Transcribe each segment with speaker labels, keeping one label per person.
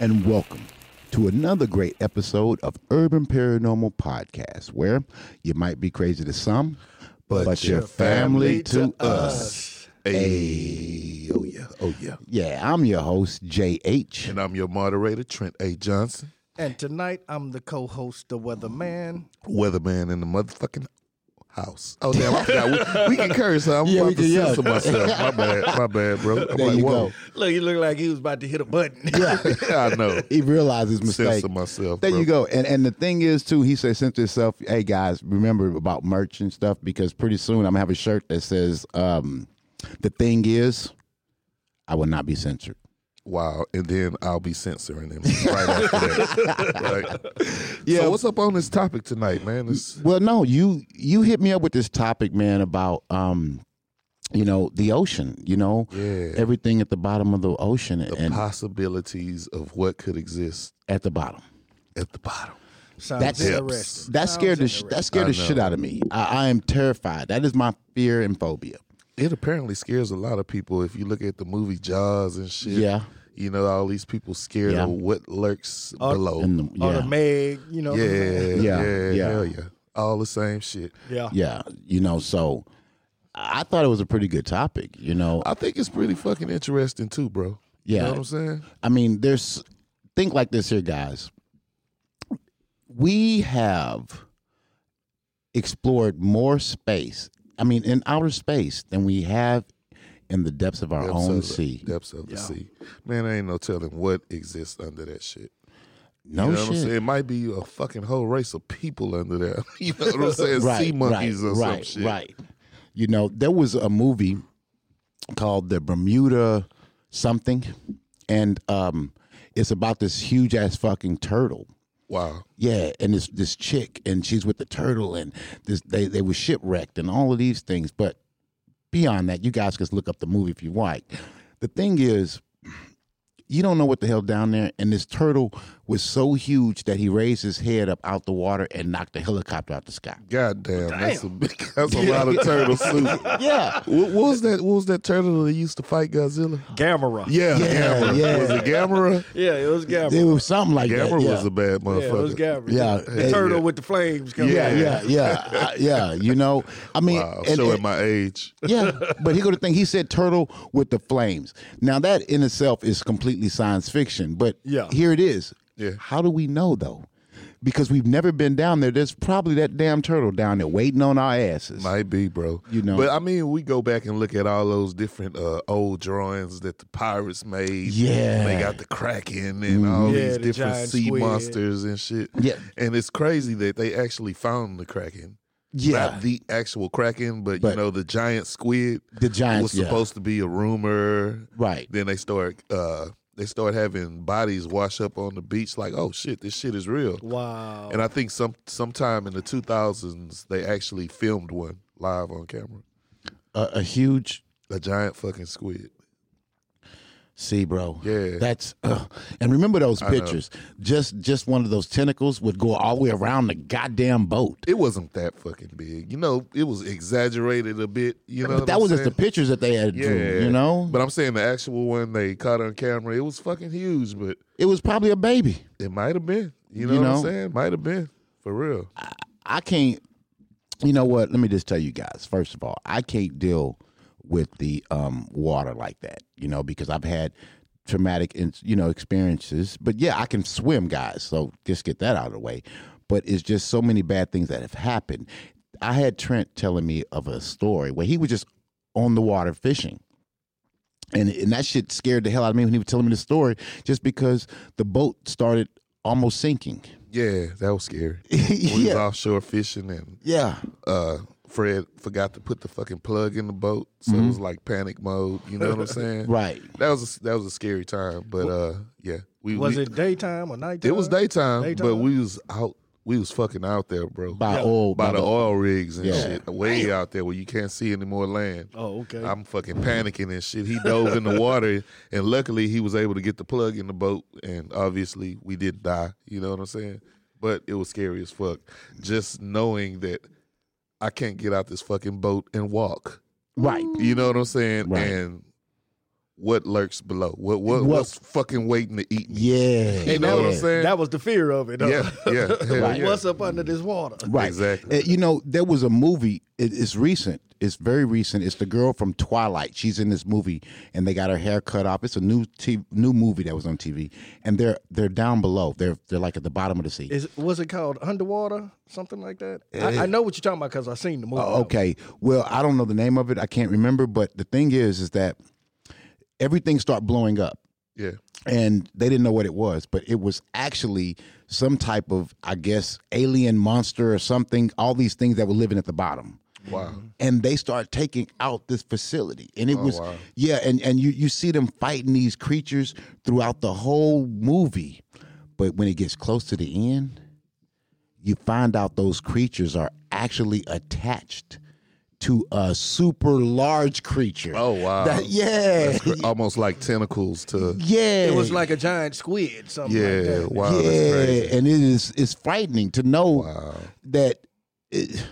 Speaker 1: and welcome to another great episode of Urban Paranormal Podcast, where you might be crazy to some, but, your family, to us.
Speaker 2: Hey, oh yeah, oh yeah.
Speaker 1: Yeah, I'm your host, JH.
Speaker 2: And I'm your moderator, Trent A. Johnson,
Speaker 3: And tonight I'm the co-host, the Weatherman.
Speaker 2: weatherman in the motherfucking house. Oh damn, I forgot. We, we can curse. Huh? I'm
Speaker 1: Yeah, we
Speaker 2: about to
Speaker 1: can, yeah.
Speaker 2: censor myself. My bad, my bad, bro. I'm
Speaker 1: There
Speaker 2: like,
Speaker 1: you
Speaker 2: whoa.
Speaker 1: go.
Speaker 3: Look, he looked like he was about to hit a button.
Speaker 2: yeah, I know.
Speaker 1: He realized his mistake.
Speaker 2: Censor myself.
Speaker 1: There
Speaker 2: bro.
Speaker 1: you go. And and the thing is too, he said sent himself, hey guys, remember about merch and stuff because pretty soon I'm gonna have a shirt that says, um, the thing is, I will not be censored.
Speaker 2: Wow, and then I'll be censoring him right after that. Right. So what's up on this topic tonight, man? It's,
Speaker 1: Well, no, you you hit me up with this topic, man, about um, you know, the ocean, you know,
Speaker 2: Yeah.
Speaker 1: everything at the bottom of the ocean
Speaker 2: the
Speaker 1: and
Speaker 2: possibilities of what could exist
Speaker 1: at the bottom.
Speaker 2: at the bottom.
Speaker 3: Sounds
Speaker 1: That's-
Speaker 3: interesting.
Speaker 1: That scared the
Speaker 3: Sounds
Speaker 1: sh- that scared the
Speaker 2: I know.
Speaker 1: shit out of me. I, I am terrified. That is my fear and phobia.
Speaker 2: It apparently scares a lot of people. If you look at the movie Jaws and shit,
Speaker 1: Yeah.
Speaker 2: you know all these people scared
Speaker 1: Yeah.
Speaker 2: of what lurks
Speaker 3: All-
Speaker 2: below.
Speaker 1: And the, yeah.
Speaker 3: Or Oh, the Meg, you know.
Speaker 2: Uh, yeah, yeah,
Speaker 1: Yeah,
Speaker 2: yeah,
Speaker 1: yeah.
Speaker 2: hell yeah, all the same shit.
Speaker 3: Yeah.
Speaker 1: Yeah, you know, so I thought it was a pretty good topic, you know.
Speaker 2: I think it's pretty fucking interesting too, bro.
Speaker 1: Yeah.
Speaker 2: you know what I'm saying.
Speaker 1: I mean, there's think like this here, guys. We have explored more space, I mean, in outer space than we have in the depths of our
Speaker 2: Depths
Speaker 1: own
Speaker 2: of the-
Speaker 1: sea.
Speaker 2: depths of the sea. Man, there ain't no telling what exists under that shit.
Speaker 1: No
Speaker 2: you know what I'm saying?
Speaker 1: shit.
Speaker 2: It might be a fucking whole race of people under there. You know what I'm saying? sea monkeys
Speaker 1: right,
Speaker 2: or
Speaker 1: right,
Speaker 2: some shit.
Speaker 1: Right. You know, there was a movie called the Bermuda something, and um, it's about this huge ass fucking turtle.
Speaker 2: Wow.
Speaker 1: Yeah, and this this chick, and she's with the turtle, and this they they were shipwrecked, and all of these things. But beyond that, you guys can look up the movie if you like. The thing is, you don't know what the hell down there, and this turtle was so huge that he raised his head up out the water and knocked the helicopter out the sky.
Speaker 2: God damn, that's a big, that's a lot of turtle soup. What,
Speaker 1: Yeah,
Speaker 2: what was that? What was that turtle that used to fight Godzilla?
Speaker 3: Gamera.
Speaker 2: Yeah,
Speaker 1: Yeah,
Speaker 2: Gamera.
Speaker 1: yeah.
Speaker 2: Was it Gamera?
Speaker 3: Yeah, it was Gamera.
Speaker 1: it was something like
Speaker 2: Gamera
Speaker 1: that. Yeah.
Speaker 2: was a bad
Speaker 3: yeah, it
Speaker 2: motherfucker.
Speaker 3: was Gamera.
Speaker 1: Yeah.
Speaker 3: The
Speaker 1: Yeah.
Speaker 3: turtle with the flames coming
Speaker 1: yeah,
Speaker 3: out.
Speaker 1: yeah, yeah, I- yeah. You know, I mean,
Speaker 2: wow,
Speaker 1: and-
Speaker 2: showing
Speaker 1: and-
Speaker 2: Uh, my age.
Speaker 1: Yeah, but here go the thing. He said turtle with the flames. Now that in itself is completely science fiction, but
Speaker 3: Yeah.
Speaker 1: here it is.
Speaker 2: Yeah.
Speaker 1: How do we know though? Because we've never been down there. There's probably that damn turtle down there waiting on our asses.
Speaker 2: Might be, bro.
Speaker 1: You know.
Speaker 2: but I mean, we go back and look at all those different uh, old drawings that the pirates made.
Speaker 1: Yeah. Mm-hmm.
Speaker 2: they got the kraken and all
Speaker 3: Yeah,
Speaker 2: these
Speaker 3: the
Speaker 2: different
Speaker 3: giant
Speaker 2: sea
Speaker 3: squid.
Speaker 2: monsters and shit.
Speaker 1: Yeah.
Speaker 2: and it's crazy that they actually found the kraken.
Speaker 1: yeah,
Speaker 2: Not the actual kraken, but,
Speaker 1: But-
Speaker 2: you know the giant squid.
Speaker 1: the giants.
Speaker 2: was
Speaker 1: Yeah.
Speaker 2: supposed to be a rumor.
Speaker 1: right.
Speaker 2: Then they start uh, they start having bodies wash up on the beach. Like, oh shit, this shit is real.
Speaker 3: Wow.
Speaker 2: And I think some sometime in the two thousands they actually filmed one live on camera.
Speaker 1: A, a huge.
Speaker 2: A giant fucking squid.
Speaker 1: See, bro.
Speaker 2: Yeah.
Speaker 1: That's ugh. and remember those
Speaker 2: know.
Speaker 1: pictures. Just just one of those tentacles would go all the way around the goddamn boat.
Speaker 2: It wasn't that fucking big. You know, it was exaggerated a bit. You know,
Speaker 1: But
Speaker 2: what
Speaker 1: that
Speaker 2: I'm
Speaker 1: was just the
Speaker 2: saying?
Speaker 1: pictures that they had drew,
Speaker 2: Yeah.
Speaker 1: you know?
Speaker 2: But I'm saying the actual one they caught on camera, it was fucking huge, but
Speaker 1: it was probably a baby.
Speaker 2: it might have been. You know,
Speaker 1: You
Speaker 2: what
Speaker 1: know.
Speaker 2: I'm saying? Might have been. For real.
Speaker 1: I can't. You know what? Let me just tell you guys. First of all, I can't deal with the um, water like that. You know, because I've had traumatic, in, you know, experiences. But yeah, I can swim, guys. So just get that out of the way. But it's just so many bad things that have happened. I had Trent telling me of a story where he was just on the water fishing. And, and that shit scared the hell out of me when he was telling me the story just because the boat started almost sinking.
Speaker 2: Yeah, that was scary. We was
Speaker 1: yeah.
Speaker 2: offshore fishing and
Speaker 1: Yeah.
Speaker 2: uh Fred forgot to put the fucking plug in the boat. So it was like panic mode. You know what I'm saying?
Speaker 1: Right.
Speaker 2: That was a, that was a scary time. But uh yeah. We
Speaker 3: was
Speaker 2: we-
Speaker 3: it daytime or nighttime?
Speaker 2: It was daytime, but
Speaker 3: Daytime?
Speaker 2: we was out. We was fucking out there, bro.
Speaker 1: by oil
Speaker 2: By the oil rigs and
Speaker 1: Yeah.
Speaker 2: shit, way out there where you can't see any more land.
Speaker 3: Oh, okay.
Speaker 2: I'm fucking panicking and shit. He dove in the water, and luckily he was able to get the plug in the boat, and obviously we did die. You know what I'm saying? But it was scary as fuck. Just knowing that I can't get out this fucking boat and walk.
Speaker 1: right
Speaker 2: You know what I'm saying?
Speaker 1: Right.
Speaker 2: And what lurks below. What what
Speaker 1: What-
Speaker 2: what's fucking waiting to eat me?
Speaker 1: Yeah.
Speaker 2: You know what I'm
Speaker 1: yeah.
Speaker 2: saying?
Speaker 3: That was the fear of it. Though.
Speaker 2: yeah, yeah, hell
Speaker 1: Right.
Speaker 2: yeah.
Speaker 3: What's up under this water?
Speaker 1: Right.
Speaker 2: Exactly.
Speaker 1: Uh, you know, there was a movie. It, it's recent. It's very recent. It's the girl from Twilight. She's in this movie, and they got her hair cut off. It's a new t- new movie that was on TV, and they're they're down below. They're they're like at the bottom of the sea.
Speaker 3: Is was it called underwater? Something like that. I, I know what you're talking about because I seen the movie.
Speaker 1: Oh, okay. Well, I don't know the name of it. I can't remember. But the thing is, is that everything started blowing up,
Speaker 2: Yeah.
Speaker 1: and they didn't know what it was. But it was actually some type of, I guess, alien monster or something. All these things that were living at the bottom.
Speaker 2: Wow.
Speaker 1: and they start taking out this facility and it was
Speaker 2: Oh, wow.
Speaker 1: yeah and and you you see them fighting these creatures throughout the whole movie but when it gets close to the end you find out those creatures are actually attached to a super large creature
Speaker 2: Oh wow.
Speaker 1: That- yeah
Speaker 2: Almost like tentacles to
Speaker 1: yeah
Speaker 3: It was like a giant squid. Something like
Speaker 2: Yeah,
Speaker 3: that.
Speaker 2: wow, that's
Speaker 1: yeah
Speaker 2: crazy.
Speaker 1: and it is it's frightening to know
Speaker 2: Wow.
Speaker 1: that it,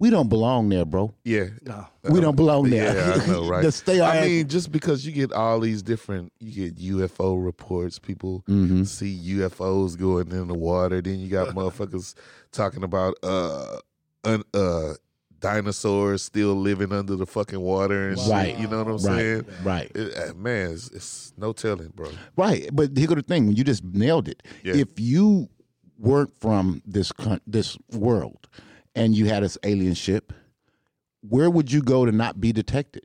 Speaker 1: we don't belong there bro
Speaker 2: Yeah.
Speaker 3: No.
Speaker 1: we don't belong there
Speaker 2: Yeah, I know, right?
Speaker 1: Just stay our
Speaker 2: I
Speaker 1: ass
Speaker 2: mean, just because you get all these different, you get UFO reports. People
Speaker 1: Mm-hmm.
Speaker 2: see UFOs going in the water. Then you got motherfuckers talking about uh, un, uh, dinosaurs still living under the fucking water and
Speaker 1: Right.
Speaker 2: shit. You know what I'm saying?
Speaker 1: Right, right,
Speaker 2: It, uh, man, it's, it's no telling, bro.
Speaker 1: right. But here go the thing: you just nailed it.
Speaker 2: Yeah.
Speaker 1: If you weren't from this coun- this world, and you had this alien ship, where would you go to not be detected?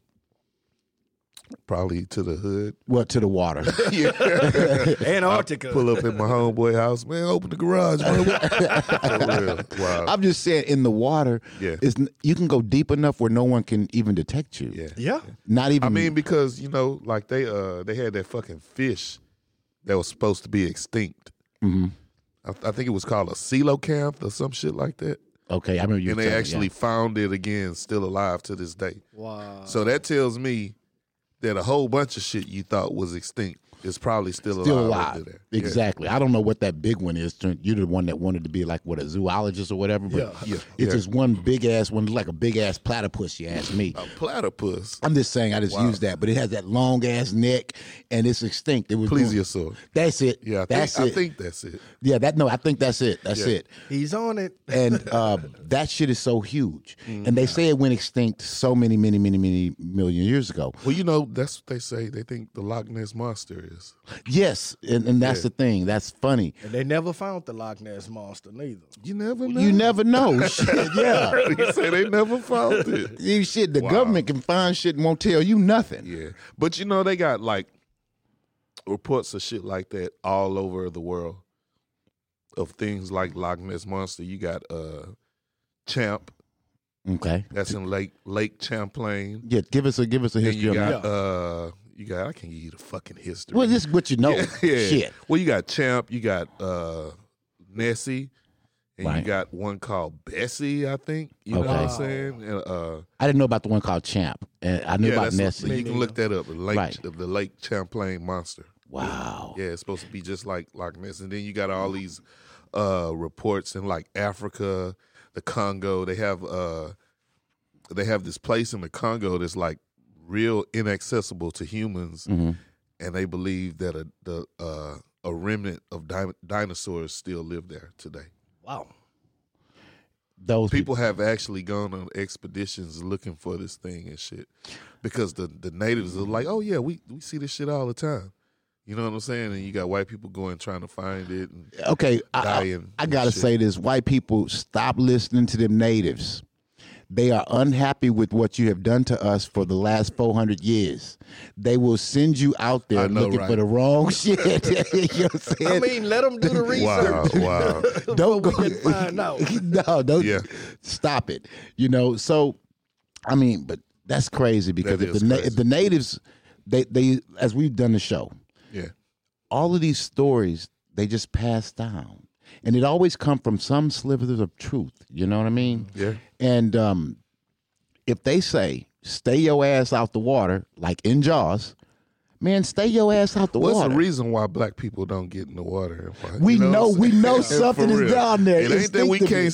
Speaker 2: Probably to the hood.
Speaker 1: Well, to the water.
Speaker 3: Antarctica.
Speaker 2: Pull up at my homeboy house, man. Open the garage, man. For real. Wow.
Speaker 1: I'm just saying, in the water,
Speaker 2: Yeah.
Speaker 1: it's, n- you can go deep enough where no one can even detect you.
Speaker 2: yeah.
Speaker 3: Yeah.
Speaker 1: Not even.
Speaker 2: I mean, because you know, like they uh they had that fucking fish that was supposed to be extinct.
Speaker 1: Mm-hmm.
Speaker 2: I, I think it was called a coelacanth or some shit like that,
Speaker 1: okay, I remember you.
Speaker 2: and they
Speaker 1: telling me,
Speaker 2: actually found it again, still alive to this day.
Speaker 3: Wow.
Speaker 2: So that tells me that a whole bunch of shit you thought was extinct is probably still,
Speaker 1: yeah. still
Speaker 2: alive.
Speaker 1: alive.
Speaker 2: under there. Yeah.
Speaker 1: Exactly. I don't know what that big one is. You're the one that wanted to be like what a zoologist or whatever. But
Speaker 2: Yeah.
Speaker 1: it's
Speaker 2: Yeah.
Speaker 1: just one big ass one, like a big ass platypus. You ask me.
Speaker 2: A platypus,
Speaker 1: I'm just saying, I just
Speaker 2: Oh. Wow.
Speaker 1: used that, but it has that long ass neck and it's extinct. It was
Speaker 2: plesiosaur.
Speaker 1: That's it.
Speaker 2: Yeah, I think,
Speaker 1: that's
Speaker 2: I
Speaker 1: it.
Speaker 2: think that's it.
Speaker 1: yeah, that no, I think that's it. That's
Speaker 2: Yeah.
Speaker 1: it.
Speaker 3: He's on it.
Speaker 1: And uh, that shit is so huge. And
Speaker 2: Mm-hmm.
Speaker 1: they say it went extinct so many, many, many, many million years ago.
Speaker 2: Well, you know, that's what they say. They think the Loch Ness monster is.
Speaker 1: Yes, and, and that's the thing. That's funny.
Speaker 3: And they never found the Loch Ness monster neither.
Speaker 2: You never know.
Speaker 1: You never know. shit, yeah.
Speaker 2: you say they never found it.
Speaker 1: You shit, the government can find shit and won't tell you nothing.
Speaker 2: Yeah, but you know they got like reports of shit like that all over the world of things like Loch Ness monster. You got uh Champ
Speaker 1: Okay.
Speaker 2: that's in Lake Lake Champlain.
Speaker 1: Yeah, give us a give us a
Speaker 2: Then
Speaker 1: history
Speaker 2: you
Speaker 1: on
Speaker 2: got
Speaker 1: that.
Speaker 2: uh you got I can give you the fucking history.
Speaker 1: Well, this is what you know.
Speaker 2: yeah,
Speaker 1: Shit.
Speaker 2: Well, you got Champ, you got uh Nessie, and you
Speaker 1: Right.
Speaker 2: got one called Bessie, I think. You know what I'm
Speaker 1: Okay.
Speaker 2: saying? And, uh,
Speaker 1: I didn't know about the one called Champ. And I knew
Speaker 2: yeah,
Speaker 1: about
Speaker 2: that's-
Speaker 1: Nessie.
Speaker 2: You can look that up. Lake,
Speaker 1: Right.
Speaker 2: The Lake Champlain monster.
Speaker 1: Wow.
Speaker 2: Yeah, it's supposed to be just like Loch Ness, and then you got all these uh, reports in like Africa, the Congo. They have uh, they have this place in the Congo that's like real inaccessible to humans, and they believe that a the uh, a remnant of di- dinosaurs still live there today.
Speaker 3: Wow.
Speaker 1: Those
Speaker 2: People have actually gone on expeditions looking for this thing and shit because the the natives are like, oh yeah, we we see this shit all the time. You know what I'm saying? And you got white people going trying to find it. And,
Speaker 1: okay, I, I,
Speaker 2: dying
Speaker 1: I
Speaker 2: and
Speaker 1: gotta
Speaker 2: shit.
Speaker 1: say this: white people, stop listening to them natives. They are unhappy with what you have done to us for the last 400 years. They will send you out there
Speaker 2: I know,
Speaker 1: looking for
Speaker 2: right?
Speaker 1: the wrong shit. you know what I'm saying?
Speaker 3: I mean, let them do the research.
Speaker 2: Wow, wow.
Speaker 1: don't
Speaker 3: we
Speaker 1: go
Speaker 3: can find out.
Speaker 1: no, don't
Speaker 2: Yeah.
Speaker 1: stop it. You know, so I mean, but that's crazy because
Speaker 2: That
Speaker 1: if
Speaker 2: is
Speaker 1: the na-
Speaker 2: crazy.
Speaker 1: if the natives, they they as we've done the show,
Speaker 2: Yeah.
Speaker 1: all of these stories they just pass down and it always come from some slivers of truth you know what i mean
Speaker 2: Yeah.
Speaker 1: and um, if they say stay your ass out the water like in jaws man, stay your ass out the
Speaker 2: What's
Speaker 1: water.
Speaker 2: the reason why black people don't get in the water? Like,
Speaker 1: We know-
Speaker 2: what I'm
Speaker 1: we
Speaker 2: saying?
Speaker 1: know
Speaker 2: For
Speaker 1: something is
Speaker 2: real.
Speaker 1: down there.
Speaker 2: It ain't that we
Speaker 1: Instinctively.
Speaker 2: can't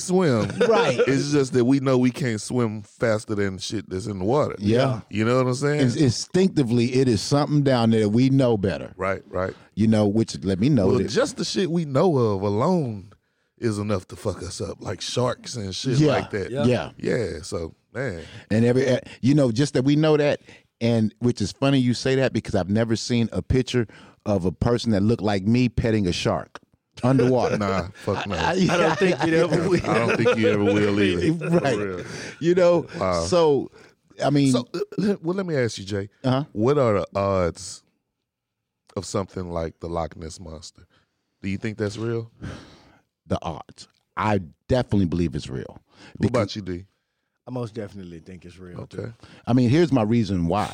Speaker 2: swim,
Speaker 1: Right.
Speaker 2: It's just that we know we can't swim faster than shit that's in the water.
Speaker 1: Yeah.
Speaker 2: you know what I'm saying?
Speaker 1: Ins- instinctively, it is something down there that we know better.
Speaker 2: right, right.
Speaker 1: You know, which let me know
Speaker 2: Well,
Speaker 1: that
Speaker 2: just the shit we know of alone is enough to fuck us up, like sharks and shit
Speaker 1: Yeah.
Speaker 2: like that.
Speaker 1: Yeah.
Speaker 2: yeah. So man,
Speaker 1: and every uh, you know just that we know that, and which is funny you say that because I've never seen a picture of a person that looked like me petting a shark underwater.
Speaker 2: nah, fuck no. I,
Speaker 1: I-
Speaker 3: I don't think it ever will.
Speaker 2: don't think you ever will either. For real.
Speaker 1: right, you know. So, I mean,
Speaker 2: So, uh, le- well, let me ask you, Jay.
Speaker 1: Uh-huh.
Speaker 2: What are the odds of something like the Loch Ness monster? Do you think that's real?
Speaker 1: the odds. I definitely believe it's real.
Speaker 2: What about you, D?
Speaker 3: I most definitely think it's real. too.
Speaker 2: Okay.
Speaker 1: I mean, here's my reason why.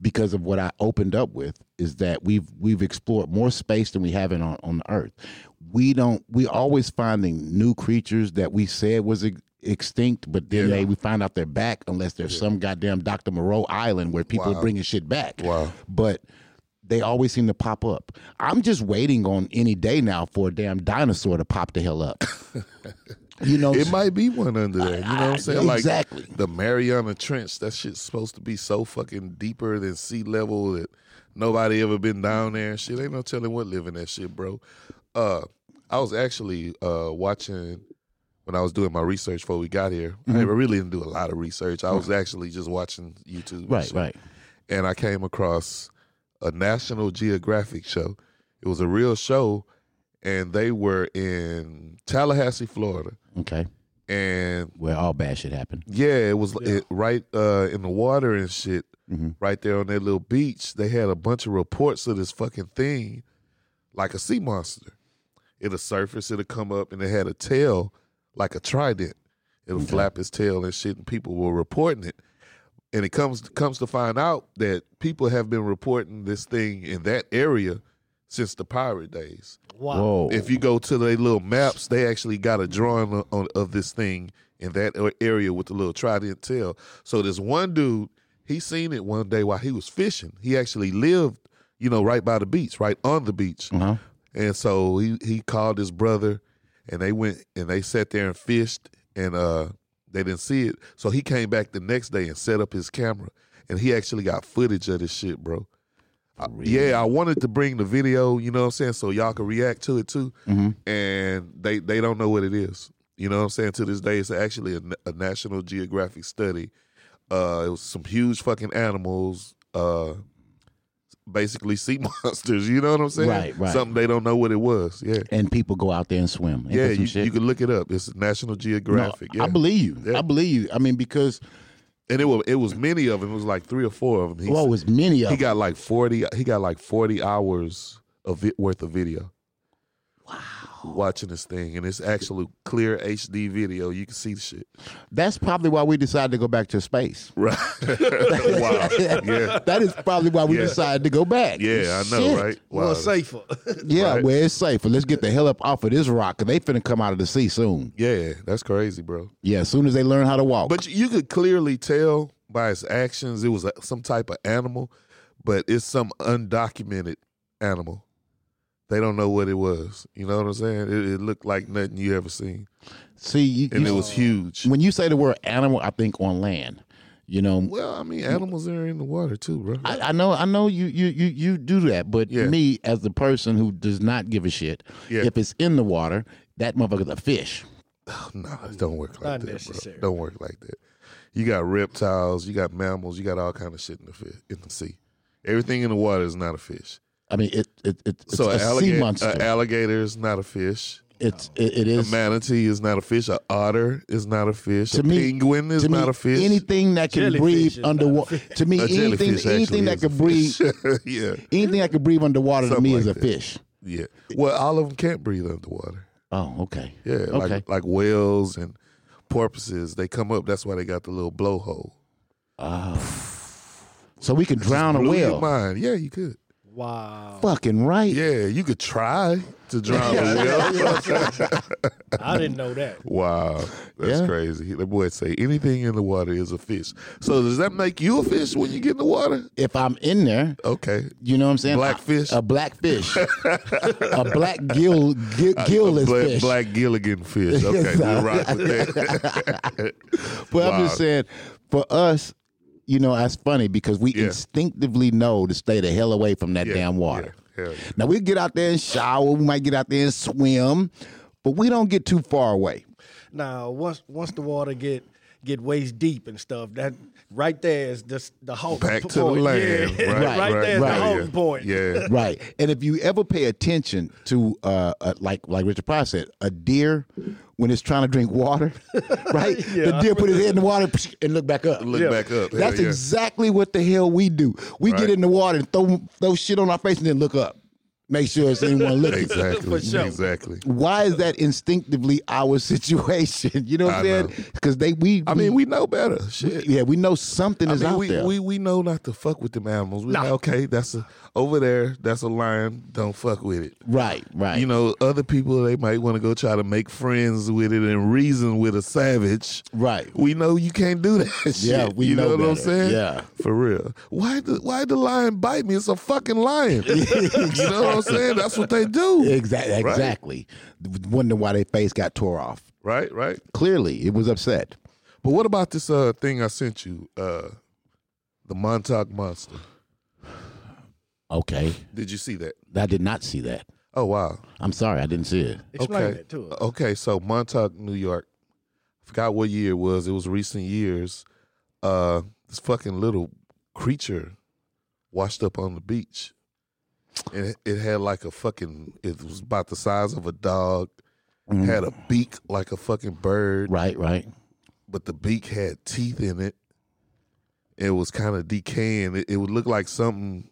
Speaker 1: Because of what I opened up with is that we've we've explored more space than we have in on, on the earth. We don't we always finding new creatures that we said was ex- extinct, but then they we find out they're back unless there's some goddamn Dr. Moreau Island where people are bringing shit back.
Speaker 2: Wow.
Speaker 1: But they always seem to pop up. I'm just waiting on any day now for a damn dinosaur to pop the hell up. you know,
Speaker 2: It might be one under there. You know what I'm saying?
Speaker 1: Exactly.
Speaker 2: Like the Mariana Trench, that shit's supposed to be so fucking deeper than sea level that nobody ever been down there and shit. Ain't no telling what living that shit, bro. Uh I was actually uh watching when I was doing my research before we got here.
Speaker 1: Mm-hmm.
Speaker 2: I really didn't do a lot of research. I was actually just watching YouTube. and
Speaker 1: right,
Speaker 2: shit.
Speaker 1: right.
Speaker 2: and I came across a National Geographic show. It was a real show, and they were in Tallahassee, Florida,
Speaker 1: Okay.
Speaker 2: and
Speaker 1: Where all bad shit happened.
Speaker 2: yeah, it was
Speaker 3: Yeah.
Speaker 2: It, right uh, in the water and shit, right there on that little beach. They had a bunch of reports of this fucking thing, like a sea monster. It'll surface, it'll come up, and it had a tail like a trident. It'll flap its tail and shit, and people were reporting it. And it comes comes to find out that people have been reporting this thing in that area since the pirate days
Speaker 3: Wow.
Speaker 1: Whoa.
Speaker 2: if you go to their little maps, they actually got a drawing on, on- of this thing in that a- area with the little trident tail. So this one dude, he seen it one day while he was fishing. He actually lived, you know, right by the beach, right on the beach.
Speaker 1: Uh-huh.
Speaker 2: And so he he called his brother, and they went and they sat there and fished, and uh, they didn't see it. So he came back the next day and set up his camera, and he actually got footage of this shit, bro. I- Uh, yeah, I wanted to bring the video, you know what I'm saying, so y'all can react to it too.
Speaker 1: Mm-hmm.
Speaker 2: And they they don't know what it is. You know what I'm saying? To this day, it's actually a, na- a National Geographic study. Uh, it was some huge fucking animals, uh, basically sea monsters. You know what I'm saying?
Speaker 1: Right, right.
Speaker 2: Something they don't know what it was. Yeah,
Speaker 1: and people go out there and swim. And
Speaker 2: yeah.
Speaker 1: do some
Speaker 2: You,
Speaker 1: shit.
Speaker 2: you can look it up. It's National
Speaker 1: No,
Speaker 2: Geographic. yeah,
Speaker 1: I believe you.
Speaker 2: Yeah.
Speaker 1: I believe you. I mean, because
Speaker 2: and it was it was many of them. It was like three or four of them. He,
Speaker 1: well, it was many of
Speaker 2: he
Speaker 1: them.
Speaker 2: got like forty. He got like forty hours of vi- worth of video. Wow. Watching this thing, and it's actually clear HD video. You can see the shit.
Speaker 1: That's probably why we decided to go back to space.
Speaker 2: Right. wow. Yeah.
Speaker 1: That is probably why we
Speaker 2: Yeah.
Speaker 1: decided to go back.
Speaker 2: Yeah, I know,
Speaker 1: Shit.
Speaker 2: right?
Speaker 3: Well, safer.
Speaker 1: Yeah,
Speaker 2: Right.
Speaker 1: where it's safer. Let's get the hell up off of this rock, cause they finna come out of the sea soon.
Speaker 2: Yeah, that's crazy, bro.
Speaker 1: Yeah, as soon as they learn how to walk.
Speaker 2: But you you could clearly tell by its actions it was a, some type of animal, but it's some undocumented animal. They don't know what it was. You know what I'm saying? It, it looked like nothing you ever seen,
Speaker 1: see, you,
Speaker 2: and
Speaker 1: you-
Speaker 2: it was huge.
Speaker 1: when you say the word animal, I think on land. You know,
Speaker 2: Well, I mean, animals are in the water too, bro.
Speaker 1: I, I know, I know you, you, you, you do that, but
Speaker 2: Yeah.
Speaker 1: me as the person who does not give a shit,
Speaker 2: Yeah.
Speaker 1: if it's in the water, that motherfucker's a fish.
Speaker 2: No, it don't work like
Speaker 3: Not
Speaker 2: that, bro.
Speaker 3: necessary.
Speaker 2: Don't work like that. You got reptiles, you got mammals, you got all kind of shit in the fish, in the sea. Everything in the water is not a fish.
Speaker 1: I mean, it, it, it it's
Speaker 2: so
Speaker 1: a
Speaker 2: an alligator, uh,
Speaker 1: sea monster.
Speaker 2: an alligator is not a fish.
Speaker 1: it's, it, it
Speaker 2: A
Speaker 1: is
Speaker 2: manatee is not a fish. An otter is not a fish.
Speaker 1: To
Speaker 2: a
Speaker 1: me-
Speaker 2: penguin is
Speaker 1: to me,
Speaker 2: not a fish.
Speaker 1: Anything that can
Speaker 3: Jellyfish
Speaker 1: breathe
Speaker 3: is not
Speaker 1: underwater.
Speaker 3: a fish.
Speaker 1: To me,
Speaker 2: a
Speaker 1: anything,
Speaker 2: jellyfish
Speaker 1: anything
Speaker 2: actually
Speaker 1: that can breathe,
Speaker 2: is a fish. yeah,
Speaker 1: anything that can breathe underwater to
Speaker 2: Something
Speaker 1: me
Speaker 2: like
Speaker 1: is a
Speaker 2: that.
Speaker 1: fish.
Speaker 2: yeah. Well, all of them can't breathe underwater.
Speaker 1: Oh, okay.
Speaker 2: Yeah,
Speaker 1: Okay.
Speaker 2: like like whales and porpoises. They come up. That's why they got the little blowhole.
Speaker 1: so we can drown a
Speaker 2: Blew your
Speaker 1: whale.
Speaker 2: mind. Yeah, you could.
Speaker 3: Wow.
Speaker 1: Fucking right.
Speaker 2: Yeah, you could try to drown the whale.
Speaker 3: I didn't know that.
Speaker 2: Wow, that's
Speaker 1: Yeah.
Speaker 2: crazy. The boy say anything in the water is a fish. So does that make you a fish when you get in the water?
Speaker 1: If I'm in there,
Speaker 2: Okay,
Speaker 1: you know what I'm saying?
Speaker 2: Blackfish?
Speaker 1: A, black fish. a black gill, gill gillless
Speaker 2: black,
Speaker 1: fish.
Speaker 2: black Gilligan fish. Okay, we'll rock with that.
Speaker 1: But I'm
Speaker 2: Wow.
Speaker 1: just saying, for us, you know, that's funny because we
Speaker 2: Yeah.
Speaker 1: instinctively know to stay the hell away from that
Speaker 2: Yeah,
Speaker 1: damn water.
Speaker 2: yeah, hell yeah.
Speaker 1: Now we get out there and shower, we might get out there and swim, but we don't get too far away.
Speaker 3: Now, once once the water get get waist deep and stuff, that right there is just the halt
Speaker 2: Back
Speaker 3: point.
Speaker 2: to the land.
Speaker 3: Yeah.
Speaker 2: Right, right,
Speaker 3: there's
Speaker 1: right.
Speaker 3: the
Speaker 2: yeah.
Speaker 3: halting point.
Speaker 2: Yeah,
Speaker 1: Right. And if you ever pay attention to uh, uh like like Richard Pryor said, a deer when it's trying to drink water, right? The
Speaker 3: Yeah.
Speaker 1: deer put his head in the water and look back up.
Speaker 2: look
Speaker 3: Yeah.
Speaker 2: back up.
Speaker 1: That's
Speaker 2: Hell yeah.
Speaker 1: exactly what the hell we do. We
Speaker 2: Right.
Speaker 1: get in the water and throw throw shit on our face and then look up. Make sure it's anyone looking.
Speaker 2: exactly.
Speaker 3: For sure.
Speaker 2: Exactly.
Speaker 1: Why is that instinctively our situation? You know what I'm
Speaker 2: I
Speaker 1: saying?
Speaker 2: know.
Speaker 1: Because they we
Speaker 2: I mean, we know better. Shit.
Speaker 1: yeah we know something
Speaker 2: I
Speaker 1: is
Speaker 2: mean,
Speaker 1: out
Speaker 2: we,
Speaker 1: there.
Speaker 2: we we know not to fuck with them animals. We
Speaker 3: Nah.
Speaker 2: like, okay, that's a over there. That's a lion. Don't fuck with it.
Speaker 1: right, right.
Speaker 2: You know, other people they might want to go try to make friends with it and reason with a savage.
Speaker 1: Right.
Speaker 2: We know you can't do that. Shit.
Speaker 1: Yeah, we
Speaker 2: you know,
Speaker 1: know
Speaker 2: what I'm
Speaker 1: better.
Speaker 2: saying.
Speaker 1: Yeah.
Speaker 2: for real. Why the why the lion bite me? It's a fucking lion. you know what I'm saying? That's what they do.
Speaker 1: Exactly.
Speaker 2: Right.
Speaker 1: Exactly. Wondering why their face got tore off.
Speaker 2: Right, right.
Speaker 1: Clearly, it was upset.
Speaker 2: But what about this uh thing I sent you? Uh, the Montauk Monster.
Speaker 1: Okay,
Speaker 2: Did you see that?
Speaker 1: I did not see that.
Speaker 2: Oh wow.
Speaker 1: I'm sorry, I didn't see it.
Speaker 3: Explain
Speaker 2: okay. Uh,
Speaker 3: it to us.
Speaker 2: Okay, so Montauk, New York. I forgot what year it was. It was recent years. Uh this fucking little creature washed up on the beach. And it, it had like a fucking it was about the size of a dog. Had a beak like a fucking bird,
Speaker 1: Right, right.
Speaker 2: but the beak had teeth in it. It was kind of decaying. It, it would look like something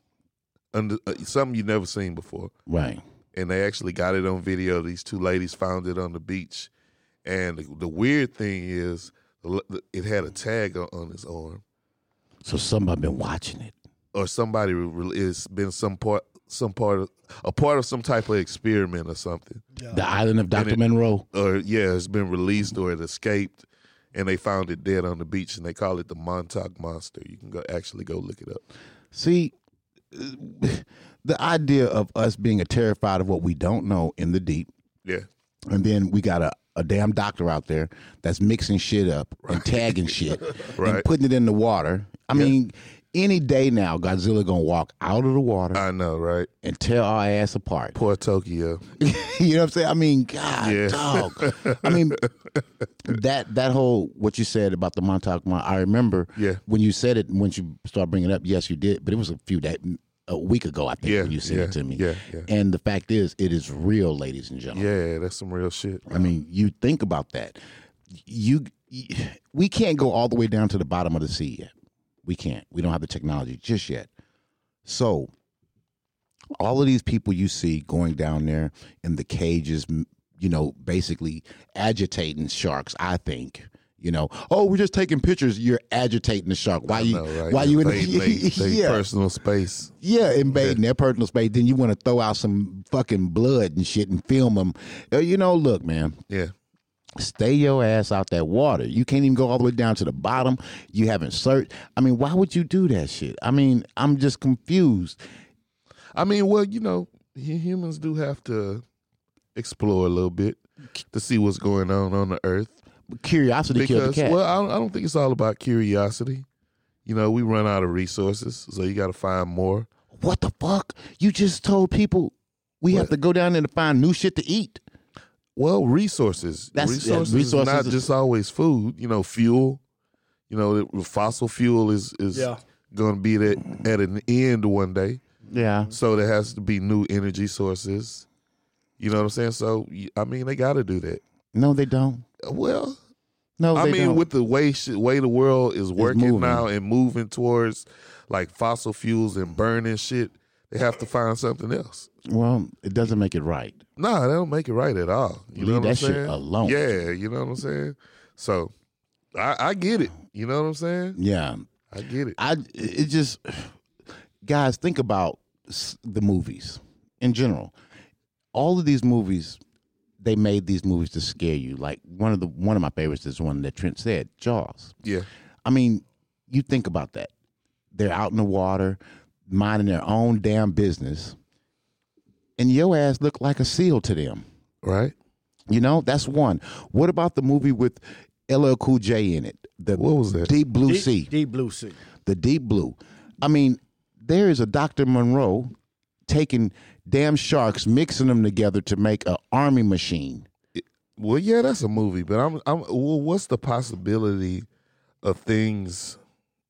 Speaker 2: under uh, something you never seen before
Speaker 1: Right.
Speaker 2: and they actually got it on video. These two ladies found it on the beach, and the, the weird thing is, the- the- it had a tag on, on its arm,
Speaker 1: So somebody been watching it.
Speaker 2: or somebody re- re- it's been some part, some part of a part of some type of experiment or something,
Speaker 1: The island of Dr. Monroe.
Speaker 2: or yeah, it's been released or it escaped, and they found it dead on the beach, and they call it the Montauk Monster. You can go actually go look it up.
Speaker 1: See, uh, the idea of us being terrified of what we don't know in the deep,
Speaker 2: Yeah,
Speaker 1: and then we got a, a damn doctor out there that's mixing shit up and tagging shit
Speaker 2: Right.
Speaker 1: and putting it in the water. I mean, any day now, Godzilla gonna walk out of the water
Speaker 2: I know, right?
Speaker 1: and tear our ass apart.
Speaker 2: Poor Tokyo.
Speaker 1: you know what I'm saying? I mean, God,
Speaker 2: Yeah.
Speaker 1: dog. I mean, that that whole what you said about the Montauk. Mon- I remember.
Speaker 2: Yeah.
Speaker 1: When you said it, once you started bringing it up, yes, you did. But it was a few days, a week ago, I think,
Speaker 2: Yeah,
Speaker 1: when you said
Speaker 2: yeah,
Speaker 1: it to me.
Speaker 2: yeah, yeah.
Speaker 1: And the fact is, it is real, ladies and gentlemen.
Speaker 2: Yeah, that's some real shit.
Speaker 1: I mean, you think about that. You, we can't go all the way down to the bottom of the sea yet. We can't. We don't have the technology just yet. So, all of these people you see going down there in the cages, m- you know, basically agitating sharks. I think. You know, oh, we're just taking pictures. You're agitating the shark. Why you?
Speaker 2: No, right?
Speaker 1: Why you in?
Speaker 2: They- they- they
Speaker 1: yeah,
Speaker 2: personal space.
Speaker 1: yeah, invading their personal space. Then you want to throw out some fucking blood and shit and film them. You know, look, man
Speaker 2: Yeah.
Speaker 1: stay your ass out that water. You can't even go all the way down to the bottom. You haven't searched. I mean, why would you do that shit? I mean, I'm just confused.
Speaker 2: I mean, well, you know, hu- humans do have to explore a little bit to see what's going on on the earth.
Speaker 1: Curiosity killed the
Speaker 2: Because,
Speaker 1: cat.
Speaker 2: well, I don't, I don't think it's all about curiosity. You know, we run out of resources, so you got to find more.
Speaker 1: what the fuck? You just told people we have to go down there to find new shit to eat.
Speaker 2: Well, resources.
Speaker 1: That's- yeah,
Speaker 2: resources, is
Speaker 1: resources
Speaker 2: not
Speaker 1: is-
Speaker 2: just always food. You know, fuel. You know, the- fossil fuel is is
Speaker 3: Yeah.
Speaker 2: going to be at, at an end one day.
Speaker 1: Yeah.
Speaker 2: So there has to be new energy sources. You know what I'm saying? So y- I mean, they got to do that.
Speaker 1: No, they don't.
Speaker 2: Well,
Speaker 1: No,
Speaker 2: I
Speaker 1: they
Speaker 2: mean,
Speaker 1: don't.
Speaker 2: with the way sh- way the world is working
Speaker 1: moving.
Speaker 2: now and moving towards like fossil fuels and burning shit, they have to find something else.
Speaker 1: well, it doesn't make it right.
Speaker 2: Nah, that don't make it right at all. You know
Speaker 1: Leave
Speaker 2: what I'm
Speaker 1: that shit
Speaker 2: saying?
Speaker 1: alone.
Speaker 2: Yeah, you know what I'm saying. So, I, I get it. You know what I'm saying?
Speaker 1: Yeah.
Speaker 2: I get it.
Speaker 1: I it just guys think about s- the movies in general. All of these movies, they made these movies to scare you. Like one of the one of my favorites is one that Trent said, Jaws.
Speaker 2: Yeah.
Speaker 1: I mean, you think about that. They're out in the water, minding their own damn business, and your ass looked like a seal to them.
Speaker 2: Right.
Speaker 1: You know, that's one. What about the movie with LL Cool J in it? The
Speaker 2: What was that?
Speaker 1: Deep Blue
Speaker 3: Deep-
Speaker 1: Sea.
Speaker 3: Deep blue sea.
Speaker 1: The Deep Blue. I mean, there is a Dr. Monroe taking damn sharks, mixing them together to make an army machine.
Speaker 2: Well, yeah, that's a movie, but I'm I'm well, what's the possibility of things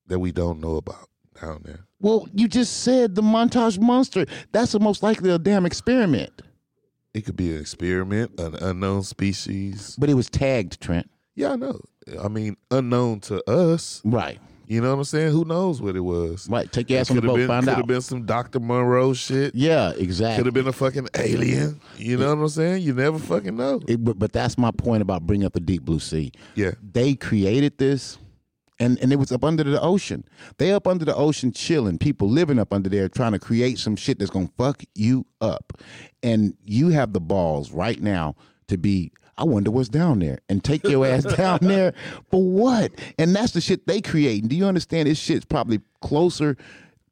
Speaker 2: that we don't know about down there?
Speaker 1: Well, you just said the montage monster. That's the most likely a damn experiment.
Speaker 2: It could be an experiment, an unknown species.
Speaker 1: But it was tagged, Trent.
Speaker 2: Yeah, I know. I mean, unknown to us.
Speaker 1: Right.
Speaker 2: You know what I'm saying? Who knows what it was?
Speaker 1: Right. Take your ass on the
Speaker 2: Could have
Speaker 1: boat,
Speaker 2: been,
Speaker 1: find
Speaker 2: could
Speaker 1: out.
Speaker 2: have been some Dr. Monroe shit.
Speaker 1: yeah,
Speaker 2: Could
Speaker 1: exactly.
Speaker 2: have been a fucking alien. You know what I'm saying? You never fucking know.
Speaker 1: It- but, but that's my point about bringing up the Deep Blue Sea.
Speaker 2: Yeah.
Speaker 1: they created this and, and it was up under the ocean. They up under the ocean chilling, people living up under there trying to create some shit that's gonna fuck you up. And you have the balls right now to be, I wonder what's down there and take your ass down there for what? And that's the shit they creating. Do you understand? This shit's probably closer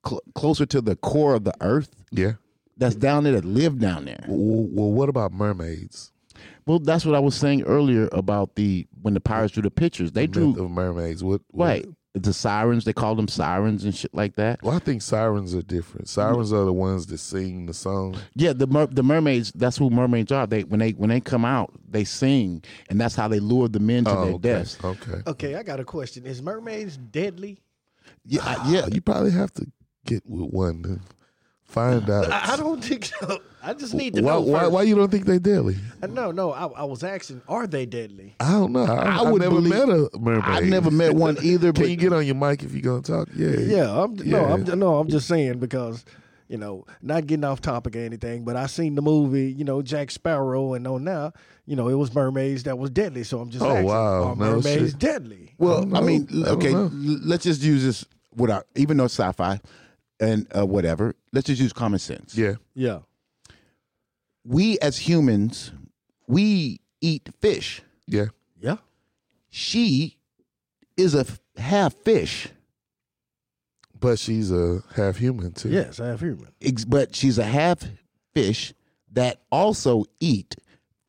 Speaker 1: cl- closer to the core of the earth
Speaker 2: Yeah.
Speaker 1: that's down there that live down there.
Speaker 2: Well, well what about mermaids?
Speaker 1: Well, that's what I was saying earlier about the when the pirates drew the pictures. They drew
Speaker 2: Myth of mermaids. What, what-
Speaker 1: Right. The sirens, they call them sirens and shit like that.
Speaker 2: Well, I think sirens are different. Sirens are the ones that sing the song.
Speaker 1: Yeah, the mer- the mermaids. That's who mermaids are. They when they when they come out, they sing, and that's how they lure the men to
Speaker 2: Oh,
Speaker 1: their
Speaker 2: okay.
Speaker 1: deaths.
Speaker 2: Okay.
Speaker 3: Okay, I got a question. Is mermaids deadly?
Speaker 1: Yeah, I- yeah.
Speaker 2: Uh, You probably have to get with one to find out.
Speaker 3: I, I don't think so. I just need to
Speaker 2: why,
Speaker 3: know.
Speaker 2: why,
Speaker 3: first.
Speaker 2: why you don't think they deadly?
Speaker 3: Uh, No, no. I, I was asking, are they deadly?
Speaker 2: I don't know. I,
Speaker 1: I would
Speaker 2: never
Speaker 1: believe-
Speaker 2: met a mermaid.
Speaker 1: I never met one either.
Speaker 2: Can
Speaker 1: But
Speaker 2: you get on your mic if you're gonna talk? Yeah.
Speaker 3: Yeah, I'm no,
Speaker 2: Yeah.
Speaker 3: I'm ju- no, I'm just saying because you know, not getting off topic or anything, but I seen the movie, you know, Jack Sparrow, and on now, you know, it was mermaids that was deadly. So I'm just
Speaker 2: Oh,
Speaker 3: asking,
Speaker 2: wow.
Speaker 3: are
Speaker 2: No
Speaker 3: mermaids
Speaker 2: shit.
Speaker 3: deadly?
Speaker 1: well,
Speaker 2: don't
Speaker 1: I, mean,
Speaker 2: know. I don't
Speaker 1: okay.
Speaker 2: know.
Speaker 1: l- Let's just use this without, even though it's sci-fi and uh, whatever. Let's just use common sense.
Speaker 2: Yeah.
Speaker 3: Yeah,
Speaker 1: We as humans, we eat fish.
Speaker 2: Yeah.
Speaker 3: yeah.
Speaker 1: She is a f- half fish,
Speaker 2: But she's a half human too.
Speaker 3: Yes, I have human.
Speaker 1: ex- but she's a half fish that also eat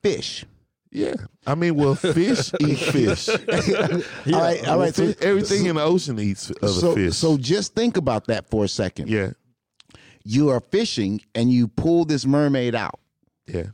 Speaker 1: fish.
Speaker 2: Yeah. I mean, well, fish eat fish.
Speaker 1: all right, all right. So,
Speaker 2: Fish- everything in the ocean eats other
Speaker 1: so,
Speaker 2: fish.
Speaker 1: so just think about that for a second.
Speaker 2: yeah.
Speaker 1: You are fishing and you pull this mermaid out.
Speaker 2: Yeah.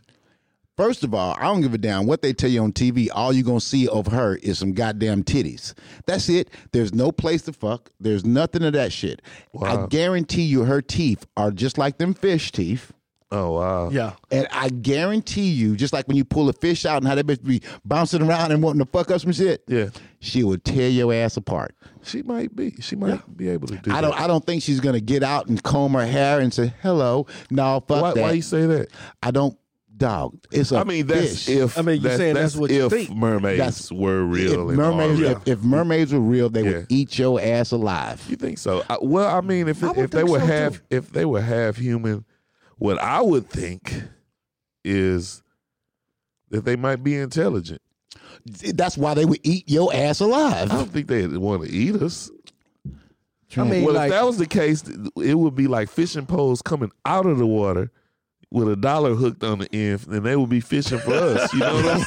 Speaker 1: First of all, I don't give a damn what they tell you on TV. All you're going to see of her is some goddamn titties. That's it. There's no place to fuck. There's nothing of that shit. I guarantee you her teeth are just like them fish teeth.
Speaker 2: Oh wow.
Speaker 3: Yeah,
Speaker 1: And I guarantee you, just like when you pull a fish out and how that bitch be bouncing around and wanting to fuck up some shit,
Speaker 2: Yeah.
Speaker 1: she will tear your ass apart.
Speaker 2: She might be. She might be able to do.
Speaker 1: I don't.
Speaker 2: That.
Speaker 1: I don't think she's gonna get out and comb her hair and say hello. No, fuck
Speaker 2: Why,
Speaker 1: that.
Speaker 2: why you say that?
Speaker 1: I don't. Dog. It's a
Speaker 2: I mean, that's
Speaker 1: fish.
Speaker 2: if.
Speaker 3: I mean, you
Speaker 2: that's,
Speaker 3: saying that's what you
Speaker 2: if
Speaker 3: think.
Speaker 2: mermaids
Speaker 1: That's-
Speaker 2: were
Speaker 1: If
Speaker 2: real. and
Speaker 1: mermaids,
Speaker 2: all
Speaker 1: if, if mermaids were real, they would
Speaker 2: Yeah.
Speaker 1: eat your ass alive.
Speaker 2: You think so? I, well, I mean, if
Speaker 3: I
Speaker 2: if
Speaker 3: would
Speaker 2: they
Speaker 3: think
Speaker 2: were
Speaker 3: so,
Speaker 2: half,
Speaker 3: too.
Speaker 2: if they were half human, what I would think is that they might be intelligent.
Speaker 1: That's why they would eat your ass alive.
Speaker 2: I don't think they want to eat us.
Speaker 3: I mean,
Speaker 2: Well,
Speaker 3: like,
Speaker 2: if that was the case, th- it would be like fishing poles coming out of the water with a dollar hooked on the end, and they would be fishing for us. You know what I'm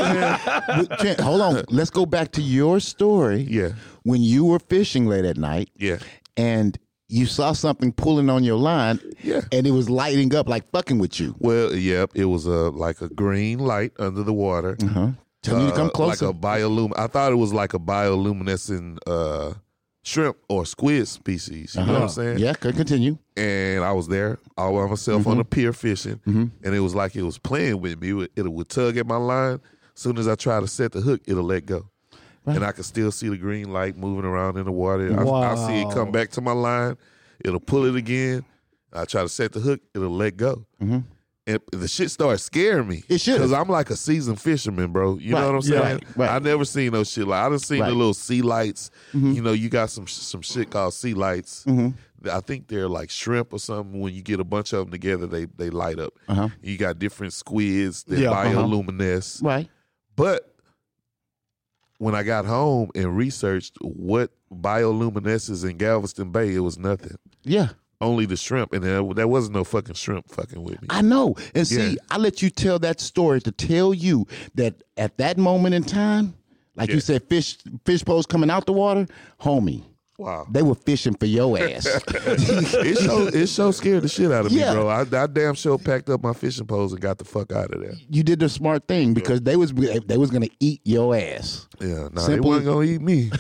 Speaker 2: saying?
Speaker 1: But, Trent, hold on. Let's go back to your story.
Speaker 2: Yeah,
Speaker 1: When you were fishing late at night,
Speaker 2: yeah,
Speaker 1: and you saw something pulling on your line,
Speaker 2: yeah.
Speaker 1: and it was lighting up like fucking with you.
Speaker 2: Well, yep. It was a like a green light under the water.
Speaker 1: Huh? Telling you to come
Speaker 2: Uh,
Speaker 1: closer.
Speaker 2: Like a biolum. I thought it was like a bioluminescent uh, shrimp or squid species. You know
Speaker 1: Uh-huh.
Speaker 2: what I'm saying?
Speaker 1: yeah, c- continue.
Speaker 2: And I was there all by myself
Speaker 1: Mm-hmm.
Speaker 2: on a pier fishing, and it was like it was playing with me. It would, it would tug at my line. soon as I try to set the hook, it'll let go. And I can still see the green light moving around in the water. I, I see it come
Speaker 3: Wow.
Speaker 2: back to my line. It'll pull it again. I try to set the hook. It'll let go. And the shit started scaring me.
Speaker 1: Mm-hmm. It should.
Speaker 2: Because I'm like a seasoned fisherman, bro. You
Speaker 1: Right,
Speaker 2: know what I'm saying?
Speaker 1: right, right.
Speaker 2: I never seen no shit like I done seen
Speaker 1: Right. Mm-hmm.
Speaker 2: the little sea lights. You know, you got some some shit called sea lights I think they're like shrimp or something. When you get a bunch of them together, they they light up.
Speaker 1: Uh-huh.
Speaker 2: You got different squids that
Speaker 3: Yeah, uh-huh.
Speaker 2: bioluminesce.
Speaker 1: Right.
Speaker 2: But when I got home and researched what bioluminesces in Galveston Bay, it was nothing.
Speaker 1: Yeah.
Speaker 2: Only the shrimp, and there, there wasn't no fucking shrimp fucking with me.
Speaker 1: I know. And
Speaker 2: Yeah.
Speaker 1: see, I let you tell that story to tell you that at that moment in time, like
Speaker 2: Yeah.
Speaker 1: you said, fish fish poles coming out the water, homie.
Speaker 2: Wow.
Speaker 1: They were fishing for your ass.
Speaker 2: it so it so scared the shit out of
Speaker 1: Yeah.
Speaker 2: me, bro. I, I damn sure packed up my fishing poles and got the fuck out of there.
Speaker 1: you did the smart thing because they was they was gonna eat your ass.
Speaker 2: Yeah, nah, they
Speaker 1: Simple-
Speaker 2: wasn't gonna eat me.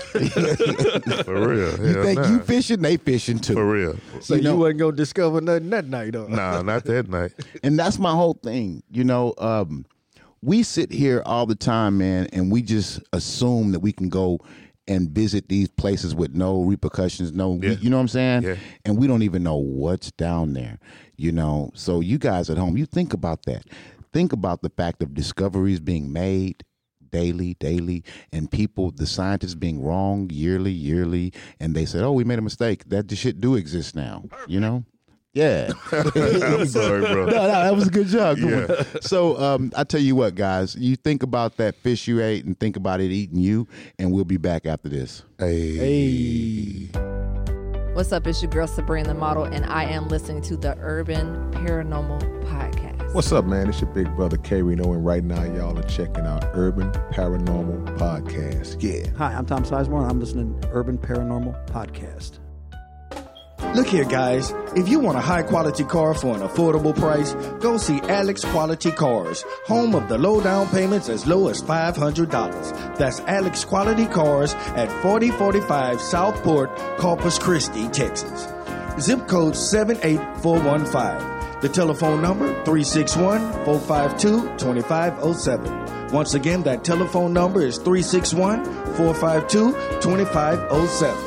Speaker 2: for real.
Speaker 1: You
Speaker 2: Hell
Speaker 1: think
Speaker 2: nah.
Speaker 1: you fishing, they fishing too.
Speaker 2: for real.
Speaker 3: So
Speaker 1: You
Speaker 3: you,
Speaker 1: know-
Speaker 3: wasn't gonna discover nothing that night, uh, huh?
Speaker 2: Nah, not that night.
Speaker 1: and that's my whole thing you know um we sit here all the time man and we just assume that we can go and visit these places with no repercussions no
Speaker 2: Yeah.
Speaker 1: you know what i'm saying
Speaker 2: Yeah.
Speaker 1: and we don't even know what's down there you know so you guys at home you think about that think about the fact of discoveries being made daily daily and people the scientists being wrong yearly yearly and they said oh we made a mistake that shit do exist now you know yeah
Speaker 2: I'm sorry, bro.
Speaker 1: no, no, that was a good job. Good
Speaker 2: Yeah.
Speaker 1: one. So um, I tell you what, guys, you think about that fish you ate and think about it eating you, and we'll be back after this.
Speaker 3: Hey.
Speaker 4: What's up? It's your girl Sabrina the Model, and I am listening to the Urban Paranormal Podcast.
Speaker 5: What's up, man? It's your big brother K Reno, and right now y'all are checking out Urban Paranormal Podcast. Yeah.
Speaker 6: Hi, I'm Tom Sizemore, and I'm listening to Urban Paranormal Podcast. Look here, guys. If you want a high quality car for an affordable price, go see Alex Quality Cars, home of the low down payments as low as $500. That's Alex Quality Cars at 4045 Southport, Corpus Christi, Texas. Zip code 78415. The telephone number 361 452 2507. Once again, that telephone number is 361 452 2507.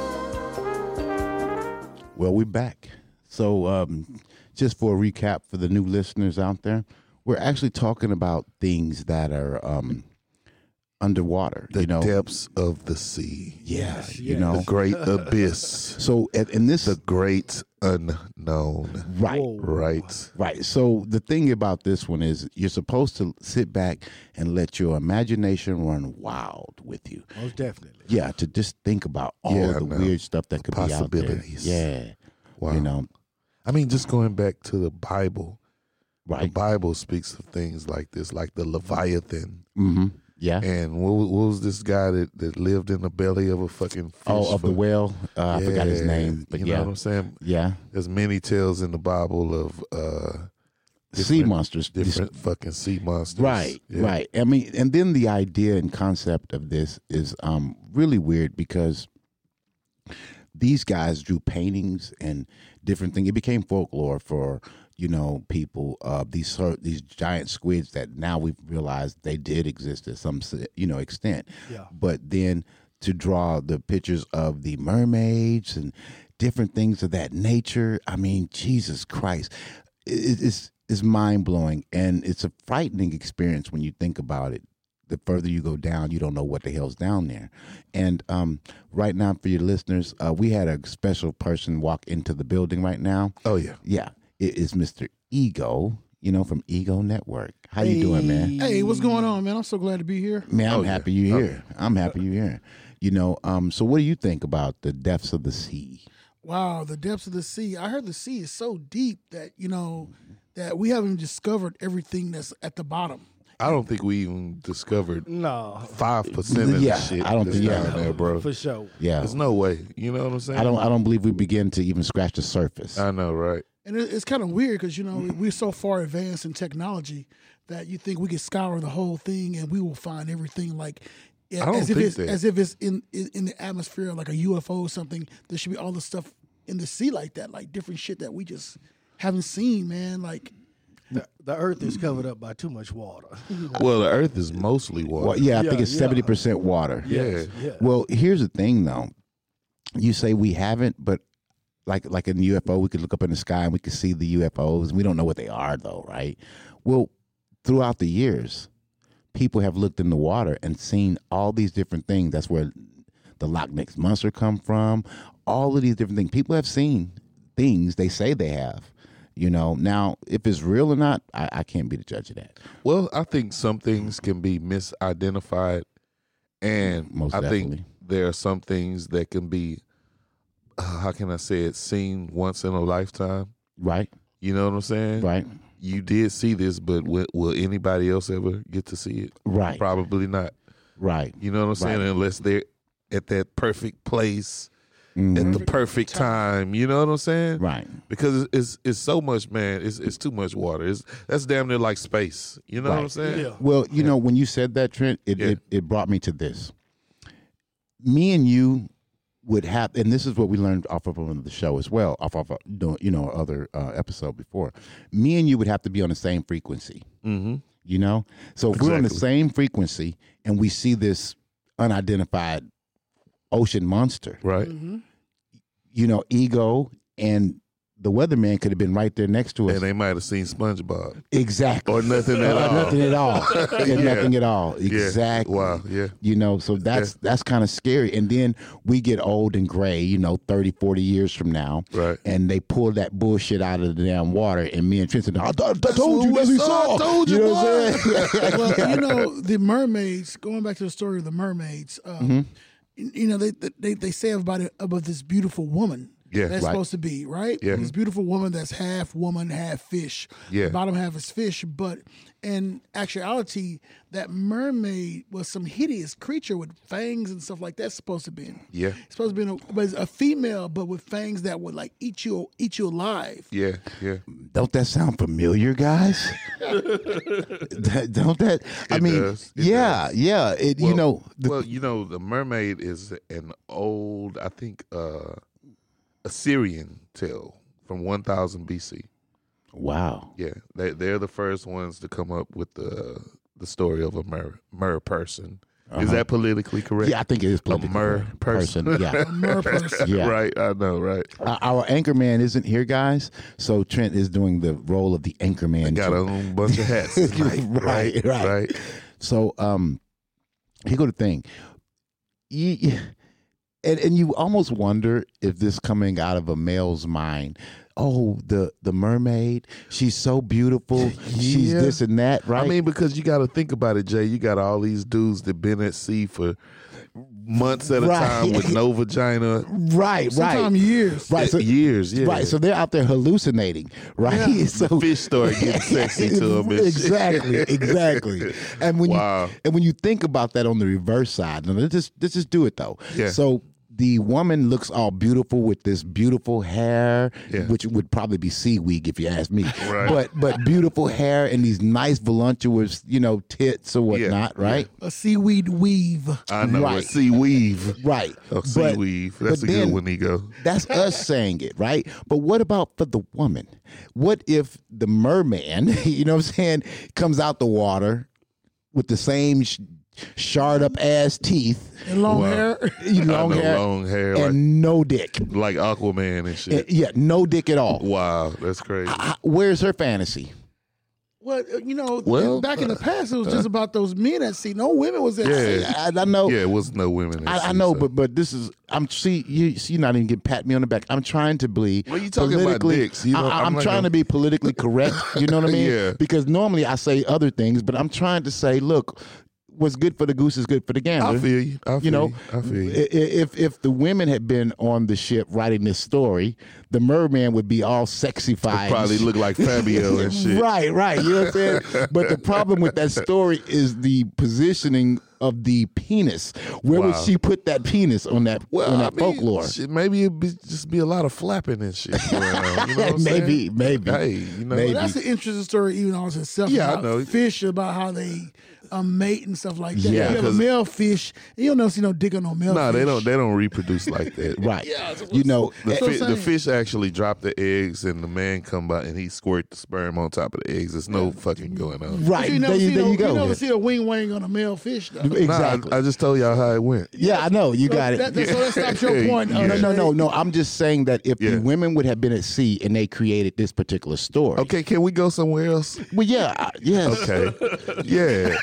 Speaker 1: Well, we're back. So um, just for a recap for the new listeners out there, we're actually talking about things that are um, underwater.
Speaker 2: The
Speaker 1: you know,
Speaker 2: depths of the sea.
Speaker 1: yeah, you
Speaker 3: yes.
Speaker 1: know.
Speaker 2: The great abyss.
Speaker 1: So and, and this
Speaker 2: The great unknown.
Speaker 1: right.
Speaker 3: Whoa.
Speaker 2: Right.
Speaker 1: Right. So the thing about this one is you're supposed to sit back and let your imagination run wild with you.
Speaker 3: Most definitely.
Speaker 1: Yeah, to just think about all
Speaker 2: Yeah,
Speaker 1: of the
Speaker 2: man.
Speaker 1: weird stuff that could be out there.
Speaker 2: Possibilities.
Speaker 1: Yeah.
Speaker 2: Wow.
Speaker 1: You know,
Speaker 2: I mean, just going back to the Bible. The
Speaker 1: right.
Speaker 2: Bible speaks of things like this, like the Leviathan.
Speaker 1: Mm-hmm. Yeah.
Speaker 2: And what, wa- what was this guy that, that lived in the belly of a fucking fish?
Speaker 1: oh, of the
Speaker 2: for-
Speaker 1: whale. Uh, I forgot his
Speaker 2: Yeah,
Speaker 1: name, but
Speaker 2: you
Speaker 1: yeah.
Speaker 2: know what I'm saying?
Speaker 1: yeah.
Speaker 2: There's many tales in the Bible of uh,
Speaker 1: Sea
Speaker 2: different-
Speaker 1: monsters.
Speaker 2: different fucking sea monsters.
Speaker 1: Right,
Speaker 2: Yeah.
Speaker 1: right. I mean, and then the idea and concept of this is um, really weird because these guys drew paintings and different things. It became folklore for you know people. Uh, these sor- these giant squids that now we've realized they did exist to some se- you know extent.
Speaker 3: Yeah.
Speaker 1: But then to draw the pictures of the mermaids and different things of that nature. I mean, Jesus Christ, it, it's it's mind blowing and it's a frightening experience when you think about it. The further you go down, you don't know what the hell's down there. And um, right now, for your listeners, uh, we had a special person walk into the building right now.
Speaker 2: Oh yeah.
Speaker 1: Yeah, it is Mr. Ego, you know, from Ego Network. How you doing, man?
Speaker 7: Hey, what's going on, man? I'm so glad to be here.
Speaker 1: Man, I'm
Speaker 2: Oh, yeah.
Speaker 1: happy you're here. I'm happy you're here. You know, um, so what do you think about the depths of the sea?
Speaker 7: Wow, the depths of the sea. I heard the sea is so deep that, you know, that we haven't discovered everything that's at the bottom.
Speaker 2: I don't think we even discovered
Speaker 3: No,
Speaker 2: five percent of
Speaker 1: Yeah,
Speaker 2: the shit.
Speaker 1: I don't
Speaker 2: that's
Speaker 1: think- yeah.
Speaker 2: down there, bro.
Speaker 3: for sure.
Speaker 1: Yeah,
Speaker 2: There's no way. You know what I'm saying?
Speaker 1: I don't. I don't believe we begin to even scratch the surface.
Speaker 2: I know, right?
Speaker 7: And it, it's kind of weird because, you know, we're so far advanced in technology that you think we could scour the whole thing and we will find everything like.
Speaker 2: I don't
Speaker 7: as if
Speaker 2: think
Speaker 7: it's
Speaker 2: that.
Speaker 7: as if it's in, in in the atmosphere like a UFO or something. There should be all the stuff in the sea like that, like different shit that we just haven't seen, man. Like
Speaker 3: The, the earth is covered up by too much water.
Speaker 2: Well, the Earth is mostly water.
Speaker 1: well, yeah, I think
Speaker 3: Yeah,
Speaker 1: it's
Speaker 3: yeah.
Speaker 1: seventy percent water.
Speaker 2: yeah.
Speaker 3: Yeah.
Speaker 1: Well, here's the thing, though. You say we haven't, but like like in UFO, we could look up in the sky and we could see the UFOs. We don't know what they are, though, right? Well, throughout the years, people have looked in the water and seen all these different things. That's where the Loch Ness monster come from. All of these different things people have seen things they say they have. You know, now if it's real or not, I, I can't be the judge of that.
Speaker 2: Well, I think some things can be misidentified, and
Speaker 1: Most
Speaker 2: I think
Speaker 1: definitely.
Speaker 2: there are some things that can be, uh, how can I say it, seen once in a lifetime.
Speaker 1: Right,
Speaker 2: You know what I'm saying?
Speaker 1: right,
Speaker 2: You did see this, but w- will anybody else ever get to see it?
Speaker 1: right,
Speaker 2: Probably not.
Speaker 1: right.
Speaker 2: You know what I'm saying?
Speaker 1: Right.
Speaker 2: Unless they're at that perfect place at
Speaker 1: Mhm.
Speaker 2: the perfect time. You know what I'm saying?
Speaker 1: Right.
Speaker 2: Because it's it's so much, man. It's it's too much water. It's that's damn near like space. You know what I'm
Speaker 1: Right.
Speaker 2: saying?
Speaker 3: Yeah.
Speaker 1: Well, you know, when you said that, Trent, it,
Speaker 2: Yeah.
Speaker 1: it, it brought me to this. Me and you would have, and this is what we learned off of one of the show as well, off of uh, doing, you know other uh, episode before. Me and you would have to be on the same frequency.
Speaker 2: Mm-hmm.
Speaker 1: You know, so if we're on the
Speaker 2: Exactly.
Speaker 1: same frequency and we see this unidentified ocean monster,
Speaker 2: Right.
Speaker 1: you know, ego and the weatherman could have been right there next to us.
Speaker 2: And they might have seen SpongeBob
Speaker 1: exactly.
Speaker 2: or nothing at
Speaker 1: Or
Speaker 2: all.
Speaker 1: nothing at all. And
Speaker 2: Yeah.
Speaker 1: Nothing at all.
Speaker 2: Yeah.
Speaker 1: Exactly.
Speaker 2: Wow. Yeah.
Speaker 1: You know, so that's that's kind of scary. And then we get old and gray, you know, 30, 40 years from now.
Speaker 2: Right.
Speaker 1: And they pull that bullshit out of the damn water. And me and Trent said, I, th- I told
Speaker 2: what
Speaker 1: you
Speaker 2: we
Speaker 1: that's what we
Speaker 2: saw. I
Speaker 1: saw.
Speaker 2: told you,
Speaker 1: know what I'm
Speaker 2: boy.
Speaker 1: saying?
Speaker 7: well, you know, the mermaids. Going back to the story of the mermaids, um,
Speaker 1: Mm-hmm.
Speaker 7: you- you know, they they they say about it about this beautiful woman.
Speaker 2: Yeah,
Speaker 7: that's
Speaker 1: right.
Speaker 7: supposed to be right.
Speaker 2: Yeah.
Speaker 7: this beautiful woman that's half woman, half fish.
Speaker 2: Yeah.
Speaker 7: the bottom half is fish, but in actuality, that mermaid was some hideous creature with fangs and stuff like that's supposed to be.
Speaker 2: Yeah.
Speaker 7: it's supposed to be, a, but it's a female, but with fangs that would like eat you, eat you alive.
Speaker 2: Yeah. Yeah.
Speaker 1: Don't that sound familiar, guys? That- Don't that? I
Speaker 2: It
Speaker 1: mean,
Speaker 2: does. It
Speaker 1: yeah, yeah. It you
Speaker 2: Well-
Speaker 1: know, the,
Speaker 2: well, you know, the mermaid is an old, I think, uh, Assyrian tale from 1000 BC.
Speaker 1: wow,
Speaker 2: Yeah, they they're the first ones to come up with the the story of a mer mer person. Is that politically correct?
Speaker 1: Uh-huh. yeah. I think it is
Speaker 2: a
Speaker 1: politically
Speaker 2: mer
Speaker 1: correct.
Speaker 2: person.
Speaker 1: Yeah,
Speaker 7: Merperson.
Speaker 1: yeah.
Speaker 2: right. I know. Right.
Speaker 1: Uh, our anchor man isn't here, guys. So Trent is doing the role of the anchor man.
Speaker 2: Got a own bunch of hats. tonight.
Speaker 1: Right, right.
Speaker 2: Right.
Speaker 1: So um, here go the thing. You, you- and and you almost wonder if this coming out of a male's mind. Oh, the the mermaid. She's so beautiful. She's
Speaker 2: Yeah.
Speaker 1: this and that. Right.
Speaker 2: I mean, because you got to think about it, Jay. You got all these dudes that been at sea for months at a
Speaker 1: Right.
Speaker 2: time with no vagina,
Speaker 1: right.
Speaker 7: Sometimes
Speaker 1: right.
Speaker 7: years.
Speaker 1: Right.
Speaker 2: eh,
Speaker 1: So,
Speaker 2: years. Yeah.
Speaker 1: Right. So they're out there hallucinating. Right. So
Speaker 2: fish started getting sexy to them. and shit.
Speaker 1: exactly, exactly. And when
Speaker 2: Wow.
Speaker 1: you and when you think about that on the reverse side, now let's just let's just do it though.
Speaker 2: Yeah.
Speaker 1: So the woman looks all beautiful with this beautiful hair,
Speaker 2: Yeah.
Speaker 1: which would probably be seaweed if you ask me.
Speaker 2: Right.
Speaker 1: But but beautiful hair and these nice voluptuous, you know, tits or
Speaker 2: Yeah,
Speaker 1: whatnot,
Speaker 2: yeah.
Speaker 1: right?
Speaker 7: A seaweed weave.
Speaker 2: I know.
Speaker 1: Right.
Speaker 2: Right. Sea weave.
Speaker 1: Right.
Speaker 2: Oh, sea
Speaker 1: But-
Speaker 2: weave. That's a
Speaker 1: but
Speaker 2: good
Speaker 1: then-
Speaker 2: one, ego.
Speaker 1: That's us saying it, right? But what about for the woman? What if the merman, you know what I'm saying, comes out the water with the same sh- shard up ass teeth,
Speaker 7: and long
Speaker 2: Wow.
Speaker 7: hair.
Speaker 1: you
Speaker 2: I
Speaker 1: long
Speaker 2: know,
Speaker 1: hair,
Speaker 2: long hair,
Speaker 1: and
Speaker 2: like,
Speaker 1: no dick?
Speaker 2: like Aquaman and
Speaker 1: Uh,
Speaker 2: shit.
Speaker 1: Yeah, no dick at all.
Speaker 2: wow, that's crazy.
Speaker 1: I- Where's her fantasy?
Speaker 7: Well, uh, you know,
Speaker 2: Well,
Speaker 7: back in
Speaker 1: uh,
Speaker 7: the past, it was just about those men at sea. No women was at sea.
Speaker 2: Yeah,
Speaker 1: I, I know.
Speaker 2: yeah, it was no women. in
Speaker 1: I, I
Speaker 2: sea,
Speaker 1: know,
Speaker 2: so.
Speaker 1: but but this is I'm see you see you're not even getting pat me on the back. I'm trying to be
Speaker 2: Well, you talking about
Speaker 1: politically-
Speaker 2: dicks, you know,
Speaker 1: I,
Speaker 2: I'm
Speaker 1: am
Speaker 2: not
Speaker 1: trying
Speaker 2: gonna-
Speaker 1: to be politically correct. You know what I mean?
Speaker 2: Yeah.
Speaker 1: Because normally I say other things, but I'm trying to say, look, what's good for the goose is good for the gander.
Speaker 2: I feel you. I feel
Speaker 1: you know,
Speaker 2: I feel you.
Speaker 1: i- i- if if the women had been on the ship writing this story, the merman would be all sexified.
Speaker 2: Probably look like Fabio and shit.
Speaker 1: Right, right. You know what I'm saying? but the problem with that story is the positioning of the penis. Where would
Speaker 2: Wow.
Speaker 1: she put that penis on that
Speaker 2: Well,
Speaker 1: on
Speaker 2: I
Speaker 1: that
Speaker 2: mean,
Speaker 1: folklore?
Speaker 2: shit, maybe it be just be a lot of flapping and shit. Going on, you know what I'm saying?
Speaker 1: maybe, maybe.
Speaker 2: Hey, you know,
Speaker 1: Maybe.
Speaker 7: Well, that's an interesting story, even on itself.
Speaker 2: Yeah, I
Speaker 7: about
Speaker 2: know.
Speaker 7: Fish about how they um, mate and stuff like that.
Speaker 1: Yeah,
Speaker 7: if you have a
Speaker 2: 'cause-
Speaker 7: male fish, you don't never see no dick on no male.
Speaker 2: no,
Speaker 7: fish.
Speaker 2: they don't. They don't reproduce like that.
Speaker 1: Right. you know,
Speaker 2: The,
Speaker 1: eh,
Speaker 2: fi- the
Speaker 7: saying.
Speaker 2: fish actually drop the eggs, and the man come by and he squirt the sperm on top of the eggs. There's no fucking going on.
Speaker 1: right.
Speaker 7: You
Speaker 1: There,
Speaker 7: never, see,
Speaker 1: there
Speaker 7: no,
Speaker 1: you
Speaker 7: you,
Speaker 1: go.
Speaker 7: never see a wing wing on a male fish. Though.
Speaker 2: Nah, I-
Speaker 1: exactly.
Speaker 2: I, just told y'all how it went.
Speaker 1: yeah, I know. You got it.
Speaker 7: That, that, So that stops your point.
Speaker 1: No,
Speaker 7: uh,
Speaker 1: no, no, no, no. I'm just saying that if
Speaker 2: Yeah.
Speaker 1: the women would have been at sea and they created this particular story.
Speaker 2: Okay, can we go somewhere else?
Speaker 1: Well, yeah, I- yes.
Speaker 2: Okay, yeah.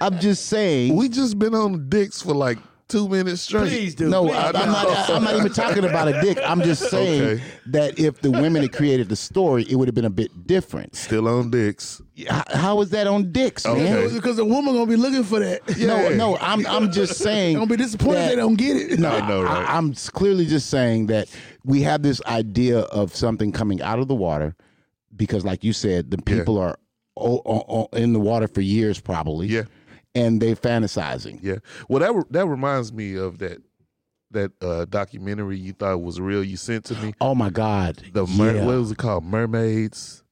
Speaker 1: I'm just saying.
Speaker 2: We just been on dicks for like two minutes straight.
Speaker 3: Please do.
Speaker 1: No,
Speaker 3: Please
Speaker 1: I,
Speaker 2: do.
Speaker 1: am not. I- I'm not even talking about a dick. I'm just saying
Speaker 2: Okay.
Speaker 1: that if the women had created the story, it would have been a bit different.
Speaker 2: Still on dicks.
Speaker 1: H- how is that on dicks, man?
Speaker 2: Okay.
Speaker 7: Because the woman gonna be looking for that.
Speaker 1: No,
Speaker 2: Yeah.
Speaker 1: no. I'm. I'm just saying.
Speaker 7: Gonna be disappointed
Speaker 1: that-
Speaker 7: they don't get it.
Speaker 1: No,
Speaker 2: I know, right?
Speaker 1: I, am clearly just saying that we have this idea of something coming out of the water because, like you said, the people are o- o- o- in the water for years, probably.
Speaker 2: Yeah.
Speaker 1: And they fantasizing.
Speaker 2: Yeah. Well, that re- that reminds me of that that uh, documentary you thought was real. You sent to me.
Speaker 1: Oh my God.
Speaker 2: The mer-
Speaker 1: Yeah.
Speaker 2: what was it called? Mermaids.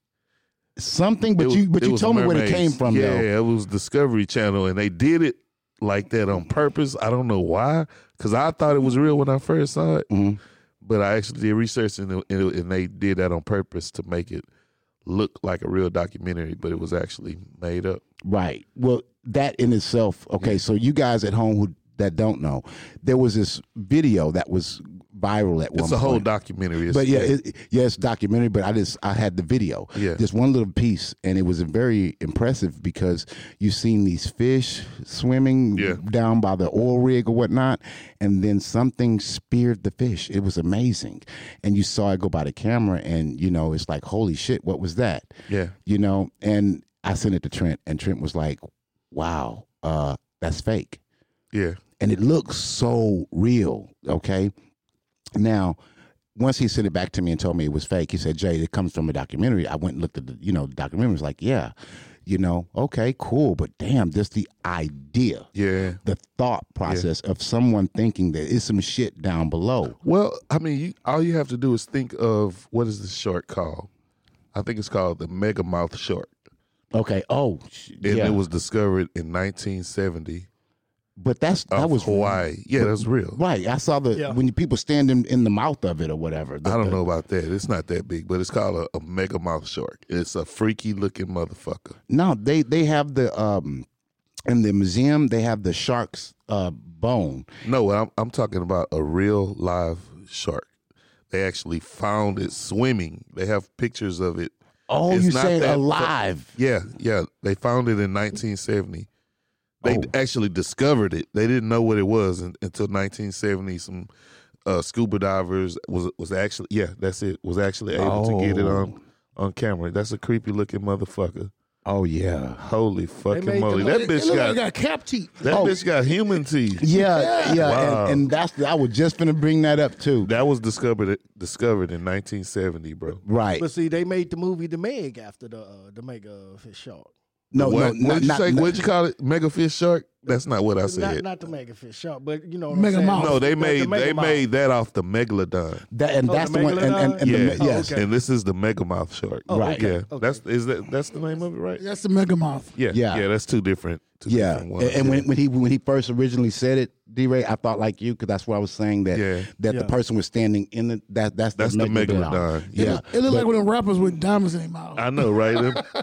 Speaker 1: something, but
Speaker 2: It was-
Speaker 1: you but
Speaker 2: it
Speaker 1: you
Speaker 2: was
Speaker 1: told me where it
Speaker 2: mermaids.
Speaker 1: came from
Speaker 2: Yeah,
Speaker 1: though.
Speaker 2: it was Discovery Channel, and they did it like that on purpose. I don't know why, because I thought it was real when I first saw it,
Speaker 1: Mhm.
Speaker 2: but I actually did research, and, it, and, it- and they did that on purpose to make it look like a real documentary, but it was actually made up.
Speaker 1: Right. Well, that in itself. Okay, so you guys at home who that don't know, there was this video that was viral at one.
Speaker 2: It's a whole
Speaker 1: point.
Speaker 2: documentary. It's-
Speaker 1: But yeah, it, yeah, it's documentary. But I just I had the video.
Speaker 2: Yeah.
Speaker 1: This one little piece, and it was very impressive because you've seen these fish swimming
Speaker 2: Yeah.
Speaker 1: down by the oil rig or whatnot, and then something speared the fish. It was amazing, and you saw it go by the camera, and you know it's like holy shit, what was that?
Speaker 2: Yeah.
Speaker 1: You know, and I sent it to Trent, and Trent was like, "Wow, uh, that's fake."
Speaker 2: yeah,
Speaker 1: and it looks so real. Okay. Now, once he sent it back to me and told me it was fake, he said, Jay, it comes from a documentary. I went and looked at the, you know, the documentary. was like, yeah, you know, okay, cool. But damn, just the idea,
Speaker 2: yeah.
Speaker 1: the thought process of someone thinking that it's some shit down below.
Speaker 2: Well, I mean, you, all you have to do is think of what is this shark called? I think it's called the megamouth shark,
Speaker 1: Okay. Oh, sh-
Speaker 2: and
Speaker 1: yeah.
Speaker 2: it was discovered in 1970
Speaker 1: but that's,
Speaker 2: off
Speaker 1: that was
Speaker 2: Hawaii. Yeah, that's real.
Speaker 1: Right. I saw the,
Speaker 3: Yeah.
Speaker 1: when people standing in the mouth of it or whatever. the-
Speaker 2: I don't
Speaker 1: the-
Speaker 2: know about that. It's not that big, but it's called a, a mega mouth shark. It's a freaky looking motherfucker.
Speaker 1: No, they they have the um in the museum they have the shark's uh bone.
Speaker 2: No, I'm I'm talking about a real live shark. They actually found it swimming. They have pictures of it.
Speaker 1: Oh,
Speaker 2: It's
Speaker 1: you
Speaker 2: not
Speaker 1: said
Speaker 2: that-
Speaker 1: alive.
Speaker 2: Yeah, yeah. They found it in 1970. They
Speaker 1: Oh.
Speaker 2: actually discovered it. They didn't know what it was un- until 1970. Some uh, scuba divers was was actually yeah. That's it. Was actually able to get it
Speaker 1: Oh.
Speaker 2: on on camera. That's a creepy looking motherfucker.
Speaker 1: Oh yeah.
Speaker 2: Holy fucking
Speaker 3: made
Speaker 2: moly!
Speaker 3: the-
Speaker 2: That
Speaker 7: It- it
Speaker 2: bitch
Speaker 7: look
Speaker 2: got
Speaker 7: like it got cap teeth.
Speaker 2: That
Speaker 1: Oh.
Speaker 2: bitch got human teeth.
Speaker 1: Yeah, yeah,
Speaker 2: Wow.
Speaker 1: and, and that's I was just gonna bring that up too.
Speaker 2: That was discovered discovered in 1970, bro.
Speaker 1: Right?
Speaker 3: But see, they made the movie The Meg after the uh, the Meg uh, Fish Shark.
Speaker 1: No,
Speaker 2: what?
Speaker 1: no,
Speaker 2: what
Speaker 1: not,
Speaker 2: did you
Speaker 1: not,
Speaker 2: say?
Speaker 1: not-
Speaker 2: What'd you call it? Mega fish shark? That's not what I
Speaker 3: Not,
Speaker 2: said.
Speaker 3: not the Mega Fish Shark, but you know what
Speaker 7: Mega
Speaker 3: I'm saying?
Speaker 7: Mouth.
Speaker 2: no, they
Speaker 3: The- the
Speaker 2: made
Speaker 3: Mega
Speaker 2: they
Speaker 3: Mouth.
Speaker 2: made that off the megalodon.
Speaker 1: that, and
Speaker 3: Oh,
Speaker 1: that's
Speaker 3: the
Speaker 1: the one. And, and, and
Speaker 2: Yeah.
Speaker 1: the,
Speaker 2: Oh,
Speaker 1: yes,
Speaker 3: okay.
Speaker 2: And this is the megamouth shark.
Speaker 3: Oh,
Speaker 1: Right.
Speaker 2: Yeah.
Speaker 1: okay,
Speaker 2: That's is that that's the name of it, right?
Speaker 7: That's the megamoth.
Speaker 2: Yeah.
Speaker 1: Yeah.
Speaker 2: Yeah. that's two different. Two
Speaker 1: yeah. And,
Speaker 2: Different ones.
Speaker 1: and when, when he when he first originally said it, D Ray, I thought like you because that's what I was saying that
Speaker 2: Yeah.
Speaker 1: that the
Speaker 3: Yeah.
Speaker 1: person was standing in the that that's
Speaker 2: that's the megalodon.
Speaker 1: Yeah.
Speaker 7: It look, it look like one of them rappers with diamonds in their mouth.
Speaker 2: I know, right?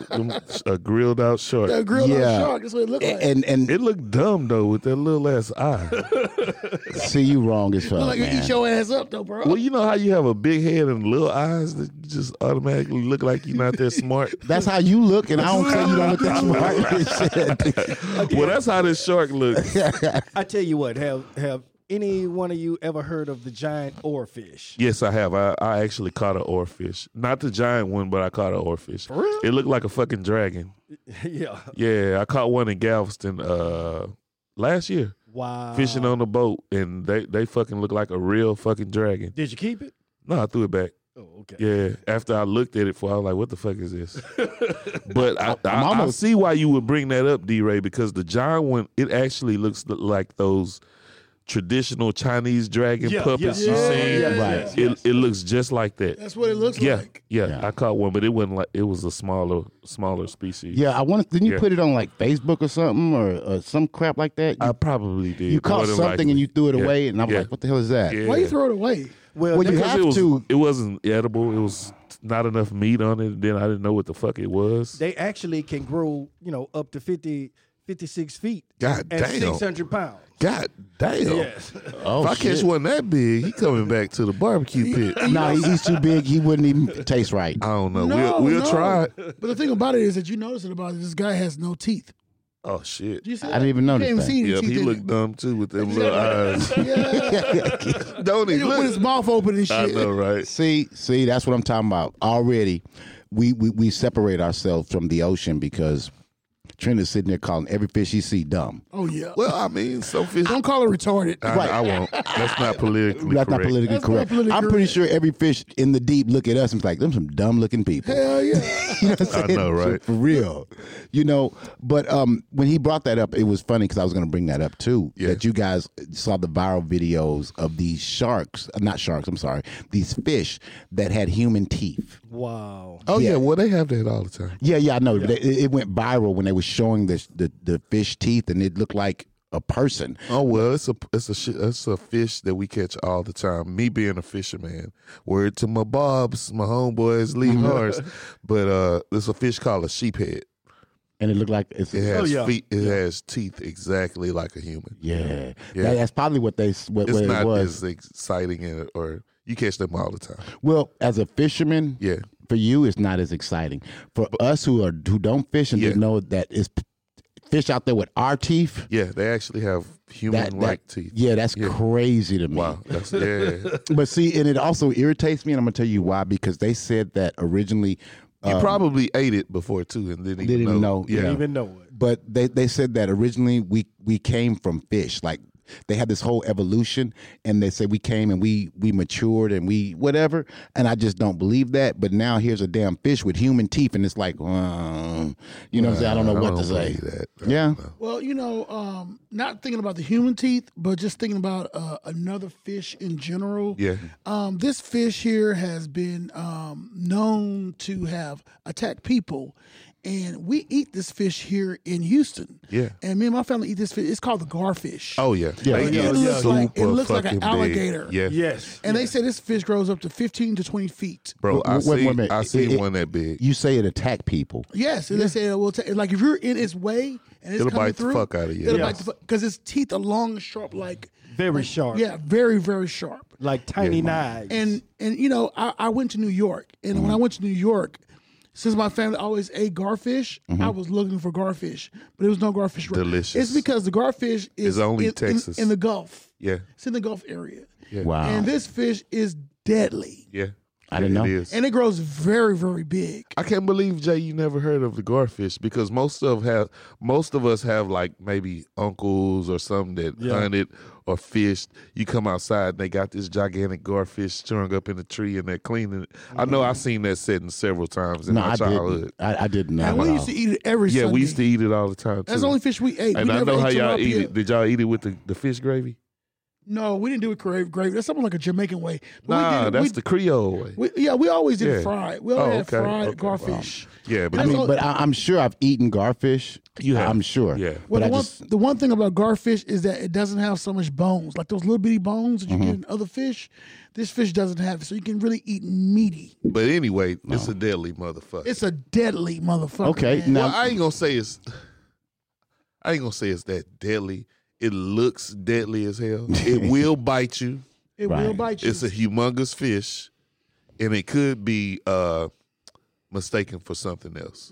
Speaker 2: Them, them, a grilled out shark.
Speaker 7: that grilled
Speaker 1: Yeah. Eh,
Speaker 7: out shark. That's what it looked like.
Speaker 1: A- and and
Speaker 2: It looked dumb though with that little ass eye.
Speaker 1: see you wrong as
Speaker 7: look
Speaker 1: well,
Speaker 7: like it
Speaker 1: Oh, man.
Speaker 7: eat your ass up though, bro.
Speaker 2: Well, you know how you have a big head and little eyes that you just automatically look like you're not that smart.
Speaker 1: That's how you look, and I don't say you don't look that smart. Shit.
Speaker 2: well, that's how this shark looks.
Speaker 3: I tell you what, have have any one of you ever heard of the giant oarfish?
Speaker 2: yes, I have. I, I actually caught an oarfish, not the giant one, but I caught an oarfish. For
Speaker 3: real?
Speaker 2: It looked like a fucking dragon.
Speaker 3: yeah.
Speaker 2: Yeah, I caught one in Galveston uh, last year
Speaker 7: Ah.
Speaker 3: Wow.
Speaker 2: fishing on the boat, and they they fucking look like a real fucking dragon.
Speaker 3: Did you keep it?
Speaker 2: No, I threw it back.
Speaker 3: Oh, okay.
Speaker 2: Yeah, after I looked at it, for I was like, "What the fuck is this?" but I, I, I
Speaker 1: almost-
Speaker 2: see why you would bring that up, D. Ray, because the giant one, it actually looks li- like those traditional Chinese dragon
Speaker 3: Yeah,
Speaker 2: puppets
Speaker 3: yeah.
Speaker 2: you
Speaker 3: Yeah,
Speaker 2: see.
Speaker 3: yeah,
Speaker 1: Right.
Speaker 2: It it looks just like that.
Speaker 7: That's what it looks
Speaker 2: Yeah,
Speaker 7: like.
Speaker 2: yeah,
Speaker 1: Yeah.
Speaker 2: I caught one, but it wasn't like it was a smaller smaller species.
Speaker 1: Yeah, I want. Didn't you
Speaker 2: Yeah.
Speaker 1: put it on like Facebook or something or uh, some crap like that? You,
Speaker 2: I probably did.
Speaker 1: you caught
Speaker 2: more than
Speaker 1: something and
Speaker 2: likely.
Speaker 1: you threw it
Speaker 2: Yeah,
Speaker 1: away, and I'm
Speaker 2: yeah,
Speaker 1: like, what the hell is that?
Speaker 2: yeah.
Speaker 7: Why you throw it away?
Speaker 3: Well,
Speaker 1: Well, you
Speaker 3: that-
Speaker 2: Because
Speaker 1: have
Speaker 2: it was,
Speaker 1: to.
Speaker 2: It wasn't edible. It was not enough meat on it. And then I didn't know what the fuck it was.
Speaker 3: they actually can grow, you know, up to 50, 56 feet
Speaker 2: God
Speaker 3: and
Speaker 2: damn.
Speaker 3: 600 pounds.
Speaker 2: God damn.
Speaker 3: Yes.
Speaker 1: Oh,
Speaker 2: if I catch
Speaker 1: shit.
Speaker 2: one that big, he coming back to the barbecue pit.
Speaker 1: No, he- he's too big. He wouldn't even taste right.
Speaker 2: I don't know.
Speaker 7: No,
Speaker 2: we'll we'll
Speaker 7: no.
Speaker 2: try. it.
Speaker 7: But the thing about it is that you notice it about it. This guy has no teeth.
Speaker 2: Oh shit!
Speaker 7: Did you see
Speaker 1: I
Speaker 7: that?
Speaker 1: didn't even notice
Speaker 7: You
Speaker 1: that.
Speaker 7: didn't
Speaker 2: Yeah,
Speaker 7: even see
Speaker 2: he
Speaker 7: that.
Speaker 2: looked dumb too with them little eyes.
Speaker 7: Yeah.
Speaker 2: Don't he
Speaker 7: With his
Speaker 2: look?
Speaker 7: mouth open and shit.
Speaker 2: I know, right?
Speaker 1: See, see, that's what I'm talking about. Already, we we, we separate ourselves from the ocean because Trent is sitting there calling every fish he see dumb.
Speaker 7: Oh yeah.
Speaker 2: Well, I mean, some fish.
Speaker 7: Don't call her retarded.
Speaker 2: I, I won't. That's not politically
Speaker 1: That's not
Speaker 2: correct.
Speaker 1: politically
Speaker 7: That's not
Speaker 1: correct.
Speaker 7: politically
Speaker 1: I'm pretty
Speaker 7: correct.
Speaker 1: sure every fish in the deep look at us and be like, them some dumb looking people.
Speaker 7: Hell yeah.
Speaker 1: You know what I'm
Speaker 2: I
Speaker 1: saying?
Speaker 2: know, right?
Speaker 1: For real. You know, but um, when he brought that up, it was funny because I was going to bring that up too.
Speaker 2: Yeah.
Speaker 1: That you guys saw the viral videos of these sharks, uh, not sharks, I'm sorry, these fish that had human teeth.
Speaker 3: Wow.
Speaker 2: Oh yeah.
Speaker 1: Yeah.
Speaker 2: well they have that all the time.
Speaker 1: Yeah, yeah, I know. But it, it went viral when they were showing this, the, the fish teeth and it looked like a person.
Speaker 2: Oh well, it's a it's a shi- it's a fish that we catch all the time. Me being a fisherman, word to my bobs, my homeboys, Lee Harris, but uh, there's a fish called a sheephead.
Speaker 1: And it looked like it's.
Speaker 2: It has
Speaker 3: Oh, yeah.
Speaker 2: feet. It has teeth exactly like a human.
Speaker 1: Yeah.
Speaker 2: Yeah.
Speaker 1: That- that's probably what they s- what,
Speaker 2: It's
Speaker 1: what it
Speaker 2: not
Speaker 1: was.
Speaker 2: as exciting, and- or you catch them all the time.
Speaker 1: Well, as a fisherman,
Speaker 2: Yeah.
Speaker 1: for you it's not as exciting. For us who are who don't fish and
Speaker 2: Yeah.
Speaker 1: just know that it's p- fish out there with our teeth,
Speaker 2: Yeah, they actually have
Speaker 1: that,
Speaker 2: human
Speaker 1: that
Speaker 2: like teeth.
Speaker 1: yeah, that's
Speaker 2: Yeah.
Speaker 1: crazy to me.
Speaker 2: Wow, that's yeah.
Speaker 1: But see, and it also irritates me, and I'm gonna tell you why because they said that originally.
Speaker 2: You
Speaker 1: um,
Speaker 2: probably ate it before too, and didn't even
Speaker 1: Didn't even
Speaker 2: know.
Speaker 1: know, yeah.
Speaker 3: Didn't even know it.
Speaker 1: but they, they said that originally we we came from fish like they had this whole evolution and they said we came and we we matured and we whatever and i just don't believe that but now here's a damn fish with human teeth and it's like um, you know what i'm saying i don't know what to say
Speaker 2: believe that. I
Speaker 1: yeah
Speaker 2: don't know.
Speaker 7: Well, you know, um, not thinking about the human teeth, but just thinking about uh, another fish in general.
Speaker 2: Yeah.
Speaker 7: Um, this fish here has been um, known to have attacked people, and we eat this fish here in Houston.
Speaker 2: Yeah.
Speaker 7: And me and my family eat this fish. It's called the garfish.
Speaker 2: Oh yeah.
Speaker 1: Yeah.
Speaker 2: They
Speaker 1: It
Speaker 2: get
Speaker 7: looks like- it
Speaker 2: super
Speaker 7: looks like an
Speaker 2: fucking big.
Speaker 7: alligator.
Speaker 2: Yeah.
Speaker 3: Yes.
Speaker 7: And they say this fish grows up to 15 to 20 feet.
Speaker 2: Bro, I
Speaker 1: Wait, wait a
Speaker 2: see.
Speaker 1: minute.
Speaker 2: I see
Speaker 1: It- it-
Speaker 2: one that big.
Speaker 1: you say it attack people
Speaker 7: Yes, and they say it will take like if you're in its way and it's
Speaker 2: It'll
Speaker 7: coming
Speaker 2: bite the
Speaker 7: through,
Speaker 2: fuck outta you.
Speaker 7: It'll
Speaker 2: Yeah.
Speaker 7: bite the fuck because its teeth are long, sharp, like
Speaker 3: Very sharp.
Speaker 7: yeah, very very sharp.
Speaker 3: Like tiny knives.
Speaker 7: and and you know I, I went to New York, and when I
Speaker 2: Mm-hmm.
Speaker 7: went to New York, since my family always ate garfish, I was looking for garfish, but there was no garfish. around.
Speaker 2: Mm-hmm. Delicious.
Speaker 7: It's because the garfish is
Speaker 2: It's only
Speaker 7: in, in-
Speaker 2: Texas.
Speaker 7: in, the Gulf.
Speaker 2: Yeah.
Speaker 7: It's in the Gulf area,
Speaker 2: Yeah.
Speaker 1: wow
Speaker 7: and this fish is deadly,
Speaker 2: Yeah.
Speaker 1: I didn't
Speaker 2: It
Speaker 1: know.
Speaker 2: is.
Speaker 7: and it grows very very big.
Speaker 2: I can't believe Jay, you never heard of the garfish because most of have most of us have like maybe uncles or something that hunted or fished. You come outside and they got this gigantic garfish strung up in the tree and they're cleaning it. I know
Speaker 7: Mm-hmm.
Speaker 2: I've seen that setting several times in
Speaker 1: no
Speaker 2: my
Speaker 1: i
Speaker 2: childhood.
Speaker 1: didn't I, I didn't know
Speaker 7: and we
Speaker 1: at
Speaker 7: used
Speaker 1: all.
Speaker 7: to eat it every
Speaker 2: Yeah,
Speaker 7: Sunday.
Speaker 2: we used to eat it all the time too.
Speaker 7: That's the only fish we ate.
Speaker 2: and
Speaker 7: we
Speaker 2: I
Speaker 7: never
Speaker 2: know
Speaker 7: ate
Speaker 2: how y'all
Speaker 7: tilapia.
Speaker 2: eat it. Did y'all eat it with the, the fish gravy?
Speaker 7: No, we didn't do it gra- gravy. That's something like a Jamaican way. But we
Speaker 2: Nah,
Speaker 7: did it-
Speaker 2: that's
Speaker 7: we-
Speaker 2: the Creole way.
Speaker 7: We, yeah, we always did
Speaker 2: Yeah.
Speaker 7: it fried. We always
Speaker 2: Oh,
Speaker 7: had
Speaker 2: okay,
Speaker 7: fried
Speaker 2: okay, wow.
Speaker 7: garfish.
Speaker 2: yeah, but
Speaker 1: I
Speaker 7: That's
Speaker 1: mean,
Speaker 7: all-
Speaker 1: but I, I'm sure I've eaten garfish.
Speaker 2: You have.
Speaker 1: I'm sure.
Speaker 2: Yeah.
Speaker 1: But
Speaker 7: Well,
Speaker 1: I
Speaker 7: the one,
Speaker 1: just
Speaker 7: the one thing about garfish is that it doesn't have so much bones. Like those little bitty bones that you
Speaker 2: Mm-hmm.
Speaker 7: get in other fish, this fish doesn't have. So you can really eat meaty.
Speaker 2: But anyway, it's a deadly motherfucker.
Speaker 7: It's a deadly motherfucker.
Speaker 1: okay.
Speaker 7: man.
Speaker 1: Now,
Speaker 2: well, I ain't gonna say it's. I ain't gonna say it's that deadly. It looks deadly as hell. It will bite you.
Speaker 7: it will
Speaker 1: Right.
Speaker 7: bite you.
Speaker 2: It's a humongous fish, and it could be uh, mistaken for something else.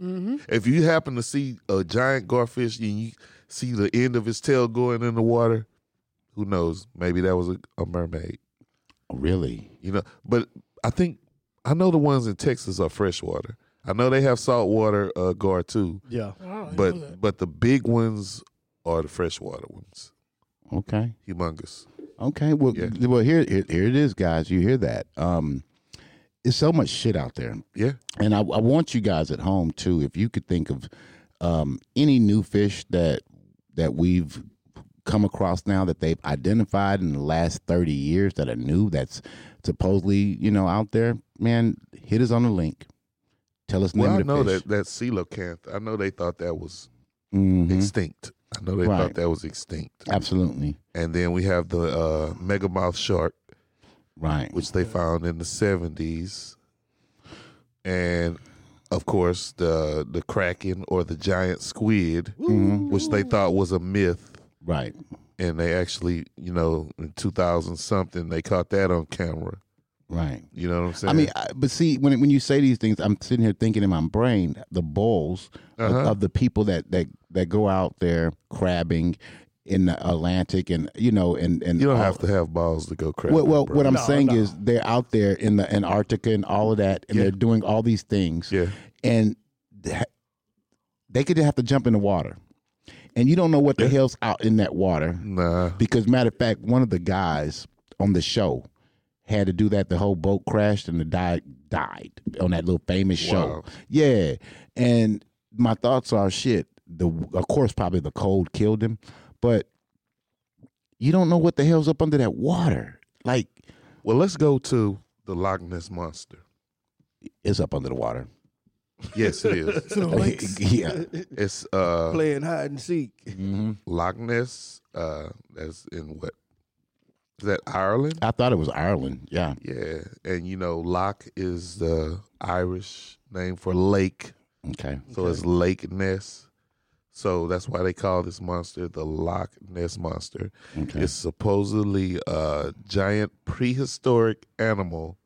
Speaker 2: If you happen to see a giant garfish and you see the end of his tail going in the water, who knows? Maybe that was a, a mermaid.
Speaker 1: really,
Speaker 2: You know, but I think I know the ones in Texas are freshwater. I know they have saltwater uh, gar too
Speaker 3: yeah.
Speaker 7: Wow, I didn't know that.
Speaker 2: but but the big ones are the freshwater ones.
Speaker 1: okay.
Speaker 2: Humongous.
Speaker 1: Okay. Well,
Speaker 2: Yeah.
Speaker 1: th- well, here, here, here it is, guys. You hear that? Um, it's so much shit out there,
Speaker 2: Yeah.
Speaker 1: and I, I want you guys at home too. If you could think of um, any new fish that that we've come across now that they've identified in the last thirty years that are new, that's supposedly you know out there, man, hit us on the link. Tell us
Speaker 2: Well, I
Speaker 1: name
Speaker 2: know
Speaker 1: of the fish.
Speaker 2: that that coelacanth. I know they thought that was
Speaker 1: Mhm.
Speaker 2: extinct. I know they thought
Speaker 1: Right.
Speaker 2: that was extinct.
Speaker 1: Absolutely
Speaker 2: And then we have the uh, megamouth shark,
Speaker 1: right.
Speaker 2: which they found in the seventies, and of course the the kraken or the giant squid,
Speaker 1: Mm-hmm.
Speaker 2: which they thought was a myth.
Speaker 1: Right.
Speaker 2: And they actually, you know, in two thousand something, they caught that on camera.
Speaker 1: Right.
Speaker 2: You know what I'm saying?
Speaker 1: I mean, I, but see, when when you say these things, I'm sitting here thinking in my brain the balls of- of, the people that that that go out there crabbing in the Atlantic, and you know, and and
Speaker 2: you don't
Speaker 1: all-
Speaker 2: have to have balls to go crazy.
Speaker 1: Oh. Well, well what I'm
Speaker 3: No,
Speaker 1: saying
Speaker 3: no.
Speaker 1: is they're out there in the Antarctica and all of that, and
Speaker 2: Yeah.
Speaker 1: they're doing all these things,
Speaker 2: Yeah.
Speaker 1: and th- they could have to jump in the water, and you don't know what the hell's out in that water.
Speaker 2: Nah.
Speaker 1: Because matter of fact, one of the guys on the show had to do that. The whole boat crashed and the died died on that little famous
Speaker 2: Wow.
Speaker 1: show. Yeah, and my thoughts are shit. The of course probably the cold killed him, but you don't know what the hell's up under that water. Like
Speaker 2: Well, let's go to the Loch Ness monster.
Speaker 1: it's up under the water.
Speaker 2: Yes, it is.
Speaker 7: to the lakes.
Speaker 1: yeah.
Speaker 2: it's uh,
Speaker 3: Playing hide and seek.
Speaker 1: hmm
Speaker 2: Loch Ness. Uh, that's in what? Is that Ireland?
Speaker 1: I thought it was Ireland. Yeah.
Speaker 2: Yeah, and you know, Loch is the Irish name for lake,
Speaker 1: Okay.
Speaker 2: so it's Lake Ness. So that's why they call this monster the Loch Ness monster.
Speaker 1: Okay.
Speaker 2: It's supposedly a giant prehistoric animal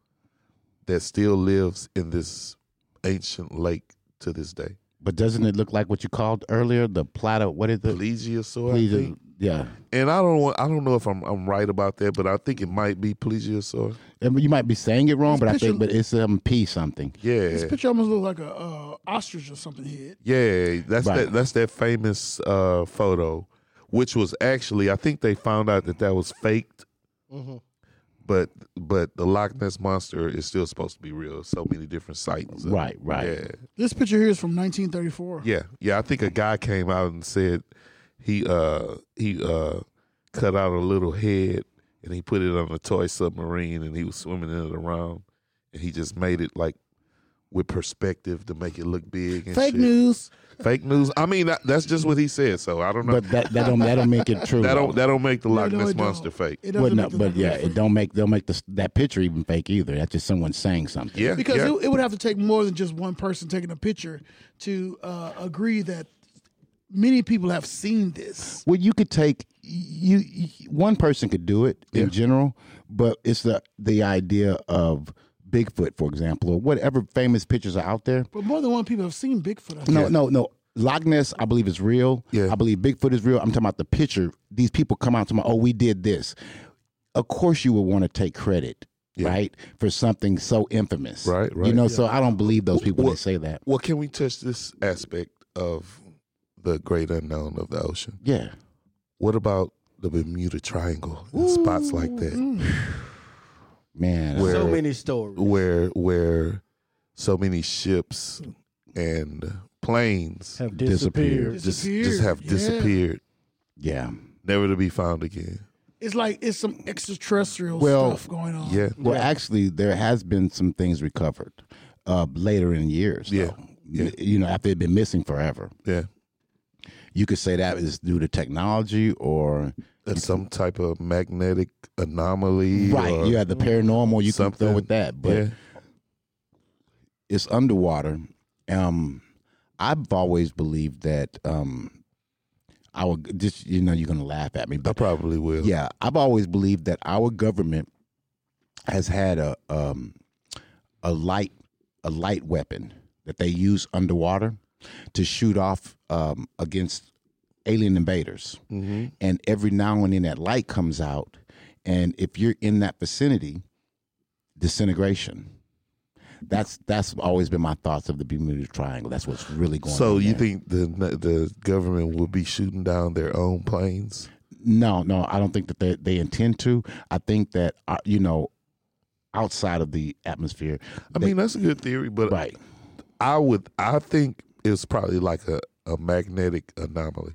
Speaker 2: that still lives in this ancient lake to this day.
Speaker 1: but doesn't it look like what you called earlier the platter? What is the
Speaker 2: Plesiosaur, I
Speaker 1: please? uh,
Speaker 2: think.
Speaker 1: Yeah.
Speaker 2: and I don't want, I don't know if I'm I'm right about that, but I think it might be plesiosaur.
Speaker 1: I mean, You might be saying it wrong,
Speaker 7: This
Speaker 1: but I
Speaker 7: picture-
Speaker 1: think, but it's um P something.
Speaker 2: Yeah,
Speaker 7: This picture almost looked like a uh, ostrich or something head.
Speaker 2: Yeah, that's
Speaker 1: Right.
Speaker 2: that. That's that famous uh, photo, which was actually I think they found out that that was faked.
Speaker 1: Mm-hmm.
Speaker 2: But but the Loch Ness monster is still supposed to be real. So many different sites. of it.
Speaker 1: Right, right.
Speaker 2: Yeah,
Speaker 7: This picture here is from 1934.
Speaker 2: yeah, yeah. I think a guy came out and said he uh he uh cut out a little head and he put it on a toy submarine and he was swimming in it around and he just made it like with perspective to make it look big. And
Speaker 7: Fake
Speaker 2: shit.
Speaker 7: news.
Speaker 2: Fake news. I mean, that- that's just what he said. So I don't know.
Speaker 1: But that that don't that don't make it true.
Speaker 2: that don't that don't make the Loch
Speaker 7: No, no,
Speaker 2: Ness
Speaker 7: it don't.
Speaker 2: monster fake.
Speaker 7: It
Speaker 1: Well,
Speaker 7: doesn't
Speaker 1: no,
Speaker 7: make the
Speaker 1: but yeah,
Speaker 7: difference.
Speaker 1: it don't make don't make this that picture even fake either. That's just someone saying something.
Speaker 2: Yeah,
Speaker 7: because
Speaker 2: yeah.
Speaker 7: it, it would have to take more than just one person taking a picture to uh, agree that many people have seen this.
Speaker 1: Well, you could take you, you one person could do it in general, but it's the the idea of Bigfoot, for example, or whatever famous pictures are out there.
Speaker 7: But more than one people have seen Bigfoot. I think.
Speaker 1: No, no, no. Loch Ness, I believe is real.
Speaker 2: Yeah.
Speaker 1: I believe Bigfoot is real. I'm talking about the picture. These people come out to my, oh, we did this. Of course, you would want to take credit, right, for something so infamous,
Speaker 2: Right,
Speaker 1: You
Speaker 2: right.
Speaker 1: know, so I don't believe those people when
Speaker 2: Well-
Speaker 1: they say that.
Speaker 2: well, can we touch this aspect of the great unknown of the ocean?
Speaker 1: Yeah,
Speaker 2: What about the Bermuda Triangle and spots like
Speaker 1: Mm.
Speaker 2: that,
Speaker 1: man.
Speaker 2: Where-
Speaker 3: So many stories.
Speaker 2: where where so many ships and planes
Speaker 3: have
Speaker 1: Disappeared.
Speaker 3: disappeared.
Speaker 2: just
Speaker 7: Disappeared,
Speaker 2: just have
Speaker 7: yeah.
Speaker 2: disappeared,
Speaker 1: yeah.
Speaker 2: never to be found again.
Speaker 7: It's like it's some extraterrestrial
Speaker 1: Well,
Speaker 7: stuff going on.
Speaker 2: Yeah,
Speaker 1: Well, actually, there has been some things recovered uh, later in years.
Speaker 2: Yeah.
Speaker 1: though. You know, after it'd been missing forever.
Speaker 2: yeah.
Speaker 1: You could say that is due to technology or
Speaker 2: That's some type of magnetic anomaly,
Speaker 1: right.
Speaker 2: or-
Speaker 1: You had the paranormal. You can
Speaker 2: something.
Speaker 1: throw with that, but
Speaker 2: yeah,
Speaker 1: it's underwater. Um, I've always believed that um, I would just you know you're gonna laugh at me,
Speaker 2: I
Speaker 1: but
Speaker 2: probably will.
Speaker 1: yeah, I've always believed that our government has had a um, a light a light weapon that they use underwater to shoot off um, against alien invaders,
Speaker 2: Mm-hmm.
Speaker 1: and every now and then that light comes out, and if you're in that vicinity, disintegration. That's that's always been my thoughts of the Bermuda Triangle. That's what's really going.
Speaker 2: So
Speaker 1: on
Speaker 2: you
Speaker 1: there.
Speaker 2: think the the government will be shooting down their own planes?
Speaker 1: No, no, I don't think that they, they intend to. I think that uh, you know, outside of the atmosphere,
Speaker 2: I mean, that's a good theory, but
Speaker 1: right?
Speaker 2: I would I think it's probably like a, a magnetic anomaly.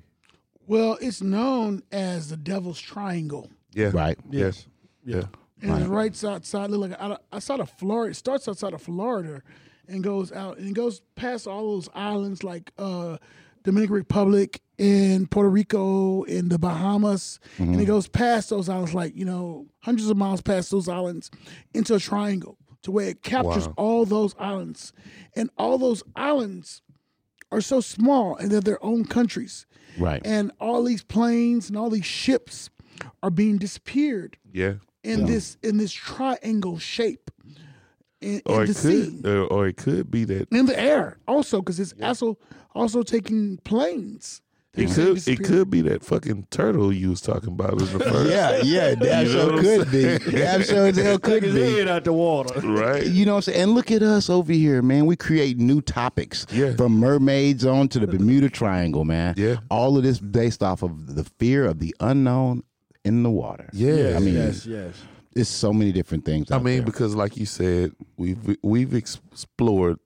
Speaker 7: Well, it's known as the Devil's Triangle.
Speaker 2: Yeah.
Speaker 1: Right.
Speaker 2: Yes. Yeah.
Speaker 7: And it's right outside. Look like out- outside of Florida. It starts outside of Florida, and goes out and it goes past all those islands like uh, Dominican Republic and Puerto Rico and the Bahamas, and it goes past those islands like you know hundreds of miles past those islands into a triangle to where it captures
Speaker 2: Wow.
Speaker 7: all those islands, and all those islands are so small and they're their own countries,
Speaker 1: Right.
Speaker 7: and all these planes and all these ships are being disappeared
Speaker 2: Yeah.
Speaker 7: in this in this triangle shape in, in
Speaker 2: Or
Speaker 7: the
Speaker 2: it
Speaker 7: sea
Speaker 2: Oh, could, or, or it could be that
Speaker 7: in the air also because it's also also taking planes.
Speaker 2: it could it could be that fucking turtle you was talking about in the first.
Speaker 1: Yeah, yeah, damn
Speaker 2: You know
Speaker 1: sure
Speaker 2: what I'm
Speaker 1: could be. Damn sure as hell could
Speaker 3: his
Speaker 1: be.
Speaker 3: head out the water.
Speaker 2: right.
Speaker 1: You know what I'm saying? And look at us over here, man. We create new topics
Speaker 2: Yeah.
Speaker 1: from mermaids on to the Bermuda Triangle, man.
Speaker 2: Yeah.
Speaker 1: All of this based off of the fear of the unknown in the water.
Speaker 2: Yeah.
Speaker 1: I mean,
Speaker 3: Yes, yes.
Speaker 1: it's so many different things.
Speaker 2: I
Speaker 1: out
Speaker 2: mean,
Speaker 1: there.
Speaker 2: because like you said, we've we've explored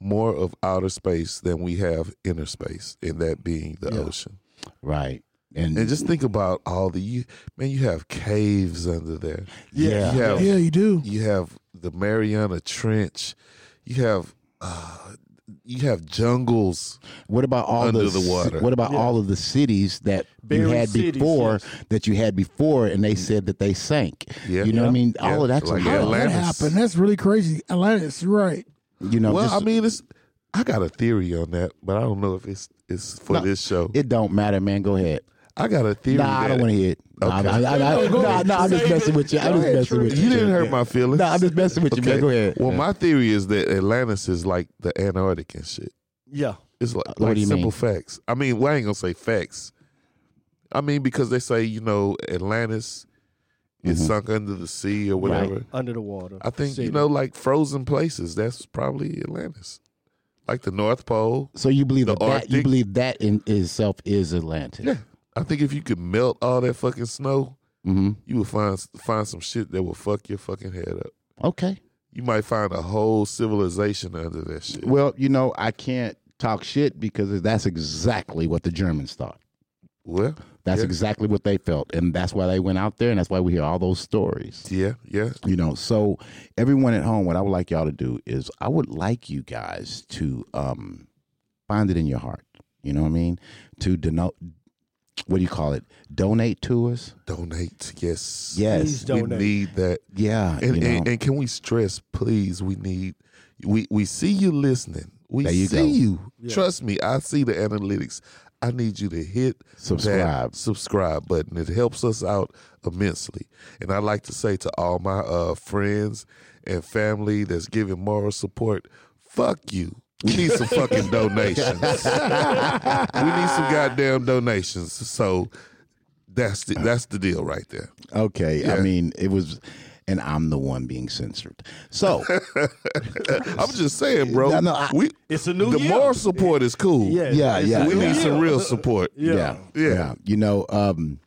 Speaker 2: more of outer space than we have inner space, and that being the ocean.
Speaker 1: right. And,
Speaker 2: And just think about all the you man, you have caves under there.
Speaker 1: Yeah.
Speaker 2: You have
Speaker 7: Yeah, you do.
Speaker 2: you have the Mariana Trench. You have uh, you have jungles.
Speaker 1: what about all
Speaker 2: Under
Speaker 1: the,
Speaker 2: the
Speaker 1: ci-
Speaker 2: water.
Speaker 1: What about all of the cities that you
Speaker 3: Buried
Speaker 1: had
Speaker 3: cities,
Speaker 1: before
Speaker 3: yes.
Speaker 1: that you had before, and they said that they sank?
Speaker 2: Yeah.
Speaker 1: You know what I mean? All
Speaker 2: Yeah.
Speaker 1: of that's
Speaker 2: Like
Speaker 1: a lot.
Speaker 2: Atlantis.
Speaker 7: That happened. That's really crazy. Atlantis, you're right?
Speaker 1: You know,
Speaker 2: well,
Speaker 1: just-
Speaker 2: I mean, it's I got a theory on that, but I don't know if it's it's for
Speaker 1: No,
Speaker 2: this show.
Speaker 1: it don't matter, man. Go ahead.
Speaker 2: I got a theory.
Speaker 1: Nah, I
Speaker 2: that-
Speaker 1: don't want to hear it. Nah,
Speaker 2: Okay.
Speaker 1: I- I- I- nah, nah, I'm just messing with you. I'm just messing with you.
Speaker 2: You didn't hurt
Speaker 1: Yeah.
Speaker 2: my feelings.
Speaker 1: Nah, I'm just messing with you, man. Go ahead.
Speaker 2: Well, my theory is that Atlantis is like the Antarctic and shit.
Speaker 3: Yeah.
Speaker 2: It's like,
Speaker 1: What
Speaker 2: like
Speaker 1: do you
Speaker 2: simple
Speaker 1: mean?
Speaker 2: facts. I mean, well, I ain't gonna say facts. I mean because they say you know Atlantis
Speaker 1: Mm-hmm.
Speaker 2: is sunk under the sea or whatever.
Speaker 3: Under the water.
Speaker 2: I think
Speaker 3: City.
Speaker 2: you know like frozen places. That's probably Atlantis, like the North Pole.
Speaker 1: So you believe
Speaker 2: The
Speaker 1: that, that you
Speaker 2: Arctic?
Speaker 1: believe that in itself is Atlantis?
Speaker 2: Yeah, I think if you could melt all that fucking snow,
Speaker 1: hmm
Speaker 2: you would find find some shit that will fuck your fucking head up.
Speaker 1: Okay.
Speaker 2: You might find a whole civilization under that shit.
Speaker 1: Well, you know, I can't talk shit because that's exactly what the Germans thought.
Speaker 2: Well,
Speaker 1: That's
Speaker 2: Yeah.
Speaker 1: exactly what they felt, and that's why they went out there, and that's why we hear all those stories.
Speaker 2: yeah, yeah.
Speaker 1: you know so everyone at home what i would like y'all to do is i would like you guys to um find it in your heart you know what i mean to denote what do you call it donate to us
Speaker 2: Donate, yes,
Speaker 1: yes
Speaker 3: Please donate.
Speaker 2: We need that.
Speaker 1: yeah
Speaker 2: And,
Speaker 1: you know.
Speaker 2: and, and can we stress, please? We need. We we see you listening. We
Speaker 1: There you
Speaker 2: see
Speaker 1: go.
Speaker 2: you. Trust me, I see the analytics. I need you to hit
Speaker 1: Subscribe.
Speaker 2: that subscribe button. It helps us out immensely. And I like to say to all my uh, friends and family that's giving moral support, fuck you. We need some fucking donations. we need some goddamn donations. So that's the, that's the deal right there.
Speaker 1: okay i
Speaker 2: yeah.
Speaker 1: mean it was and i'm the one being censored so
Speaker 2: I'm just saying, bro.
Speaker 1: No, no, I-
Speaker 2: we,
Speaker 3: It's a new
Speaker 2: the
Speaker 3: year.
Speaker 2: moral support is cool.
Speaker 3: Yeah.
Speaker 1: Yeah,
Speaker 3: it's
Speaker 1: yeah.
Speaker 3: a
Speaker 2: we
Speaker 3: new
Speaker 2: need
Speaker 3: year.
Speaker 2: some real support.
Speaker 3: Yeah.
Speaker 1: yeah,
Speaker 2: Yeah.
Speaker 1: You know, um,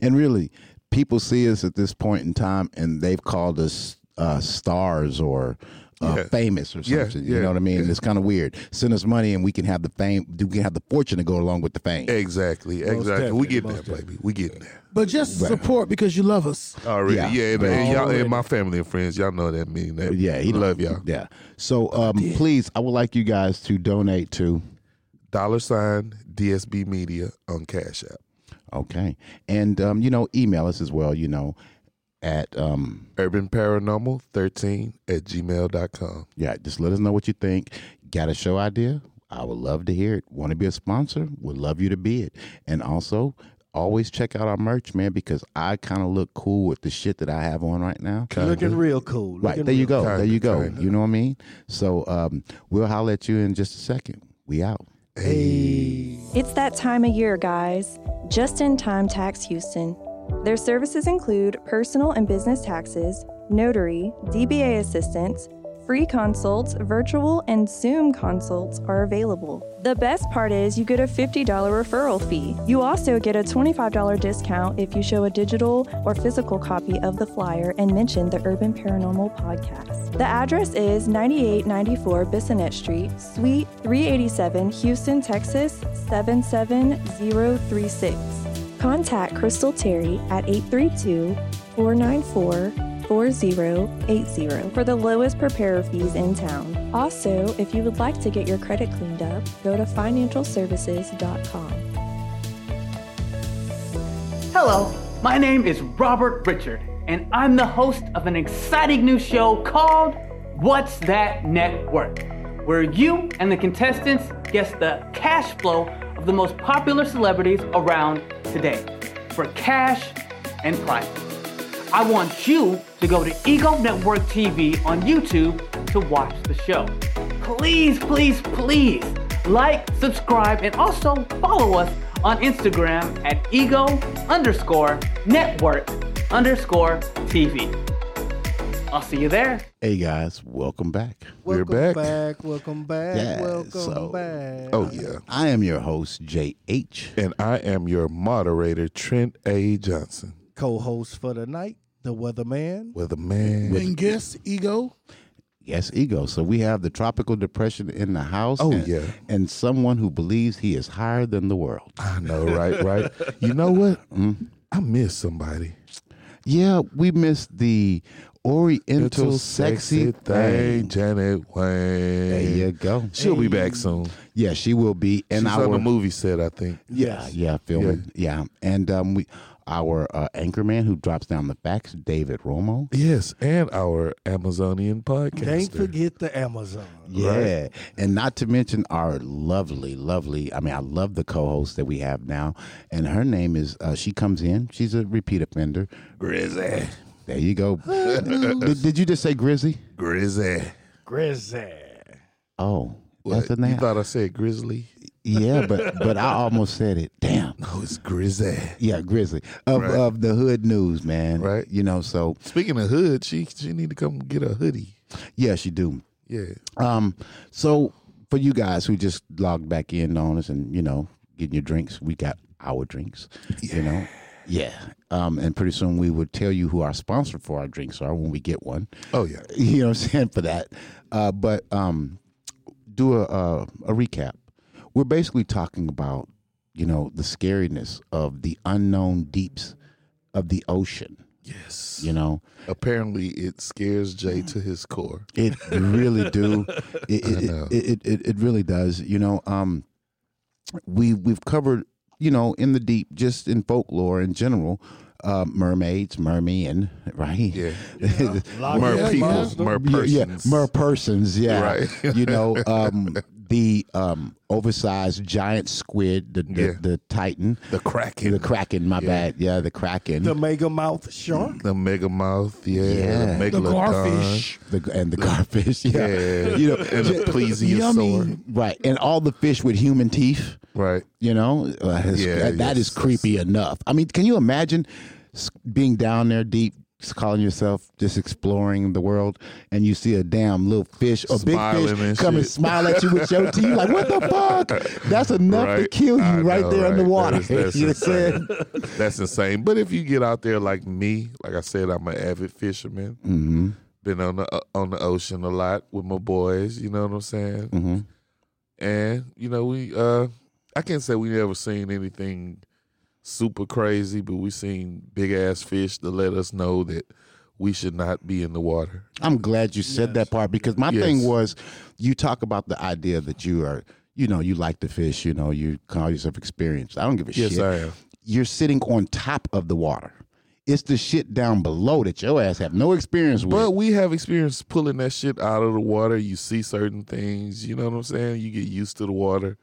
Speaker 1: and really, people see us at this point in time, and they've called us uh, stars or. Uh,
Speaker 2: Yeah.
Speaker 1: famous or
Speaker 2: Yeah,
Speaker 1: something, you
Speaker 2: yeah,
Speaker 1: know what I mean? It's kind of weird. Send us money and we can have the fame. We can have the fortune to go along with the fame.
Speaker 2: Exactly. Exactly.
Speaker 3: definitely,
Speaker 2: We getting there,
Speaker 3: most
Speaker 2: baby. We getting there.
Speaker 7: But just support because you love us.
Speaker 2: Already.
Speaker 1: Yeah.
Speaker 2: Yeah, and, and y'all and my family and friends, y'all know that meaning that.
Speaker 1: Yeah,
Speaker 2: he
Speaker 1: you know.
Speaker 2: love y'all.
Speaker 1: Yeah. So, um, please, I would like you guys to donate to.
Speaker 2: Dollar sign DSB Media on Cash App.
Speaker 1: Okay, and um, you know, email us as well. You know, at um,
Speaker 2: Urban Paranormal 13 at gmail.com.
Speaker 1: Yeah, just let us know what you think. Got a show idea? I would love to hear it. Want to be a sponsor? Would love you to be it. And also, always check out our merch, man, because I kind of look cool with the shit that I have on right now.
Speaker 3: Looking real cool.
Speaker 1: Right,
Speaker 3: Looking
Speaker 1: there you go.
Speaker 3: real-
Speaker 2: Kinda,
Speaker 1: There you go.
Speaker 2: kinda.
Speaker 1: You know what I mean? So um, we'll holler at you in just a second. We out.
Speaker 8: It's that time of year, guys. Just in time Tax Houston. Their services include personal and business taxes, notary, DBA assistance, free consults, virtual and Zoom consults are available. The best part is you get a $50 referral fee. You also get a $25 discount if you show a digital or physical copy of the flyer and mention the Urban Paranormal Podcast. The address is 9894 Bissonette Street, Suite 387, Houston, Texas 77036. Contact Crystal Terry at 832 494 4080 for the lowest preparer fees in town. Also, if you would like to get your credit cleaned up, go to financialservices.com.
Speaker 9: Hello, my name is Robert Richard, and I'm the host of an exciting new show called What's That Network, where you and the contestants guess the cash flow of the most popular celebrities around today for cash and prizes. I want you to go to Ego Network TV on YouTube to watch the show. Please, please, please like, subscribe, and also follow us on Instagram at ego underscore network underscore TV. I'll see you there.
Speaker 1: Hey guys, welcome back.
Speaker 3: Welcome back. Welcome back.
Speaker 1: Yeah,
Speaker 3: welcome
Speaker 1: so-
Speaker 3: back.
Speaker 2: Oh yeah.
Speaker 1: Uh, I am your host, J.H.
Speaker 2: And I am your moderator, Trent A. Johnson.
Speaker 3: Co-host for the night, the Weatherman.
Speaker 2: With a man
Speaker 7: And guess ego.
Speaker 1: Yes, ego. So we have the tropical depression in the house.
Speaker 2: Oh,
Speaker 1: and,
Speaker 2: yeah.
Speaker 1: And someone who believes he is higher than the world.
Speaker 2: I know, right, right. You know what? I miss somebody.
Speaker 1: Yeah, we missed the oriental sexy thing.
Speaker 2: Janet Wayne.
Speaker 1: There you go.
Speaker 2: She'll be back soon.
Speaker 1: Yeah, she will be in
Speaker 2: She's
Speaker 1: our
Speaker 2: on the movie set, I think.
Speaker 1: Yeah, yeah, filming. Yeah. And um, we our uh, anchor man who drops down the facts, David Romo.
Speaker 2: Yes, and our Amazonian podcast.
Speaker 3: Can't forget the Amazon.
Speaker 1: Yeah. And not to mention our lovely, lovely, I mean, I love the co host that we have now. And her name is, uh, she comes in. She's a repeat offender. Grizzy. There you go. did, did you just say Grizzy?
Speaker 2: Grizzly.
Speaker 3: Grizzly.
Speaker 1: Oh, that's the
Speaker 2: You
Speaker 1: name.
Speaker 2: thought I said Grizzly?
Speaker 1: yeah, but but I almost said it. Damn.
Speaker 2: No, it's Grizzly.
Speaker 1: Yeah, Grizzly of
Speaker 2: Right.
Speaker 1: of the hood news, man.
Speaker 2: Right.
Speaker 1: You know, so
Speaker 2: Speaking of hood, she she need to come get a hoodie.
Speaker 1: yeah, she do.
Speaker 2: Yeah.
Speaker 1: Um, so for you guys who just logged back in on us and you know getting your drinks, we got our drinks. You know, yeah. Um, and pretty soon we will tell you who our sponsor for our drinks are when we get one.
Speaker 2: Oh yeah.
Speaker 1: You know what I'm saying for that. Uh, but um, do a uh, a recap. We're basically talking about you know the scariness of the unknown deeps of the ocean.
Speaker 2: Yes.
Speaker 1: You know,
Speaker 2: Apparently it scares Jay to his core.
Speaker 1: It really do. It
Speaker 2: I know.
Speaker 1: it, it, it it really does. You know, um, we we've covered you know in the deep, just in folklore in general, uh, mermaids, mermen, right?
Speaker 2: Yeah.
Speaker 1: Mer-
Speaker 2: Mer people. Mer
Speaker 1: yeah, yeah,
Speaker 2: persons.
Speaker 1: mer persons. Yeah,
Speaker 2: Right.
Speaker 1: you know, um, the um, oversized giant squid, the the,
Speaker 2: Yeah.
Speaker 1: the titan,
Speaker 2: the Kraken.
Speaker 1: the kraken. My
Speaker 2: Yeah.
Speaker 1: bad. Yeah, the kraken.
Speaker 3: The mega mouth shark.
Speaker 2: The mega mouth, yeah.
Speaker 1: Yeah.
Speaker 2: The,
Speaker 1: The
Speaker 7: The
Speaker 2: megalodon.
Speaker 7: garfish.
Speaker 1: the, and the garfish, yeah,
Speaker 2: Yeah.
Speaker 1: you know,
Speaker 2: and the plesiosaur.
Speaker 7: Yummy.
Speaker 1: right, and all the fish with human teeth,
Speaker 2: Right.
Speaker 1: You know, uh, it's-
Speaker 2: Yeah,
Speaker 1: that, that
Speaker 2: yes,
Speaker 1: is creepy enough. I mean, can you imagine s- being down there deep, s- calling yourself just exploring the world, and you see a damn little fish or big
Speaker 2: Smiling and
Speaker 1: fish come and
Speaker 2: shit.
Speaker 1: smile at you with your teeth? Like, what the fuck? That's enough to
Speaker 2: Right.
Speaker 1: kill you
Speaker 2: I
Speaker 1: right
Speaker 2: know,
Speaker 1: there in the
Speaker 2: right?
Speaker 1: water.
Speaker 2: That is- that's
Speaker 1: you know what I'm
Speaker 2: insane.
Speaker 1: saying?
Speaker 2: That's insane. But if you get out there like me, like I said, I'm an avid fisherman. Mm-hmm. Been on the on the ocean a lot with my boys. You know what I'm saying? Mm-hmm. And you know we, uh I can't say we never seen anything super crazy, but we seen big ass fish to let us know that we should not be in the water.
Speaker 1: I'm glad you said that part because my
Speaker 2: Yes.
Speaker 1: thing was you talk about the idea that you are, you know, you like to fish, you know, you call yourself experienced. I don't give a
Speaker 2: Yes,
Speaker 1: shit.
Speaker 2: I am.
Speaker 1: You're sitting on top of the water. It's the shit down below that your ass have no experience with.
Speaker 2: But we have experience pulling that shit out of the water. You see certain things, you know what I'm saying? You get used to the water.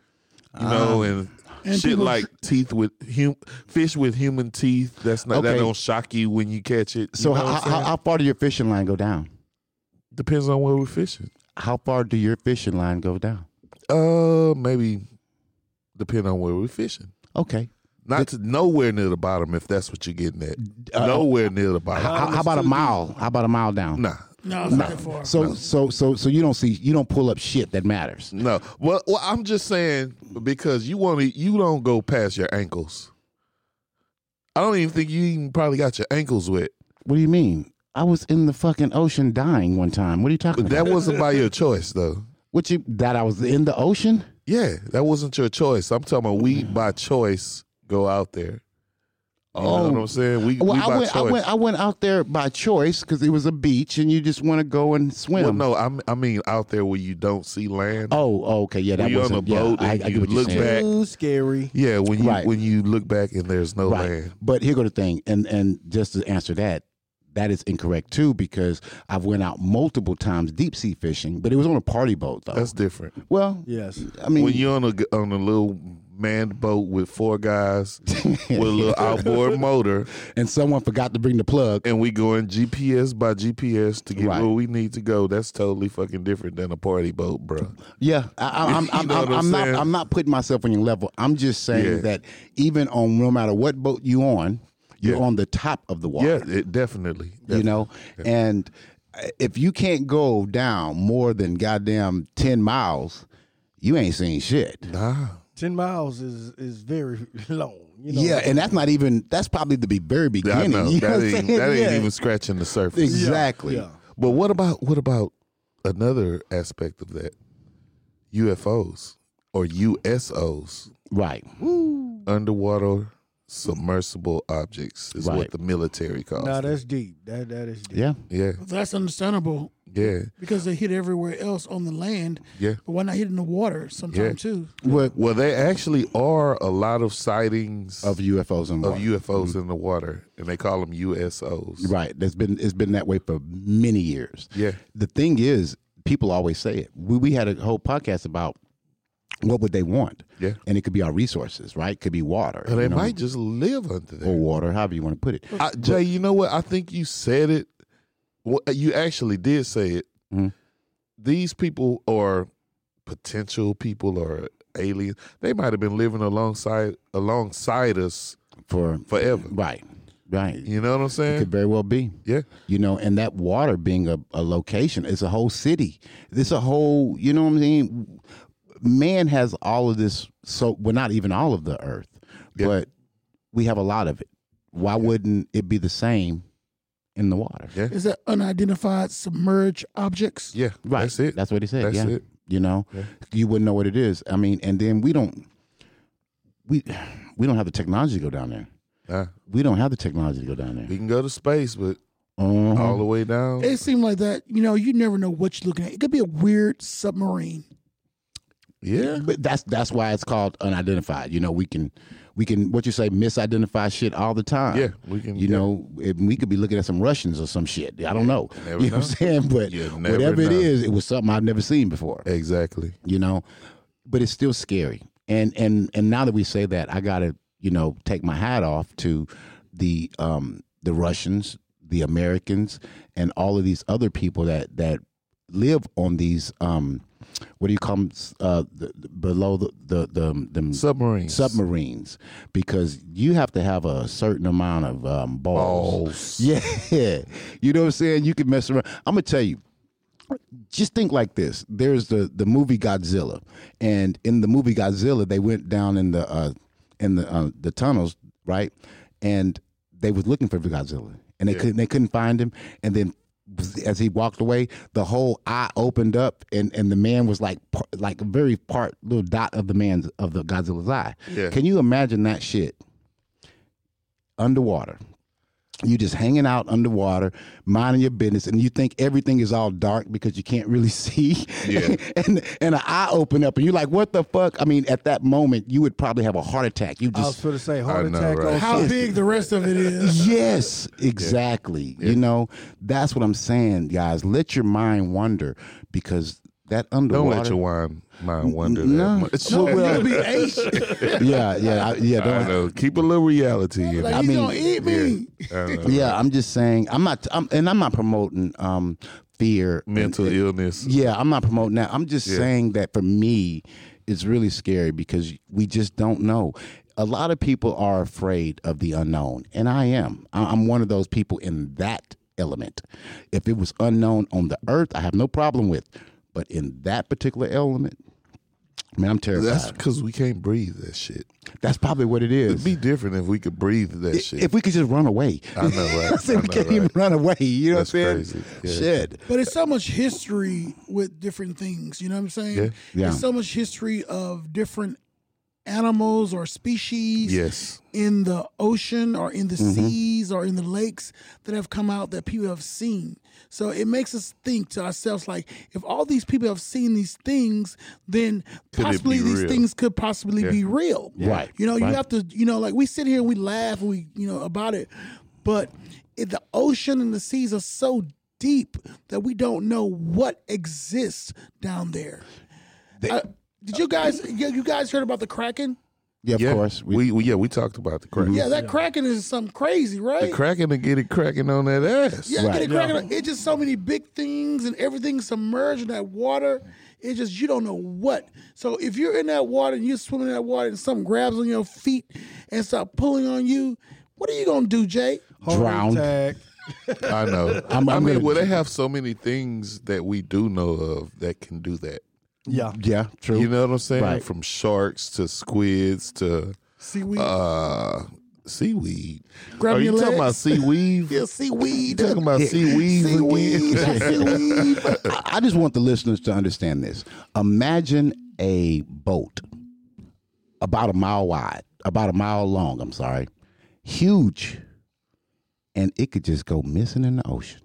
Speaker 2: You
Speaker 1: Uh,
Speaker 2: know, and,
Speaker 7: and
Speaker 2: shit
Speaker 7: people-
Speaker 2: like teeth with hum, fish with human teeth. That's not that
Speaker 1: Okay.
Speaker 2: don't shock you when you catch it. You
Speaker 1: so
Speaker 2: know
Speaker 1: how,
Speaker 2: what I'm
Speaker 1: how,
Speaker 2: saying?
Speaker 1: how far do your fishing line go down?
Speaker 2: depends on where we're fishing.
Speaker 1: How far do your fishing line go down?
Speaker 2: Uh, maybe depend on where we're fishing.
Speaker 1: Okay.
Speaker 2: Not to nowhere near the bottom if that's what you're getting at. nowhere near the bottom.
Speaker 1: Uh, How, how about a mile? How about a mile down?
Speaker 2: nah.
Speaker 7: No, it's not that far.
Speaker 1: So so so so you don't see you don't pull up shit that matters.
Speaker 2: No. Well, well, I'm just saying because you want to, you don't go past your ankles. I don't even think you even probably got your ankles wet.
Speaker 1: What do you mean? I was in the fucking ocean dying one time. What are you talking
Speaker 2: But
Speaker 1: about?
Speaker 2: that wasn't by your choice, though.
Speaker 1: What you that I was in the ocean?
Speaker 2: Yeah, that wasn't your choice. I'm talking about we by choice go out there. You know what I'm saying? We,
Speaker 1: Oh. Well,
Speaker 2: we by
Speaker 1: I went, I
Speaker 2: choice.
Speaker 1: went, I went out there by choice because it was a beach, and you just want to go and swim.
Speaker 2: well, no, I'm, I mean out there where you don't see land.
Speaker 1: Oh, oh, okay, yeah, that
Speaker 2: Were you on
Speaker 1: wasn't.
Speaker 2: a boat
Speaker 1: yeah, I, I
Speaker 2: and
Speaker 1: get
Speaker 2: you
Speaker 1: what you're
Speaker 2: look
Speaker 1: saying.
Speaker 2: back?
Speaker 3: Ooh, scary.
Speaker 2: Yeah, when you
Speaker 1: Right.
Speaker 2: when you look back and there's no
Speaker 1: right?
Speaker 2: land.
Speaker 1: But here go the thing, and and just to answer that, that is incorrect too because I've went out multiple times deep sea fishing, but it was on a party boat though.
Speaker 2: That's different.
Speaker 1: well,
Speaker 3: Yes.
Speaker 1: I mean,
Speaker 2: when you're on a g- on a little manned boat with four guys with a little outboard motor.
Speaker 1: And someone forgot to bring the plug.
Speaker 2: And we going GPS by GPS to get
Speaker 1: Right.
Speaker 2: where we need to go. That's totally fucking different than a party boat, bro.
Speaker 1: Yeah, I, I, I'm, I'm,
Speaker 2: know
Speaker 1: I'm,
Speaker 2: what
Speaker 1: I'm,
Speaker 2: I'm
Speaker 1: not.
Speaker 2: saying?
Speaker 1: I'm not putting myself on your level. I'm just saying
Speaker 2: Yeah.
Speaker 1: that even on no matter what boat you on, you're
Speaker 2: Yeah.
Speaker 1: on the top of the water.
Speaker 2: Yeah, it definitely.
Speaker 1: you know, and uh, if you can't go down more than goddamn ten miles, you ain't seen shit.
Speaker 2: Nah.
Speaker 3: Ten miles is is very long. You know?
Speaker 1: Yeah, and that's not even. That's probably the be- very beginning.
Speaker 2: I know
Speaker 1: you know
Speaker 2: that
Speaker 1: what I'm
Speaker 2: ain't,
Speaker 1: saying?
Speaker 2: that ain't
Speaker 1: Yeah.
Speaker 2: even scratching the surface.
Speaker 1: exactly.
Speaker 3: Yeah.
Speaker 2: But what about what about another aspect of that? UFOs or USOs,
Speaker 1: Right.
Speaker 2: underwater submersible objects, is
Speaker 1: Right.
Speaker 2: what the military calls.
Speaker 3: Now
Speaker 2: them.
Speaker 3: that's deep. That that is deep.
Speaker 1: Yeah.
Speaker 2: Yeah,
Speaker 7: That's understandable
Speaker 2: yeah,
Speaker 7: because they hit everywhere else on the land.
Speaker 2: yeah.
Speaker 7: But why not hit in the water sometime
Speaker 2: Yeah.
Speaker 7: too?
Speaker 1: Well,
Speaker 2: Well, there actually are a lot of sightings
Speaker 1: of UFOs and
Speaker 2: of
Speaker 1: water.
Speaker 2: UFOs in the water, and they call them USOs.
Speaker 1: Mm-hmm. Right. That's been it's been that way for many years.
Speaker 2: Yeah.
Speaker 1: The thing is, people always say it. We we had a whole podcast about what would they want?
Speaker 2: Yeah.
Speaker 1: And it could be our resources, right? Could be water.
Speaker 2: And they
Speaker 1: you know, Oh.
Speaker 2: might just live under there.
Speaker 1: or water, however you want to put it.
Speaker 2: I, Jay, you know what? I think you said it. Well, you actually did say it.
Speaker 1: Mhm.
Speaker 2: These people are potential people or aliens. They might have been living alongside alongside us
Speaker 1: For
Speaker 2: forever.
Speaker 1: right. Right.
Speaker 2: You know what I'm
Speaker 1: It
Speaker 2: saying?
Speaker 1: could very well be.
Speaker 2: Yeah.
Speaker 1: You know, and that water being a, a location, it's a whole city. It's a whole, you know what I'm saying? Man has all of this, so, well, not even all of the earth,
Speaker 2: Yeah.
Speaker 1: but we have a lot of it. Why wouldn't it be the same in the water?
Speaker 2: Yeah.
Speaker 7: Is that unidentified submerged objects?
Speaker 2: Yeah.
Speaker 1: Right.
Speaker 2: That's it.
Speaker 1: That's what he said.
Speaker 2: That's
Speaker 1: yeah.
Speaker 2: it.
Speaker 1: You know,
Speaker 2: Yeah.
Speaker 1: you wouldn't know what it is. I mean, and then we don't, we, we don't have the technology to go down there.
Speaker 2: Nah,
Speaker 1: We don't have the technology to go down there.
Speaker 2: we can go to space, but
Speaker 1: Uh-huh.
Speaker 2: all the way down.
Speaker 7: It seemed like that. You know, you never know what you're looking at. It could be a weird submarine.
Speaker 2: Yeah.
Speaker 1: But that's that's why it's called unidentified. You know, we can we can what you say misidentify shit all the time.
Speaker 2: Yeah, we can-
Speaker 1: You
Speaker 2: yeah.
Speaker 1: know, if we could be looking at some Russians or some shit. I don't know.
Speaker 2: never
Speaker 1: you know, what I'm saying, but
Speaker 2: You never
Speaker 1: whatever it
Speaker 2: know.
Speaker 1: is, it was something I've never seen before.
Speaker 2: Exactly.
Speaker 1: You know, but it's still scary. And and and now that we say that, I gotta you know take my hat off to the um the Russians, the Americans, and all of these other people that that live on these um what do you call them uh, the, the- below the the the, the
Speaker 2: Submarines.
Speaker 1: submarines because you have to have a certain amount of um, balls.
Speaker 2: Balls.
Speaker 1: Yeah, you know what I'm saying. You can mess around. I'm gonna tell you. Just think like this. There's the the movie Godzilla, and in the movie Godzilla, they went down in the uh, in the uh, the tunnels, right? And they was looking for Godzilla, and they couldn't they couldn't find him. And then as he walked away, the whole eye opened up, and and the man was like par- like a very part little dot of the man's of the Godzilla's eye.
Speaker 2: Yeah.
Speaker 1: Can you imagine that shit underwater? You just hanging out underwater, minding your business, and you think everything is all dark because you can't really see.
Speaker 2: Yeah.
Speaker 1: and and an eye open up, and you're like, "What the fuck?" I mean, at that moment, you would probably have a heart attack. You
Speaker 3: I was
Speaker 2: Oh,
Speaker 1: just
Speaker 3: going to say heart
Speaker 2: I know,
Speaker 3: attack.
Speaker 2: right?
Speaker 3: on
Speaker 7: How
Speaker 3: something.
Speaker 7: big the rest of it is.
Speaker 1: Yes, exactly. You know, that's what I'm saying, guys. Let your mind wander because that
Speaker 2: Don't
Speaker 1: underwater.
Speaker 2: let your wine mind wander
Speaker 1: No.
Speaker 2: that much.
Speaker 1: Well, well,
Speaker 7: It'll be eight.
Speaker 1: yeah, yeah, I- yeah. Don't,
Speaker 2: I know. Keep a little reality in
Speaker 7: Like,
Speaker 2: it.
Speaker 1: I
Speaker 7: he's
Speaker 1: mean,
Speaker 7: gonna eat me.
Speaker 2: I know.
Speaker 1: yeah, I'm just saying. I'm not. I'm, and I'm not promoting um fear.
Speaker 2: Mental
Speaker 1: And-
Speaker 2: illness.
Speaker 1: Yeah, I'm not promoting that. I'm just saying that for me, it's really scary because we just don't know. A lot of people are afraid of the unknown, and I am. I- I'm one of those people in that element. If it was unknown on the earth, I have no problem with, but in that particular element, man, I'm terrified.
Speaker 2: That's
Speaker 1: That's,
Speaker 2: because we can't breathe that shit.
Speaker 1: probably what it
Speaker 2: It'd
Speaker 1: is.
Speaker 2: be different if we could breathe that shit.
Speaker 1: If we could just run away,
Speaker 2: I know, right?
Speaker 1: I said
Speaker 2: I
Speaker 1: we
Speaker 2: know,
Speaker 1: can't even
Speaker 2: right?
Speaker 1: run away. You know
Speaker 2: That's
Speaker 1: what I'm
Speaker 2: crazy.
Speaker 1: saying?
Speaker 2: Yeah.
Speaker 1: Shit.
Speaker 7: But it's so much history with different things. You know what I'm saying?
Speaker 2: Yeah.
Speaker 1: Yeah.
Speaker 7: There's so much history of different animals or species
Speaker 2: yes,
Speaker 7: in the ocean or in the
Speaker 2: Mm-hmm.
Speaker 7: seas or in the lakes that have come out that people have seen. So it makes us think to ourselves like, if all these people have seen these things, then
Speaker 2: Could it
Speaker 7: possibly
Speaker 2: be
Speaker 7: these
Speaker 2: real?
Speaker 7: things could possibly be real.
Speaker 1: Right.
Speaker 7: You know, you
Speaker 1: Right.
Speaker 7: have to, you know, like we sit here and we laugh, and we, you know, about it, but it, the ocean and the seas are so deep that we don't know what exists down there. I- did you guys, you you guys heard about the Kraken?
Speaker 1: Yeah, of course.
Speaker 2: We, we, yeah, we talked about the cracking.
Speaker 7: Yeah, that cracking is something crazy,
Speaker 2: the
Speaker 7: right?
Speaker 2: cracking to get it cracking on that ass.
Speaker 7: Yeah, get it cracking. It's just so many big things and everything submerged in that water. It's just you don't know what. So if you're in that water and you're swimming in that water and something grabs on your feet and start pulling on you, what are you gonna do, Jay?
Speaker 1: Drowned.
Speaker 3: Tag.
Speaker 2: I know.
Speaker 1: I'm-
Speaker 2: i
Speaker 1: I'm
Speaker 2: mean,
Speaker 1: gonna-
Speaker 2: well, they have so many things that we do know of that can do that.
Speaker 3: Yeah.
Speaker 1: Yeah, true.
Speaker 2: You know what I'm saying?
Speaker 1: Right.
Speaker 2: From sharks to squids to
Speaker 7: Seaweed.
Speaker 2: uh, seaweed.
Speaker 7: Grab
Speaker 2: Are
Speaker 7: your
Speaker 2: you talking about
Speaker 7: legs.
Speaker 2: seaweed?
Speaker 7: yeah, seaweed.
Speaker 2: You talking about seaweed?
Speaker 7: Seaweed,
Speaker 2: again?
Speaker 7: seaweed.
Speaker 1: I I just want the listeners to understand this. Imagine a boat about a mile wide, about a mile long, I'm sorry, huge, and it could just go missing in the ocean.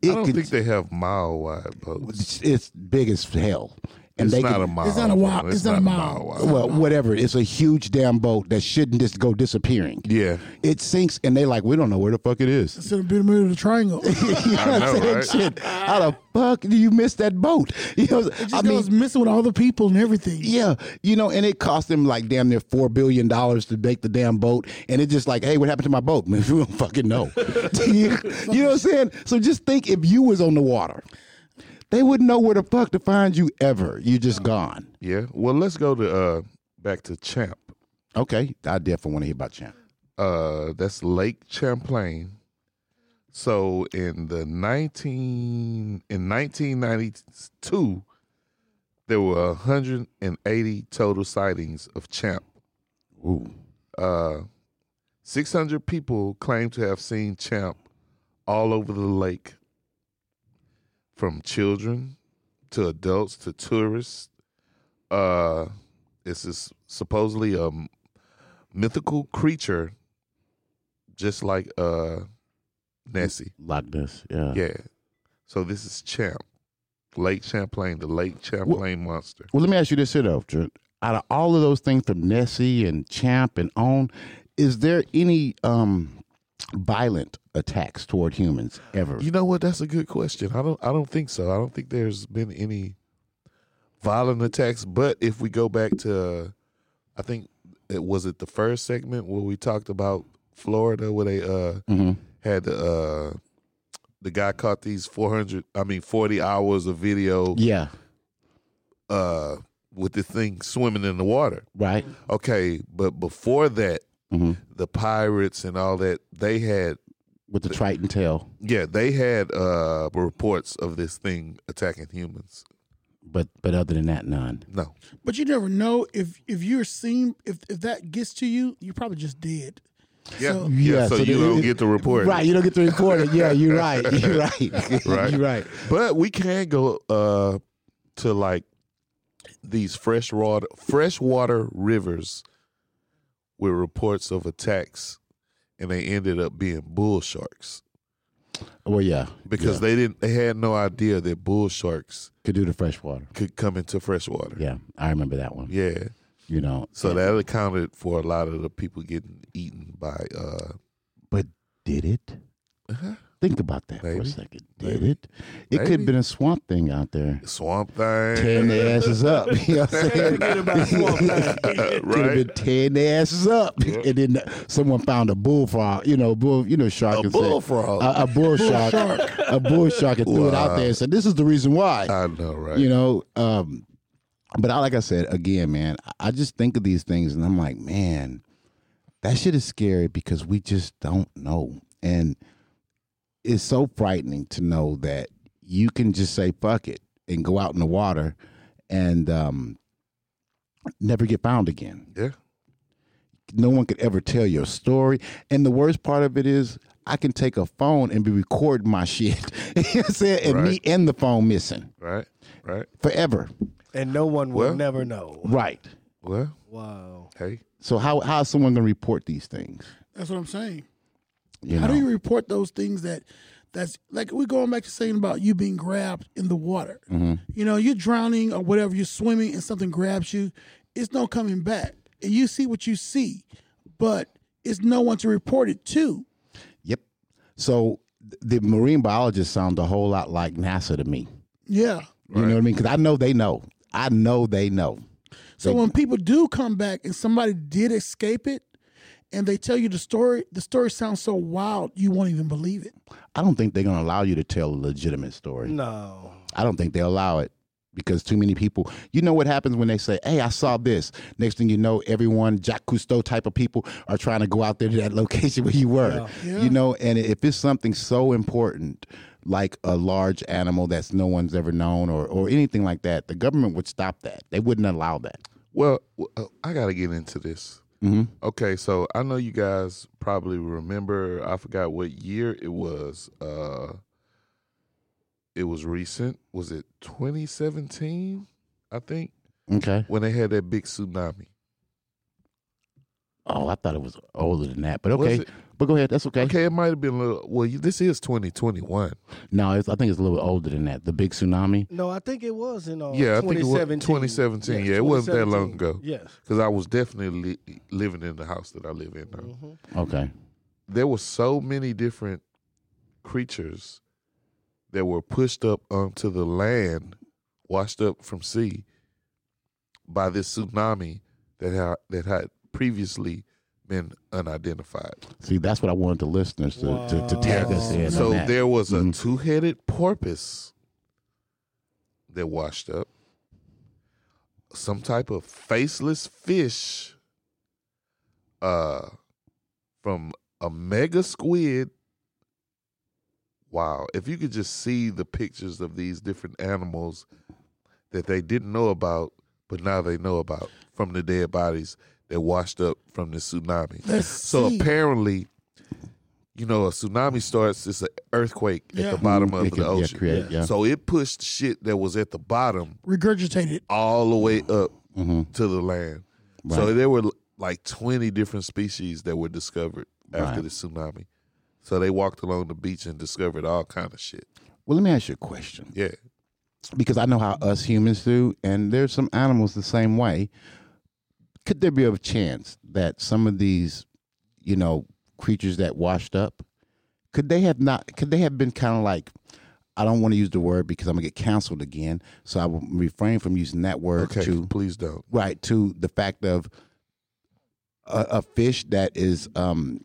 Speaker 1: It
Speaker 2: I don't
Speaker 1: could,
Speaker 2: think they have mile wide boats.
Speaker 1: it's, it's big as hell. And
Speaker 2: it's
Speaker 1: they
Speaker 2: not
Speaker 1: could,
Speaker 2: a mile.
Speaker 7: It's not a
Speaker 2: wide.
Speaker 7: wild- it's not a mile.
Speaker 2: wide.
Speaker 1: well, whatever. It's a huge damn boat that shouldn't just go disappearing.
Speaker 2: yeah,
Speaker 1: It sinks, and they like, we don't know where the fuck it is.
Speaker 7: It's in the middle of the triangle.
Speaker 1: you know what I'm
Speaker 2: know,
Speaker 1: saying?
Speaker 2: right?
Speaker 1: Shit, how the fuck do you miss that boat? You know, what I'm-
Speaker 7: Just goes missing with all the people and everything.
Speaker 1: Yeah, you know, and it cost them like damn near four billion dollars to make the damn boat, and it's just like, hey, what happened to my boat? Man, we don't fucking know. you, you know what I'm saying? So just think, if you was on the water, they wouldn't know where the fuck to find you ever. You just gone.
Speaker 2: yeah. Well, let's go to uh, back to Champ.
Speaker 1: Okay, I definitely want to hear about champ.
Speaker 2: Uh, that's Lake Champlain. So in the nineteen in nineteen ninety two, there were hundred and eighty total sightings of Champ.
Speaker 1: Ooh,
Speaker 2: Uh, six hundred people claim to have seen Champ all over the lake, from children to adults to tourists. Uh, this is supposedly a m- mythical creature, just like uh, Nessie.
Speaker 1: Loch Ness. Yeah.
Speaker 2: Yeah. So this is Champ, Lake Champlain, the Lake Champlain monster.
Speaker 1: Well, let me ask you this here though, Drew. Out of all of those things from Nessie and Champ and on, is there any um violent attacks toward humans ever?
Speaker 2: You know what? That's a good question. I don't. I don't think so. I don't think there's been any violent attacks. But if we go back to, uh, I think it was it the first segment where we talked about Florida, where they uh, had the uh, the guy caught these four hundred. I mean, forty hours of video
Speaker 1: Yeah.
Speaker 2: uh, with this thing swimming in the water.
Speaker 1: Right. Mm-hmm.
Speaker 2: Okay, but before that, the pirates and all that they had
Speaker 1: with the Triton tail,
Speaker 2: Yeah, they had uh reports of this thing attacking humans.
Speaker 1: but but other than that, none.
Speaker 2: No.
Speaker 7: But you never know if if you're seen if if that gets to you, you're probably just dead.
Speaker 2: Yeah.
Speaker 7: So-
Speaker 2: yeah, so,
Speaker 1: so
Speaker 2: you
Speaker 1: they-
Speaker 2: don't get the report.
Speaker 1: Right, you don't get to record it. Yeah, you're right. You're right.
Speaker 2: Right.
Speaker 1: You're right.
Speaker 2: But we can go uh to like these fresh water freshwater rivers with reports of attacks and they ended up being bull sharks.
Speaker 1: Well, yeah,
Speaker 2: Because
Speaker 1: yeah.
Speaker 2: they didn't they had no idea that bull sharks
Speaker 1: could do the fresh water.
Speaker 2: could come into freshwater.
Speaker 1: Yeah, I remember that one.
Speaker 2: Yeah.
Speaker 1: You know,
Speaker 2: So that accounted for a lot of the people getting eaten by uh
Speaker 1: but did it? Think about that for a
Speaker 2: Uh-huh. Maybe.
Speaker 1: second. Did it? It could
Speaker 2: Maybe.
Speaker 1: have been a swamp thing out there.
Speaker 2: swamp thing.
Speaker 1: Tearing their asses up. You know what I'm saying? Could have
Speaker 2: Right.
Speaker 1: been tearing their asses up, and then someone found a bullfrog. You know, bull. You know, shark.
Speaker 2: A
Speaker 1: and said-
Speaker 2: bullfrog?
Speaker 1: A, a bull shark. a bull shark, and threw it out there and said, "This is the reason why."
Speaker 2: I know, right?
Speaker 1: you know um but I, like i said again man I- i just think of these things and i'm like man that shit is scary because we just don't know and it's so frightening to know that you can just say fuck it and go out in the water and um never get found again
Speaker 2: yeah.
Speaker 1: no one could ever tell your story. And the worst part of it is, I can take a phone and be recording my shit, you know what I'm saying? and me
Speaker 2: Right.
Speaker 1: and the phone missing
Speaker 2: Right. Right.
Speaker 1: forever.
Speaker 3: And no one will
Speaker 2: Well-
Speaker 3: never know.
Speaker 1: Right.
Speaker 2: Well,
Speaker 3: Wow.
Speaker 2: hey,
Speaker 1: So how how is someone going to report these things?
Speaker 7: That's what I'm saying.
Speaker 1: You
Speaker 7: How
Speaker 1: know?
Speaker 7: do you report those things that that's like we're going back to saying about you being grabbed in the water. You know, you're drowning or whatever, you're swimming and something grabs you, it's no coming back. And you see what you see, but it's no one to report it to.
Speaker 1: yep. So th- the marine biologists sound a whole lot like NASA to me.
Speaker 7: Yeah.
Speaker 1: You know what I mean? Because I know they know. I know they know.
Speaker 7: So when people do come back and somebody did escape it, and they tell you the story, the story sounds so wild you won't even believe it.
Speaker 1: I don't think they're going to allow you to tell a legitimate story.
Speaker 3: No.
Speaker 1: I don't think they allow it because too many people. You know what happens when they say, "Hey, I saw this." Next thing you know, everyone Jack Cousteau type of people are trying to go out there to that location where you were. You know, and if it's something so important like a large animal that's no one's ever known or or anything like that, the government would stop that. They wouldn't allow that.
Speaker 2: Well, w- uh, I got to get into this. Okay, so I know you guys probably remember. I forgot what year it was. Uh It was recent. Was it 2017? I think
Speaker 1: Okay.
Speaker 2: when they had that big tsunami.
Speaker 1: Oh, I thought it was older than that, but
Speaker 2: Was
Speaker 1: okay.
Speaker 2: it?
Speaker 1: But go ahead, that's okay.
Speaker 2: Okay, it might have been a little. Well, you, this is 2021.
Speaker 1: No, it's, I think it's a little older than that. The big tsunami.
Speaker 3: No, I think it was in uh,
Speaker 2: yeah, I think it was
Speaker 3: 2017.
Speaker 2: 2017. Yeah, it wasn't that long
Speaker 3: 2017.
Speaker 2: ago.
Speaker 3: Yes.
Speaker 2: because I was definitely li- living in the house that I live in now.
Speaker 1: Okay.
Speaker 2: there were so many different creatures that were pushed up onto the land, washed up from sea by this tsunami that had, that had previously been unidentified.
Speaker 1: See, that's what I wanted the listeners to, to, to tag us in. on
Speaker 2: So
Speaker 1: that. Mm-hmm.
Speaker 2: there was a two-headed porpoise that washed up, some type of faceless fish uh from a mega squid. Wow, if you could just see the pictures of these different animals that they didn't know about but now they know about from the dead bodies that washed up from the tsunami. so apparently you know, a tsunami starts, it's an earthquake at
Speaker 7: Yeah.
Speaker 2: the bottom of
Speaker 1: It can-
Speaker 2: the
Speaker 1: yeah,
Speaker 2: ocean.
Speaker 1: create- yeah.
Speaker 2: So it pushed shit that was at the bottom
Speaker 7: Regurgitated.
Speaker 2: all the way up to the land.
Speaker 1: Mm-hmm.
Speaker 2: So
Speaker 1: Right.
Speaker 2: there were like 20 different species that were discovered after
Speaker 1: Right.
Speaker 2: the tsunami. So they walked along the beach and discovered all kind of shit.
Speaker 1: well, let me ask you a question
Speaker 2: Yeah.
Speaker 1: because I know how us humans do, and there's some animals the same way. Could there be a chance that some of these, you know, creatures that washed up, could they have not? Could they have been kind of like? I don't want to use the word because I'm gonna get canceled again, so I will refrain from using that word
Speaker 2: Okay.
Speaker 1: too.
Speaker 2: Please don't.
Speaker 1: right to the fact of a, a fish that is um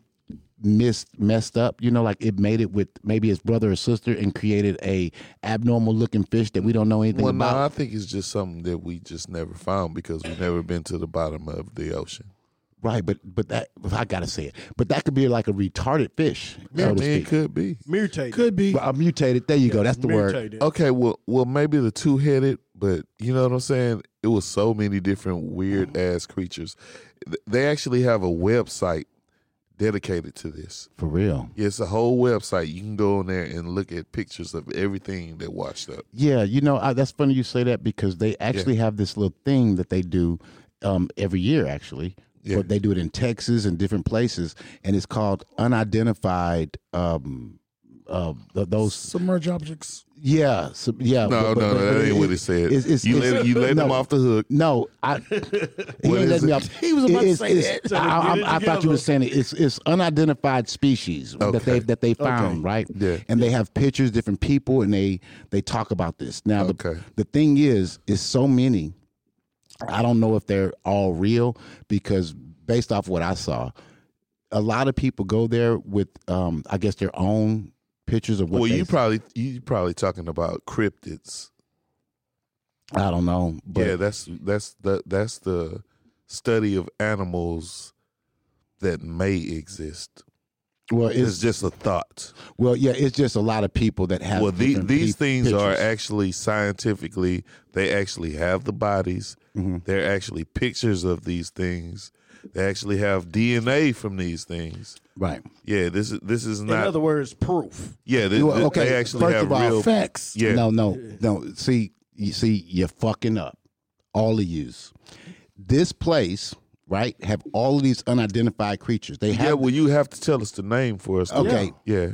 Speaker 1: missed messed up you know like it made it with maybe its brother or sister and created a abnormal looking fish that we don't know anything
Speaker 2: Well, no,
Speaker 1: about
Speaker 2: I think it's just something that we just never found because we've never been to the bottom of the ocean.
Speaker 1: right but but that i gotta say it but that could be like a retarded fish
Speaker 2: I
Speaker 1: so to
Speaker 2: mean, it
Speaker 1: speak
Speaker 2: could be.
Speaker 3: Mutated.
Speaker 7: Could be.
Speaker 1: Well, a mutated there you go that's the word
Speaker 3: Mutated.
Speaker 2: Okay, well, well, maybe the two headed, but you know what I'm saying. It was so many different weird ass creatures. Th- They actually have a website dedicated to this.
Speaker 1: for real
Speaker 2: It's a whole website. You can go on there and look at pictures of everything that washed up.
Speaker 1: Yeah, you know I, that's funny you say that because they actually have this little thing that they do um, every year, actually.
Speaker 2: Yeah.
Speaker 1: But they do it in Texas and different places, and it's called unidentified. Um, uh, th- those,
Speaker 7: Submerged objects.
Speaker 1: yeah, so, yeah.
Speaker 2: No,
Speaker 1: but-
Speaker 2: no,
Speaker 1: but-
Speaker 2: no,
Speaker 1: but
Speaker 2: that ain't what
Speaker 1: it-
Speaker 2: it said.
Speaker 1: it's- it's-
Speaker 2: you
Speaker 1: it's-
Speaker 2: let you let
Speaker 1: no.
Speaker 2: them off the hook.
Speaker 1: No, I. he ain't
Speaker 2: is
Speaker 1: letting me
Speaker 2: it?
Speaker 1: off.
Speaker 7: He was about to say
Speaker 1: it's-
Speaker 7: that.
Speaker 1: I, I- I thought you were saying it. It's it's unidentified species that
Speaker 2: Okay.
Speaker 1: they that they found, right?
Speaker 2: Yeah.
Speaker 1: And they have pictures, different people, and they they talk about this. Now,
Speaker 2: Okay.
Speaker 1: the the thing is, is so many. I don't know if they're all real because based off what I saw, a lot of people go there with, um, I guess, their own pictures of what.
Speaker 2: Well,
Speaker 1: they
Speaker 2: you
Speaker 1: see.
Speaker 2: probably you probably talking about cryptids.
Speaker 1: I don't know, but
Speaker 2: yeah, that's that's the that's the study of animals that may exist.
Speaker 1: well,
Speaker 2: It's,
Speaker 1: it's
Speaker 2: just a thought.
Speaker 1: well, yeah, it's just a lot of people that have.
Speaker 2: Well, the,
Speaker 1: different
Speaker 2: these
Speaker 1: pe-
Speaker 2: things are
Speaker 1: pictures.
Speaker 2: actually scientifically they actually have the bodies.
Speaker 1: Mm-hmm.
Speaker 2: They're actually pictures of these things. They actually have DNA from these things.
Speaker 1: right.
Speaker 2: Yeah, this is this is
Speaker 3: In
Speaker 2: not.
Speaker 3: other words, proof.
Speaker 2: yeah, this,
Speaker 1: Well, okay,
Speaker 2: they actually
Speaker 1: first
Speaker 2: have
Speaker 1: of all,
Speaker 2: real.
Speaker 7: Facts.
Speaker 2: yeah,
Speaker 1: No, no, no. See, you see, you're fucking up. All of yous. This place, right, have all of these unidentified creatures. They have
Speaker 2: yeah. Well, you have to tell us the name for us. to-
Speaker 1: Okay.
Speaker 2: Yeah.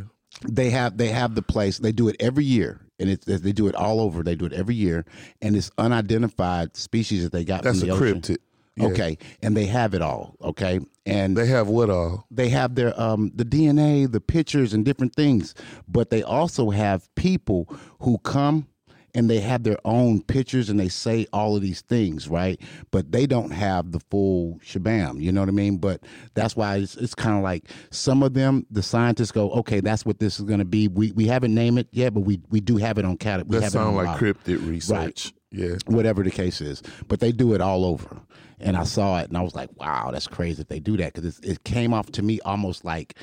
Speaker 1: they have they have the place. They do it every year, and it's they do it all over. They do it every year, and it's unidentified species that they got.
Speaker 2: That's
Speaker 1: from
Speaker 2: a
Speaker 1: the ocean.
Speaker 2: cryptid. Yeah.
Speaker 1: Okay, and they have it all. Okay, and
Speaker 2: They
Speaker 1: they
Speaker 2: have what all?
Speaker 1: they have their um the DNA, the pictures, and different things. But they also have people who come and they have their own pictures and they say all of these things, right? But they don't have the full shabam, you know what I mean? But that's why it's, it's kind of like some of them, the scientists go, okay, that's what this is going to be. We we haven't named it yet, but we we do have it on cat. We
Speaker 2: That
Speaker 1: have it
Speaker 2: sound
Speaker 1: on
Speaker 2: like
Speaker 1: lock.
Speaker 2: cryptid
Speaker 1: Right.
Speaker 2: research. Yeah.
Speaker 1: Whatever the case is, but they do it all over, and I saw it, and I was like, "Wow, that's crazy that they do that." Because it came off to me almost like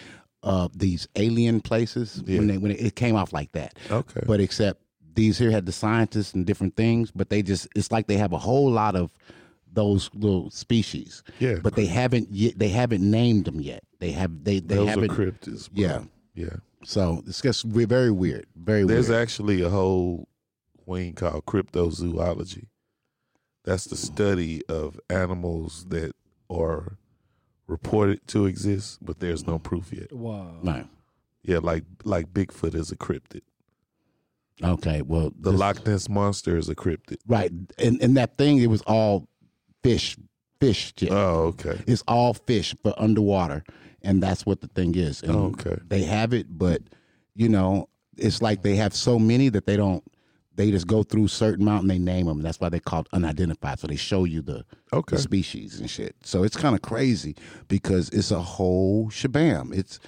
Speaker 1: uh, these alien places when they when it, it came off like that.
Speaker 2: Okay.
Speaker 1: But except these here had the scientists and different things, but they just it's like they have a whole lot of those little species.
Speaker 2: Yeah.
Speaker 1: But they haven't yet they haven't named them yet. They have they they
Speaker 2: Those are
Speaker 1: haven't
Speaker 2: cryptids. bro.
Speaker 1: Yeah.
Speaker 2: Yeah.
Speaker 1: So it's just we're very weird. Very
Speaker 2: There's
Speaker 1: weird.
Speaker 2: actually a whole wing called cryptozoology. That's the study of animals that are reported to exist, but there's no proof yet.
Speaker 3: Wow.
Speaker 1: no.
Speaker 2: Yeah, like like Bigfoot is a cryptid.
Speaker 1: Okay. Well
Speaker 2: The
Speaker 1: this-
Speaker 2: Loch Ness monster is a cryptid.
Speaker 1: Right. And and that thing it was all fish fish shit.
Speaker 2: Oh, okay.
Speaker 1: It's all fish, but underwater, and that's what the thing is. And
Speaker 2: Okay.
Speaker 1: they have it, but you know, it's like they have so many that they don't. They just go through certain mountain, they name them. That's why they called unidentified. So they show you the, the
Speaker 2: Okay.
Speaker 1: species and shit. So it's kind of crazy because it's a whole shabam. It's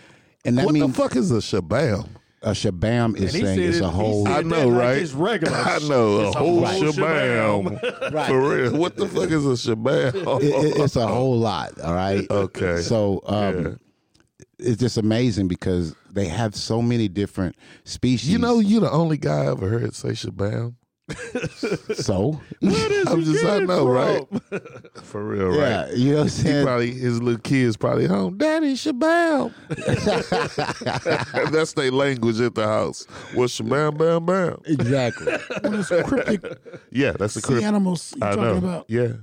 Speaker 1: and that
Speaker 2: what
Speaker 1: means
Speaker 2: the fuck is a shabam?
Speaker 1: a shabam is
Speaker 3: he
Speaker 1: saying
Speaker 3: said
Speaker 1: it's
Speaker 3: it-
Speaker 1: a
Speaker 3: he
Speaker 1: whole
Speaker 3: said
Speaker 2: I
Speaker 3: that
Speaker 2: know,
Speaker 3: like
Speaker 2: right?
Speaker 3: it's regular.
Speaker 2: I know
Speaker 3: It's
Speaker 2: a
Speaker 3: a
Speaker 2: whole,
Speaker 3: whole
Speaker 2: shabam. For real, what the fuck is a shabam?
Speaker 1: it, it- it's a whole lot. All right.
Speaker 2: Okay.
Speaker 1: So um, it's just amazing because they have so many different species.
Speaker 2: you know, you're the only guy I ever heard say shabam.
Speaker 1: so
Speaker 2: I'm just, I know, right? For real,
Speaker 1: yeah,
Speaker 2: right?
Speaker 1: you know what I'm
Speaker 2: He
Speaker 1: saying.
Speaker 2: probably his little kids probably home. Daddy Shabam. That's their language at the house. What's Shabam Bam Bam?
Speaker 1: Exactly.
Speaker 7: One of those cryptic
Speaker 2: Yeah, that's the
Speaker 7: sea
Speaker 2: crypt.
Speaker 7: animals you're
Speaker 2: I
Speaker 7: talking
Speaker 2: know.
Speaker 7: about.
Speaker 2: Yeah,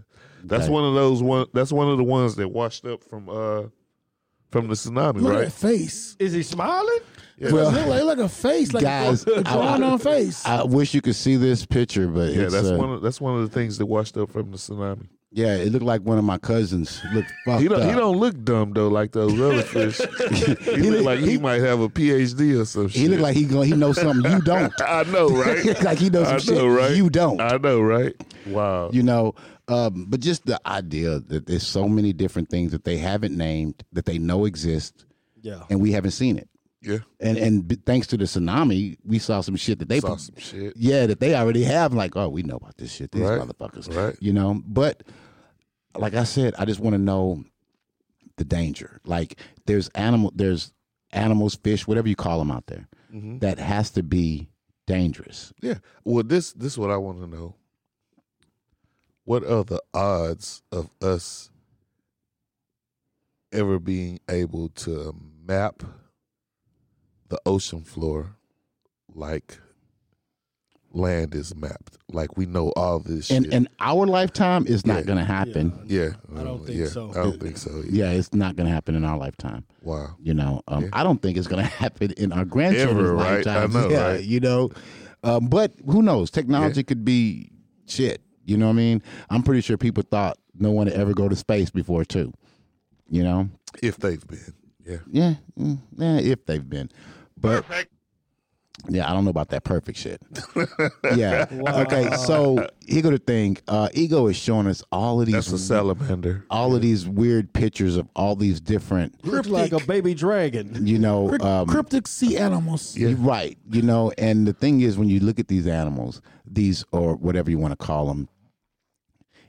Speaker 2: that's
Speaker 1: Right.
Speaker 2: one of those one. That's one of the ones that washed up from uh from the tsunami,
Speaker 7: Look at
Speaker 2: right?
Speaker 7: that face.
Speaker 3: Is he smiling?
Speaker 2: Yeah,
Speaker 7: Well,
Speaker 2: that's-
Speaker 7: look like, like a face, like
Speaker 1: Guys,
Speaker 7: a, a
Speaker 1: I-
Speaker 7: drawn on face.
Speaker 1: I wish you could see this picture, but
Speaker 2: yeah,
Speaker 1: it's,
Speaker 2: that's
Speaker 1: uh,
Speaker 2: one. Of, that's one of the things that washed up from the tsunami.
Speaker 1: yeah, it looked like one of my cousins looked fucked
Speaker 2: He don't.
Speaker 1: up.
Speaker 2: He don't look dumb though, like those other fish. he look like he might have a PhD or some shit.
Speaker 1: He looked like he going. He knows something you don't.
Speaker 2: I know, right?
Speaker 1: like he knows some
Speaker 2: I
Speaker 1: shit
Speaker 2: know, right?
Speaker 1: you don't.
Speaker 2: I know, right? Wow.
Speaker 1: you know um, but just the idea that there's so many different things that they haven't named that they know exist
Speaker 3: Yeah.
Speaker 1: and we haven't seen it
Speaker 2: yeah.
Speaker 1: and and b- thanks to the tsunami we saw some shit that they
Speaker 2: Saw some shit.
Speaker 1: yeah that they already have like oh we know about this shit these
Speaker 2: Right.
Speaker 1: motherfuckers
Speaker 2: Right.
Speaker 1: you know but like i said i just want to know the danger like there's animal there's animals fish whatever you call them out there
Speaker 2: Mm-hmm.
Speaker 1: that has to be dangerous
Speaker 2: Yeah. Well, this this is what I want to know. What are the odds of us ever being able to map the ocean floor like land is mapped? Like we know all this
Speaker 1: and
Speaker 2: shit.
Speaker 1: and our lifetime is not
Speaker 2: Yeah.
Speaker 1: going to happen
Speaker 2: yeah. Uh,
Speaker 3: I don't think
Speaker 2: yeah,
Speaker 3: so.
Speaker 2: I don't think so. either.
Speaker 1: yeah it's not going to happen in our lifetime
Speaker 2: Wow.
Speaker 1: You know, um,
Speaker 2: Yeah.
Speaker 1: I don't think it's going to happen in our grandchildren's
Speaker 2: Ever, right?
Speaker 1: lifetimes.
Speaker 2: I know,
Speaker 1: yeah,
Speaker 2: right?
Speaker 1: You know, um, but who knows? Technology could be shit. You know what I mean? I'm pretty sure people thought no one would ever go to space before too. You know?
Speaker 2: If they've been. Yeah.
Speaker 1: Yeah, mm, yeah. If they've been, but yeah, I don't know about that perfect shit. yeah. Okay. So here go the thing. Uh, Ego is showing us all of
Speaker 2: That's a
Speaker 1: these.
Speaker 2: salamander.
Speaker 1: All of these weird pictures of all these different,
Speaker 3: Looks like a baby dragon.
Speaker 1: you know,
Speaker 7: Crypt-
Speaker 1: um,
Speaker 7: cryptic sea animals.
Speaker 1: You're Right. You know, and the thing is, when you look at these animals, these or whatever you want to call them,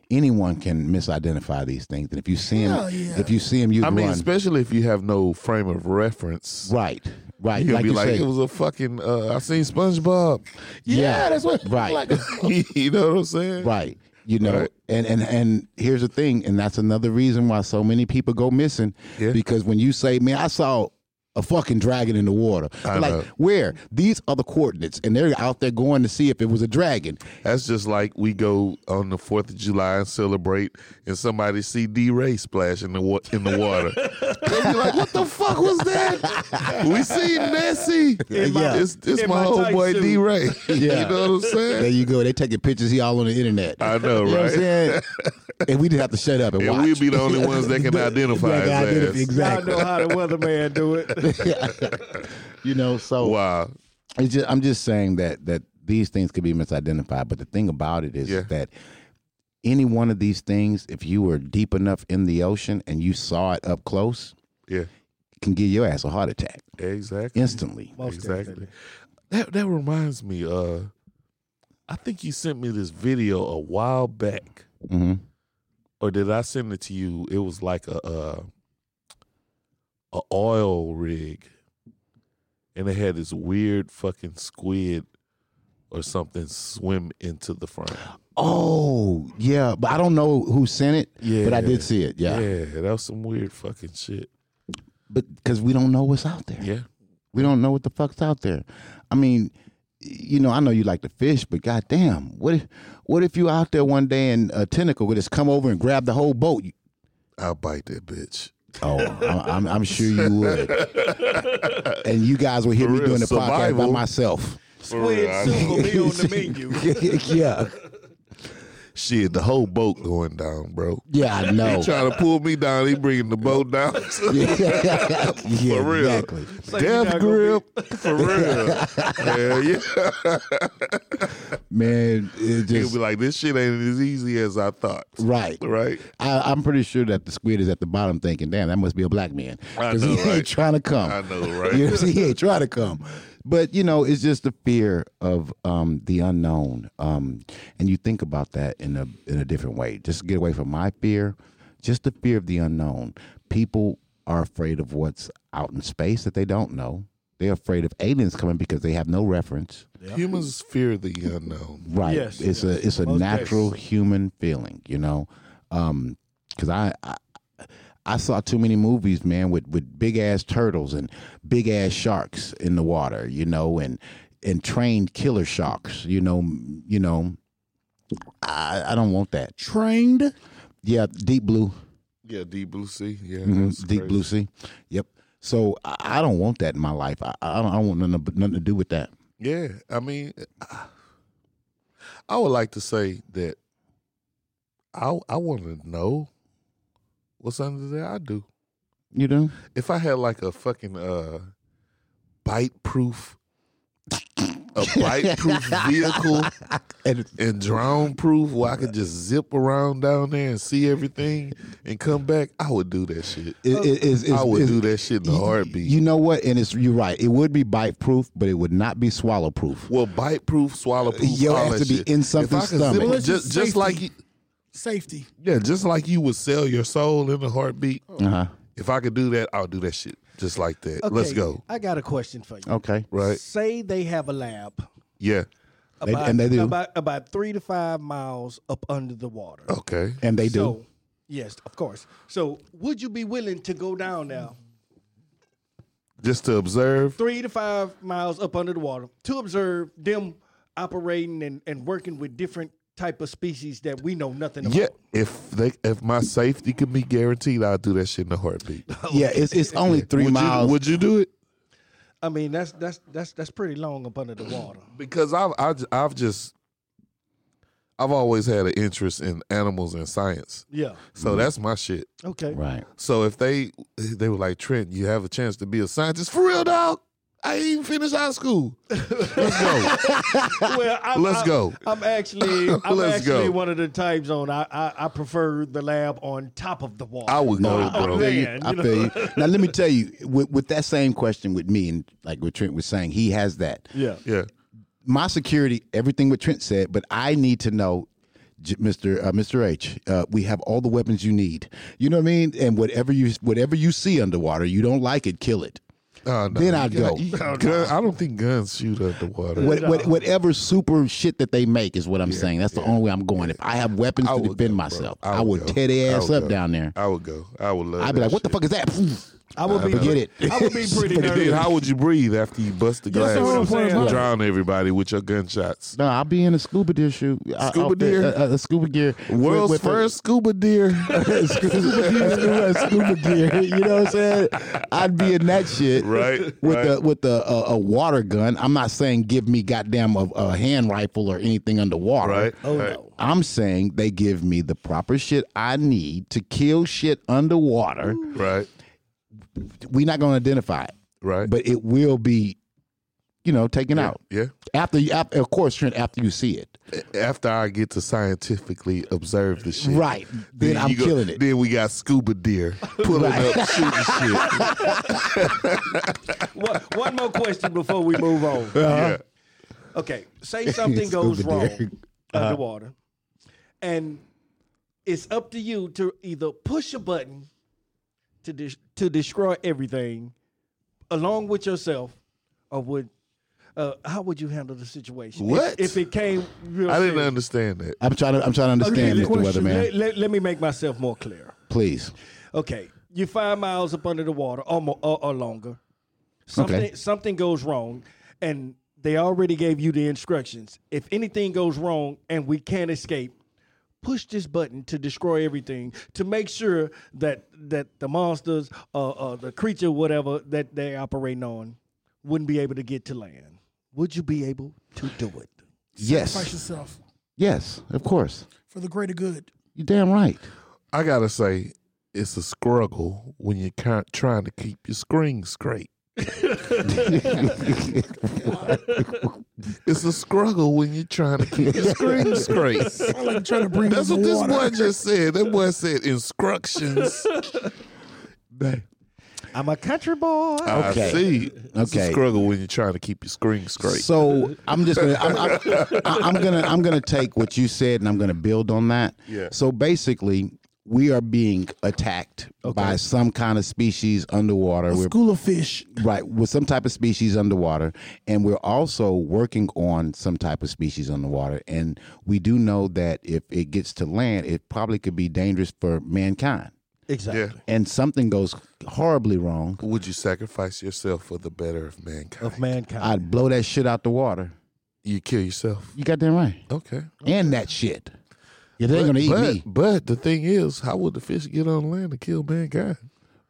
Speaker 1: anyone can misidentify these things. And if you see them,
Speaker 7: Hell yeah.
Speaker 1: if you see them, you
Speaker 2: I
Speaker 1: run.
Speaker 2: mean, especially if you have no frame of reference.
Speaker 1: right. Right.
Speaker 2: You'll
Speaker 1: Like
Speaker 2: be
Speaker 1: you
Speaker 2: like,
Speaker 1: say.
Speaker 2: it was a fucking. Uh, I seen SpongeBob.
Speaker 1: yeah,
Speaker 7: that's what-
Speaker 1: Right.
Speaker 2: you know what I'm saying?
Speaker 1: right. You know,
Speaker 2: Right.
Speaker 1: and and and here's the thing, and that's another reason why so many people go missing.
Speaker 2: Yeah.
Speaker 1: Because when you say, "Man, I saw." A fucking dragon in the water.
Speaker 2: I
Speaker 1: like
Speaker 2: know.
Speaker 1: where? These are the coordinates, and they're out there going to see if it was a dragon.
Speaker 2: That's just like we go on the Fourth of July and celebrate, and somebody see D. Ray splash in the wa- in the water. they be like, "What the fuck was that? we seen Nessie.
Speaker 1: In my-
Speaker 2: it's it's
Speaker 3: in
Speaker 2: my,
Speaker 3: my
Speaker 2: old
Speaker 3: tight
Speaker 2: boy
Speaker 3: suit."
Speaker 2: D. Ray.
Speaker 1: Yeah.
Speaker 2: you know what I'm saying?
Speaker 1: There you go. They taking pictures. He all on the internet.
Speaker 2: I
Speaker 1: You
Speaker 2: know,
Speaker 1: know what
Speaker 2: right?
Speaker 1: I'm saying? and we just have to shut up and,
Speaker 2: And
Speaker 1: watch.
Speaker 2: we'd be the only ones that can identify
Speaker 1: That can
Speaker 2: his
Speaker 1: identify-
Speaker 2: ass.
Speaker 1: Exactly.
Speaker 3: Y'all know how the weatherman do it.
Speaker 1: you know, so
Speaker 2: Wow.
Speaker 1: it's just, I'm just saying that that these things could be misidentified. But the thing about it is
Speaker 2: Yeah.
Speaker 1: that any one of these things, if you were deep enough in the ocean and you saw it up close,
Speaker 2: Yeah.
Speaker 1: can give your ass a heart attack
Speaker 2: Exactly.
Speaker 1: instantly.
Speaker 2: exactly. That that reminds me. Uh, I think you sent me this video a while back,
Speaker 1: hmm
Speaker 2: or did I send it to you? It was like a uh, a oil rig, and they had this weird fucking squid or something swim into the front.
Speaker 1: Oh yeah, but I don't know who sent it.
Speaker 2: Yeah,
Speaker 1: but I did see it. Yeah,
Speaker 2: yeah, that was some weird fucking shit.
Speaker 1: but because we don't know what's out there.
Speaker 2: Yeah,
Speaker 1: We don't know what the fuck's out there. I mean, you know, I know you like to fish, but goddamn, what if what if you out there one day and a tentacle would just come over and grab the whole boat? You-
Speaker 2: I'll bite that bitch.
Speaker 1: Oh, I- I'm, I'm sure you would. And you guys will hear
Speaker 2: For
Speaker 1: me
Speaker 2: real,
Speaker 1: doing the podcast by
Speaker 2: survival.
Speaker 1: myself.
Speaker 2: Squid soup will be on the menu.
Speaker 1: yeah,
Speaker 2: Shit, the whole boat going down, bro.
Speaker 1: yeah, I know.
Speaker 2: He trying to pull me down. He bringing the boat down.
Speaker 1: yeah,
Speaker 2: For real.
Speaker 1: exactly.
Speaker 2: Death grip. For real. Hell yeah.
Speaker 1: Man, it
Speaker 2: He'll
Speaker 1: just
Speaker 2: be like, this shit ain't as easy as I thought.
Speaker 1: right.
Speaker 2: Right?
Speaker 1: I, I'm pretty sure that the squid is at the bottom thinking, "Damn, that must be a black man,"
Speaker 2: I
Speaker 1: he
Speaker 2: know, right?
Speaker 1: ain't trying to come.
Speaker 2: I know, right?
Speaker 1: You know what I'm saying? He ain't trying to come. But you know, it's just the fear of um, the unknown, um, and you think about that in a in a different way. Just get away from my fear, just the fear of the unknown. People are afraid of what's out in space that they don't know. They're afraid of aliens coming because they have no reference.
Speaker 2: Humans fear the unknown.
Speaker 1: Right.
Speaker 3: Yes,
Speaker 1: it's
Speaker 3: yes.
Speaker 1: a it's a
Speaker 3: Most
Speaker 1: natural human feeling, you know. Um 'cause cuz I, I I saw too many movies, man, with with big ass turtles and big ass sharks in the water, you know, and and trained killer sharks, you know, m- you know. I I don't want that.
Speaker 7: Trained.
Speaker 1: Yeah, deep blue.
Speaker 2: Yeah, deep blue sea. Yeah.
Speaker 1: Mhm,
Speaker 2: Mm-hmm. that's
Speaker 1: deep
Speaker 2: crazy.
Speaker 1: blue sea. Yep. So I, I don't want that in my life. I I don't, I don't want nothing, to- nothing to do with that.
Speaker 2: Yeah, I mean, I- I would like to say that I I want to know what's under there. I do.
Speaker 1: You know?
Speaker 2: If I had like a fucking uh, bite proof, a bite proof vehicle
Speaker 1: And
Speaker 2: and drone proof where I could just zip around down there and see everything and come back, I would do that shit.
Speaker 1: it, it, it's, it's,
Speaker 2: I would
Speaker 1: it's-
Speaker 2: do that shit in a
Speaker 1: You-
Speaker 2: heartbeat.
Speaker 1: You know what? And it's you're right. It would be bite proof, but it would not be swallow proof.
Speaker 2: well, bite proof, swallow proof,
Speaker 1: Yo,
Speaker 2: all
Speaker 1: has
Speaker 2: that
Speaker 1: to be
Speaker 2: shit.
Speaker 1: in
Speaker 2: If I
Speaker 1: something's
Speaker 2: could zip-
Speaker 1: stomach.
Speaker 7: Well, it's
Speaker 2: just,
Speaker 7: just
Speaker 2: just like
Speaker 7: safety.
Speaker 2: you-
Speaker 7: Safety.
Speaker 2: Yeah, just like you would sell your soul in a heartbeat.
Speaker 1: Uh-huh.
Speaker 2: If I could do that, I'll do that shit just like that. Let's
Speaker 3: Okay,
Speaker 2: go.
Speaker 3: I got a question for you.
Speaker 1: Okay.
Speaker 2: Right?
Speaker 3: Say they have a lab
Speaker 2: Yeah.
Speaker 1: They-
Speaker 3: about,
Speaker 1: and they do.
Speaker 3: about about three to five miles up under the water.
Speaker 2: Okay.
Speaker 1: And Oh, they do.
Speaker 3: So, yes, of course. So, would you be willing to go down now,
Speaker 2: Just to observe.
Speaker 3: three to five miles up under the water, to observe them operating and, and working with different type of species that we know nothing about?
Speaker 2: Yeah. If they if my safety could be guaranteed, I'll do that shit in a heartbeat.
Speaker 1: Yeah, it's it's only three
Speaker 2: would
Speaker 1: miles.
Speaker 2: You, would you do it?
Speaker 3: I mean, that's that's that's that's pretty long up under the water.
Speaker 2: Because I've I, have i have just I've always had an interest in animals and science.
Speaker 3: Yeah.
Speaker 2: So
Speaker 1: Mm-hmm.
Speaker 2: that's my shit.
Speaker 3: Okay.
Speaker 1: right.
Speaker 2: So if they they were like Trent, you have a chance to be a scientist for real, dog. I ain't even finished high school. Let's go.
Speaker 3: Well, I'm,
Speaker 2: Let's
Speaker 3: I'm-
Speaker 2: go.
Speaker 3: I'm actually I'm
Speaker 2: Let's
Speaker 3: actually
Speaker 2: go.
Speaker 3: one of the types on I, I I prefer the lab on top of the water.
Speaker 2: I would
Speaker 1: No,
Speaker 2: go,
Speaker 1: I, I
Speaker 2: bro.
Speaker 1: feel you.
Speaker 3: Man,
Speaker 1: I
Speaker 3: you know.
Speaker 1: feel you. Now let me tell you, with, with that same question with me and like what Trent was saying, he has that.
Speaker 3: yeah.
Speaker 2: Yeah.
Speaker 1: My security, everything what Trent said, but I need to know. J- Mr. Uh, Mr. H, uh, we have all the weapons you need. You know what I mean? And whatever you whatever you see underwater, you don't like it, kill it.
Speaker 2: Oh, no.
Speaker 1: Then I'd
Speaker 2: You
Speaker 1: go.
Speaker 2: got- you- gun- I don't think guns shoot up the water.
Speaker 1: What, what, whatever super shit that they make is what I'm saying. That's the only way I'm going. If I have weapons
Speaker 2: I
Speaker 1: to
Speaker 2: would
Speaker 1: defend
Speaker 2: go, bro.
Speaker 1: myself,
Speaker 2: I
Speaker 1: I,
Speaker 2: would
Speaker 1: would
Speaker 2: go.
Speaker 1: tear their
Speaker 2: I
Speaker 1: ass
Speaker 2: would
Speaker 1: up
Speaker 2: go.
Speaker 1: down there.
Speaker 2: I would go. I would love.
Speaker 1: I'd be like, "What the fuck is that?"
Speaker 3: I would be
Speaker 1: Forget it.
Speaker 3: I would be pretty
Speaker 2: And then
Speaker 3: nervous.
Speaker 2: how would you breathe after you bust the glass?
Speaker 7: That's the whole point about it.
Speaker 2: Drown everybody with your gunshots.
Speaker 1: No, I'll be in a scuba deer shoe. I-
Speaker 2: Scuba
Speaker 1: outfit,
Speaker 2: deer?
Speaker 1: uh, uh, scuba gear. with-
Speaker 2: World's
Speaker 1: with a-
Speaker 2: first scuba deer.
Speaker 1: scuba, gear, scuba gear. You know what I'm saying? I'd be in that shit,
Speaker 2: Right,
Speaker 1: With
Speaker 2: right.
Speaker 1: the with the uh, a water gun. I'm not saying give me goddamn a, a hand rifle or anything underwater,
Speaker 2: right?
Speaker 3: Oh
Speaker 2: right.
Speaker 3: no.
Speaker 1: I'm saying they give me the proper shit I need to kill shit underwater.
Speaker 2: Right.
Speaker 1: We're not going to identify it,
Speaker 2: Right.
Speaker 1: but it will be you know, taken out.
Speaker 2: Yeah.
Speaker 1: After, you- af- of course, Trent, after you see it.
Speaker 2: After I get to scientifically observe the shit,
Speaker 1: Right. Then I'm
Speaker 2: you go-
Speaker 1: killing it.
Speaker 2: Then we got scuba deer pulling
Speaker 1: Right.
Speaker 2: up, shooting shit.
Speaker 3: one, one more question before we move on. Okay, say something goes
Speaker 1: Scuba
Speaker 3: wrong
Speaker 1: dive.
Speaker 2: Uh-huh.
Speaker 3: underwater, and it's up to you to either push a button to dis- to destroy everything along with yourself, or would uh, how would you handle the situation? If-
Speaker 2: What?
Speaker 3: if, it came? Real
Speaker 2: I didn't
Speaker 3: serious?
Speaker 2: understand that.
Speaker 1: I'm trying to, I'm trying to understand,
Speaker 3: Okay,
Speaker 1: Mr.
Speaker 3: let-
Speaker 1: Weatherman.
Speaker 3: Let, let- let me make myself more clear.
Speaker 1: Please.
Speaker 3: Okay, you five miles up under the water or, mo- or, or longer. Something something goes wrong, and they already gave you the instructions. If anything goes wrong and we can't escape, push this button to destroy everything to make sure that that the monsters or, or the creature, whatever that they're operating on, wouldn't be able to get to land. Would you be able to do it?
Speaker 7: Sacrifice
Speaker 1: Yes.
Speaker 7: yourself
Speaker 1: Yes, of course.
Speaker 7: for the greater good.
Speaker 1: You're damn right.
Speaker 2: I gotta say, it's a struggle when you're ki- trying to keep your screen straight. it's a struggle when you're trying to keep your screen straight.
Speaker 7: I like trying to breathe.
Speaker 2: That's
Speaker 7: in
Speaker 2: what
Speaker 7: the
Speaker 2: this
Speaker 7: water.
Speaker 2: boy just said. That boy said instructions.
Speaker 3: I'm a country boy.
Speaker 2: I see. It's a
Speaker 1: Okay.
Speaker 2: struggle when you're trying to keep your screen straight.
Speaker 1: So I'm just gonna I'm, I'm, I'm gonna I'm gonna take what you said and I'm gonna build on that.
Speaker 2: Yeah.
Speaker 1: So basically, we are being attacked by some kind of species underwater. We're
Speaker 7: School of fish.
Speaker 1: right with some type of species underwater, and we're also working on some type of species underwater. And we do know that if it gets to land, it probably could be dangerous for mankind.
Speaker 3: exactly.
Speaker 2: yeah.
Speaker 1: And something goes horribly wrong,
Speaker 2: Would you sacrifice yourself for the better of mankind?
Speaker 3: Of mankind.
Speaker 1: I'd blow that shit out the water.
Speaker 2: You kill yourself.
Speaker 1: You goddamn right.
Speaker 2: Okay.
Speaker 1: And that shit. Yeah, they ain't
Speaker 2: But-
Speaker 1: gonna eat
Speaker 2: but,
Speaker 1: me.
Speaker 2: But the thing is, how would the fish get on land to kill mankind?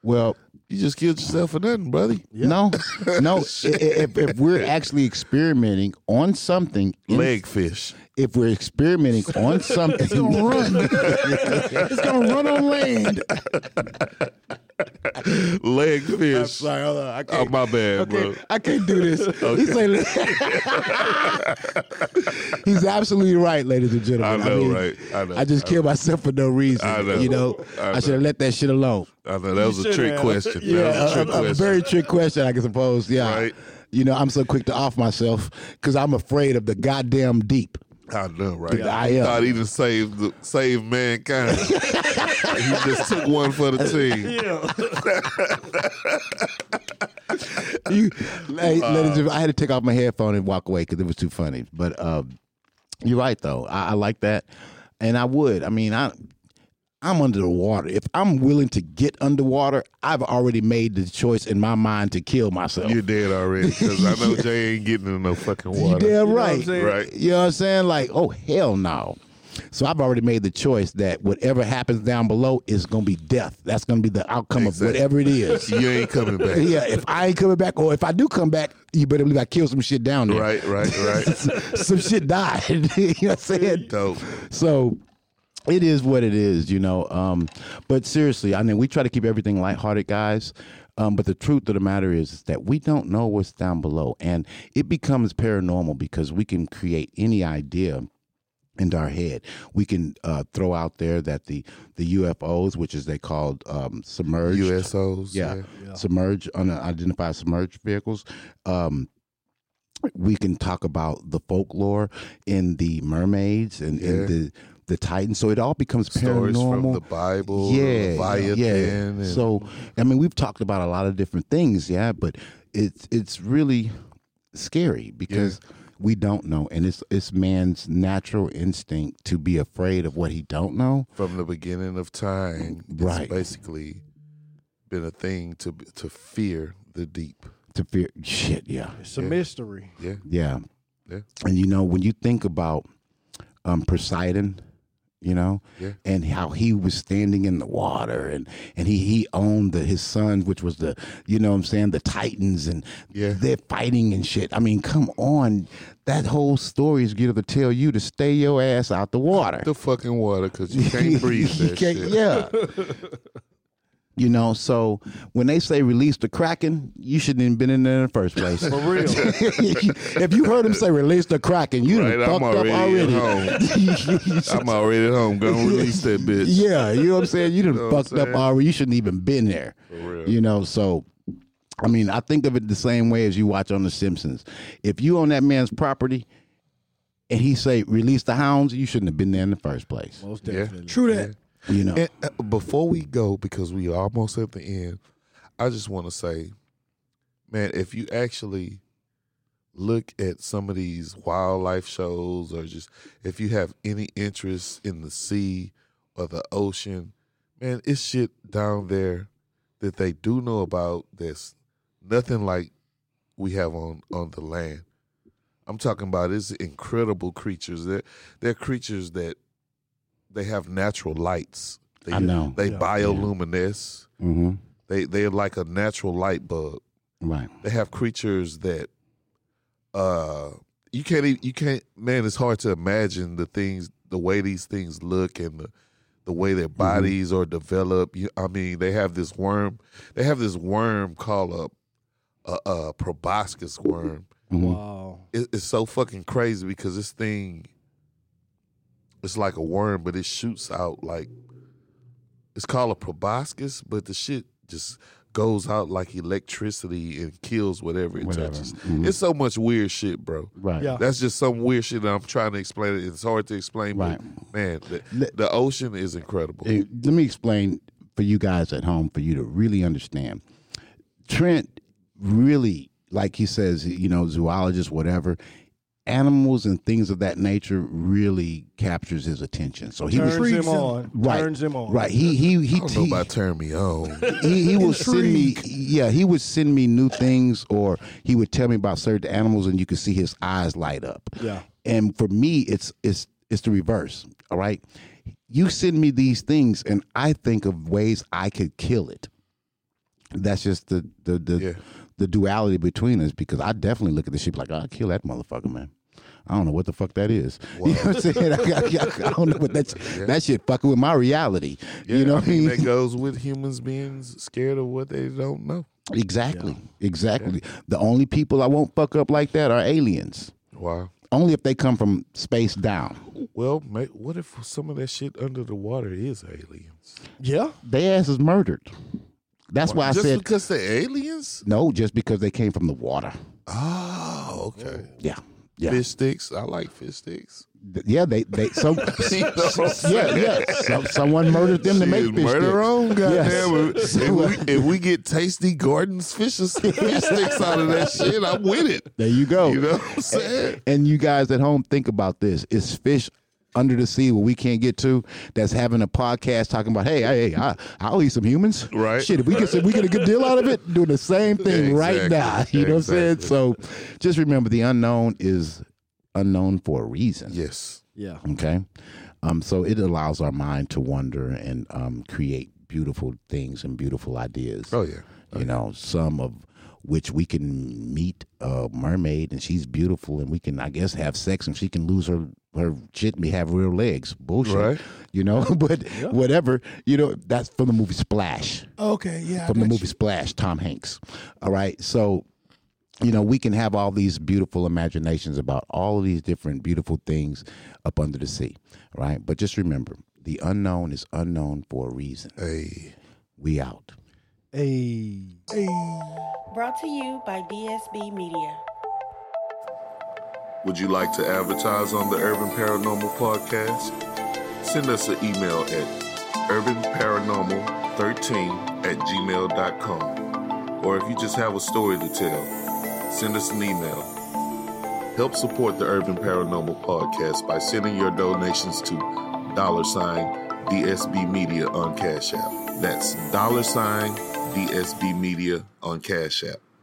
Speaker 1: Well,
Speaker 2: You just killed yourself for nothing, brother.
Speaker 1: No, no. i- i- if, if we're actually experimenting on something, in-
Speaker 2: Leg fish.
Speaker 1: If we're experimenting on something,
Speaker 7: Gonna run. it's gonna run on land.
Speaker 2: Leg fish.
Speaker 1: Sorry, hold on. I
Speaker 2: Oh, my bad, bro.
Speaker 1: I can't do this. He's, he's absolutely right, ladies and gentlemen.
Speaker 2: I know, right? I know.
Speaker 1: I just killed myself for no reason.
Speaker 2: I know.
Speaker 1: You know,
Speaker 2: I
Speaker 1: I,
Speaker 2: know.
Speaker 1: should have let that shit alone.
Speaker 2: I know that was a
Speaker 3: should
Speaker 2: trick
Speaker 3: have.
Speaker 2: question.
Speaker 1: Yeah,
Speaker 2: that was
Speaker 1: a,
Speaker 2: a trick
Speaker 1: a- a
Speaker 2: question.
Speaker 1: very trick question, I suppose. Yeah.
Speaker 2: Right.
Speaker 1: You know, I'm so quick to off myself because I'm afraid of the goddamn deep.
Speaker 2: I know, right?
Speaker 1: Yeah, I
Speaker 2: he
Speaker 1: am.
Speaker 2: thought he just saved the, saved mankind. he just took one for the team.
Speaker 1: you, hey, ladies, and- I had to take off my headphone and walk away because it was too funny. But um, you're right, though. I, I like that, and I would. I mean, I I'm under the water. If I'm willing to get underwater, I've already made the choice in my mind to kill myself.
Speaker 2: You're dead already because I know Jay ain't getting in no fucking water.
Speaker 1: You damn
Speaker 3: what
Speaker 1: right.
Speaker 3: I'm saying?
Speaker 2: Right.
Speaker 1: You know what I'm saying? Like, oh hell no. So I've already made the choice that whatever happens down below is gonna be death. That's gonna be the outcome
Speaker 2: Exactly.
Speaker 1: of whatever it is.
Speaker 2: You ain't coming back.
Speaker 1: yeah, if I ain't coming back, or if I do come back, you better believe I kill some shit down there.
Speaker 2: Right, right, right.
Speaker 1: some shit died. you know what I'm saying?
Speaker 2: Dope.
Speaker 1: So it is what it is, you know. Um, but seriously, I mean, we try to keep everything lighthearted, guys. Um, but the truth of the matter is, is that we don't know what's down below, and it becomes paranormal because we can create any idea into our head. We can uh, throw out there that the the UFOs, which is they called um, submerged
Speaker 2: USOs.
Speaker 1: yeah, submerged unidentified submerged vehicles um we can talk about the folklore in the mermaids and in
Speaker 2: Yeah.
Speaker 1: the the titans so it all becomes
Speaker 2: Stories
Speaker 1: paranormal
Speaker 2: from the Bible. Leviathan. and-
Speaker 1: so i mean we've talked about a lot of different things yeah but it's it's really scary because we don't know and it's it's man's natural instinct to be afraid of what he don't know
Speaker 2: from the beginning of time.
Speaker 1: Right.
Speaker 2: It's basically been a thing to to fear the deep.
Speaker 1: to fear shit yeah
Speaker 3: It's a mystery.
Speaker 2: Yeah.
Speaker 1: Yeah.
Speaker 2: Yeah.
Speaker 1: And you know, when you think about um Poseidon, you know,
Speaker 2: Yeah.
Speaker 1: and how he was standing in the water and and he he owned the his son, which was the you know what I'm saying, the Titans and
Speaker 2: Yeah.
Speaker 1: they're fighting and shit. I mean, come on. That whole story is gonna tell you to stay your ass out the water.
Speaker 2: The fucking water because you can't breathe
Speaker 1: You
Speaker 2: that
Speaker 1: can't-
Speaker 2: shit.
Speaker 1: Yeah. You know, so when they say release the Kraken, you shouldn't have been in there in the first place.
Speaker 2: For real.
Speaker 1: if you heard him say release the Kraken, you done
Speaker 2: Right, I'm
Speaker 1: fucked up
Speaker 2: already,
Speaker 1: already.
Speaker 2: at home. I'm already at home. Gonna release that bitch.
Speaker 1: Yeah, you know what I'm saying? You done
Speaker 2: Know what I'm
Speaker 1: fucked up
Speaker 2: saying?
Speaker 1: already. You shouldn't even been there.
Speaker 2: real.
Speaker 1: You know, so I mean, I think of it the same way as you watch on The Simpsons. If you on that man's property and he say release the hounds, you shouldn't have been there in the first place.
Speaker 3: Most
Speaker 2: Yeah.
Speaker 3: definitely.
Speaker 7: True that.
Speaker 1: You know.
Speaker 2: And, uh, before we go, because we are almost at the end, I just want to say, man, if you actually look at some of these wildlife shows, or just if you have any interest in the sea or the ocean, man, it's shit down there that they do know about that's nothing like we have on on the land. I'm talking about it's incredible creatures. They're, they're creatures that they have natural lights. They,
Speaker 1: I know.
Speaker 2: They bioluminesce.
Speaker 1: Mm-hmm.
Speaker 2: They they're like a natural light bulb.
Speaker 1: Right.
Speaker 2: They have creatures that uh you can't even, you can't man, it's hard to imagine the things the way these things look and the the way their bodies are developed. You, I mean, they have this worm. They have this worm called a a, a proboscis worm
Speaker 3: Wow.
Speaker 2: it, it's so fucking crazy because this thing it's like a worm but it shoots out like it's called a proboscis but the shit just goes out like electricity and kills whatever it
Speaker 1: Whatever.
Speaker 2: touches
Speaker 1: Mhm.
Speaker 2: it's so much weird shit bro
Speaker 1: Right.
Speaker 3: Yeah.
Speaker 2: that's just some weird shit that i'm trying to explain it's hard to explain but man the,
Speaker 1: Let-
Speaker 2: the ocean is incredible
Speaker 1: Hey, let me explain for you guys at home for you to really understand. Trent really, like he says, you know, zoologist, whatever. Animals and things of that nature really captures his attention. So he was
Speaker 3: Turns
Speaker 7: intrigues
Speaker 3: him
Speaker 7: him.
Speaker 3: on.
Speaker 1: right,
Speaker 3: Turns him on.
Speaker 1: right. He he he.
Speaker 2: i don't know
Speaker 1: he-
Speaker 2: about turn me on
Speaker 1: he, he would send me yeah he would send me new things or he would tell me about certain animals and you could see his eyes light up
Speaker 3: Yeah.
Speaker 1: and for me it's it's it's the reverse all right you send me these things and i think of ways i could kill it that's just the the the,
Speaker 2: Yeah.
Speaker 1: the duality between us because i definitely look at this shit like i'll kill that motherfucker man I don't know what the fuck that is. You know what I'm saying? I, I- I don't know what that that shit fucking with my reality. you know what I mean?
Speaker 2: that goes with humans being scared of what they don't know
Speaker 1: Exactly. Exactly. The only people I won't fuck up like that are aliens.
Speaker 2: wow
Speaker 1: Only if they come from space down.
Speaker 2: Well, mate, what if some of that shit under the water is aliens?
Speaker 3: Yeah.
Speaker 1: They ass is murdered. That's why I
Speaker 2: Just
Speaker 1: said
Speaker 2: because they're aliens?
Speaker 1: no, just because they came from the water.
Speaker 2: Oh, okay.
Speaker 1: Yeah. Yeah.
Speaker 2: Fish sticks. I like fish sticks.
Speaker 1: Th- Yeah, they they so
Speaker 2: You know what I'm saying?
Speaker 1: yeah, yeah. Some, someone murdered them to make
Speaker 2: Shit,
Speaker 1: fish
Speaker 2: murder
Speaker 1: sticks.
Speaker 2: on, goddamn.
Speaker 1: Yes.
Speaker 2: If, we, if we get tasty gardens fish, fish sticks out of that shit, I'm with it.
Speaker 1: There you go.
Speaker 2: You know what I'm saying?
Speaker 1: And you guys at home, think about this: it's fish under the sea where we can't get to. That's having a podcast talking about, hey, hey, I, I'll eat some humans.
Speaker 2: Right.
Speaker 1: Shit, if we get if we get a good deal out of it, do the same thing right now.
Speaker 2: Exactly.
Speaker 1: You know what I'm saying?
Speaker 2: Exactly.
Speaker 1: So, just remember, the unknown is unknown for a reason.
Speaker 2: Yes.
Speaker 3: Yeah.
Speaker 1: Okay. Um, so it allows our mind to wonder and um, create beautiful things and beautiful ideas
Speaker 2: Oh, yeah.
Speaker 1: you know some of which we can meet a mermaid and she's beautiful and we can i guess have sex and she can lose her her shit and we have real legs bullshit
Speaker 2: Right.
Speaker 1: you know but whatever you know that's from the movie splash
Speaker 7: Okay, yeah. I
Speaker 1: from the
Speaker 7: got
Speaker 1: movie Splash, Tom Hanks. All right. So, you know, we can have all these beautiful imaginations about all of these different beautiful things up under the sea. All right. But just remember the unknown is unknown for a reason.
Speaker 2: Hey.
Speaker 1: We out.
Speaker 3: Hey.
Speaker 10: Brought to you by DSB Media.
Speaker 2: Would you like to advertise on the Urban Paranormal Podcast? Send us an email at urbanparanormal13 at gmail.com. Or if you just have a story to tell, send us an email. Help support the Urban Paranormal Podcast by sending your donations to dollar sign DSB Media on Cash App. That's dollar sign DSB Media on Cash App.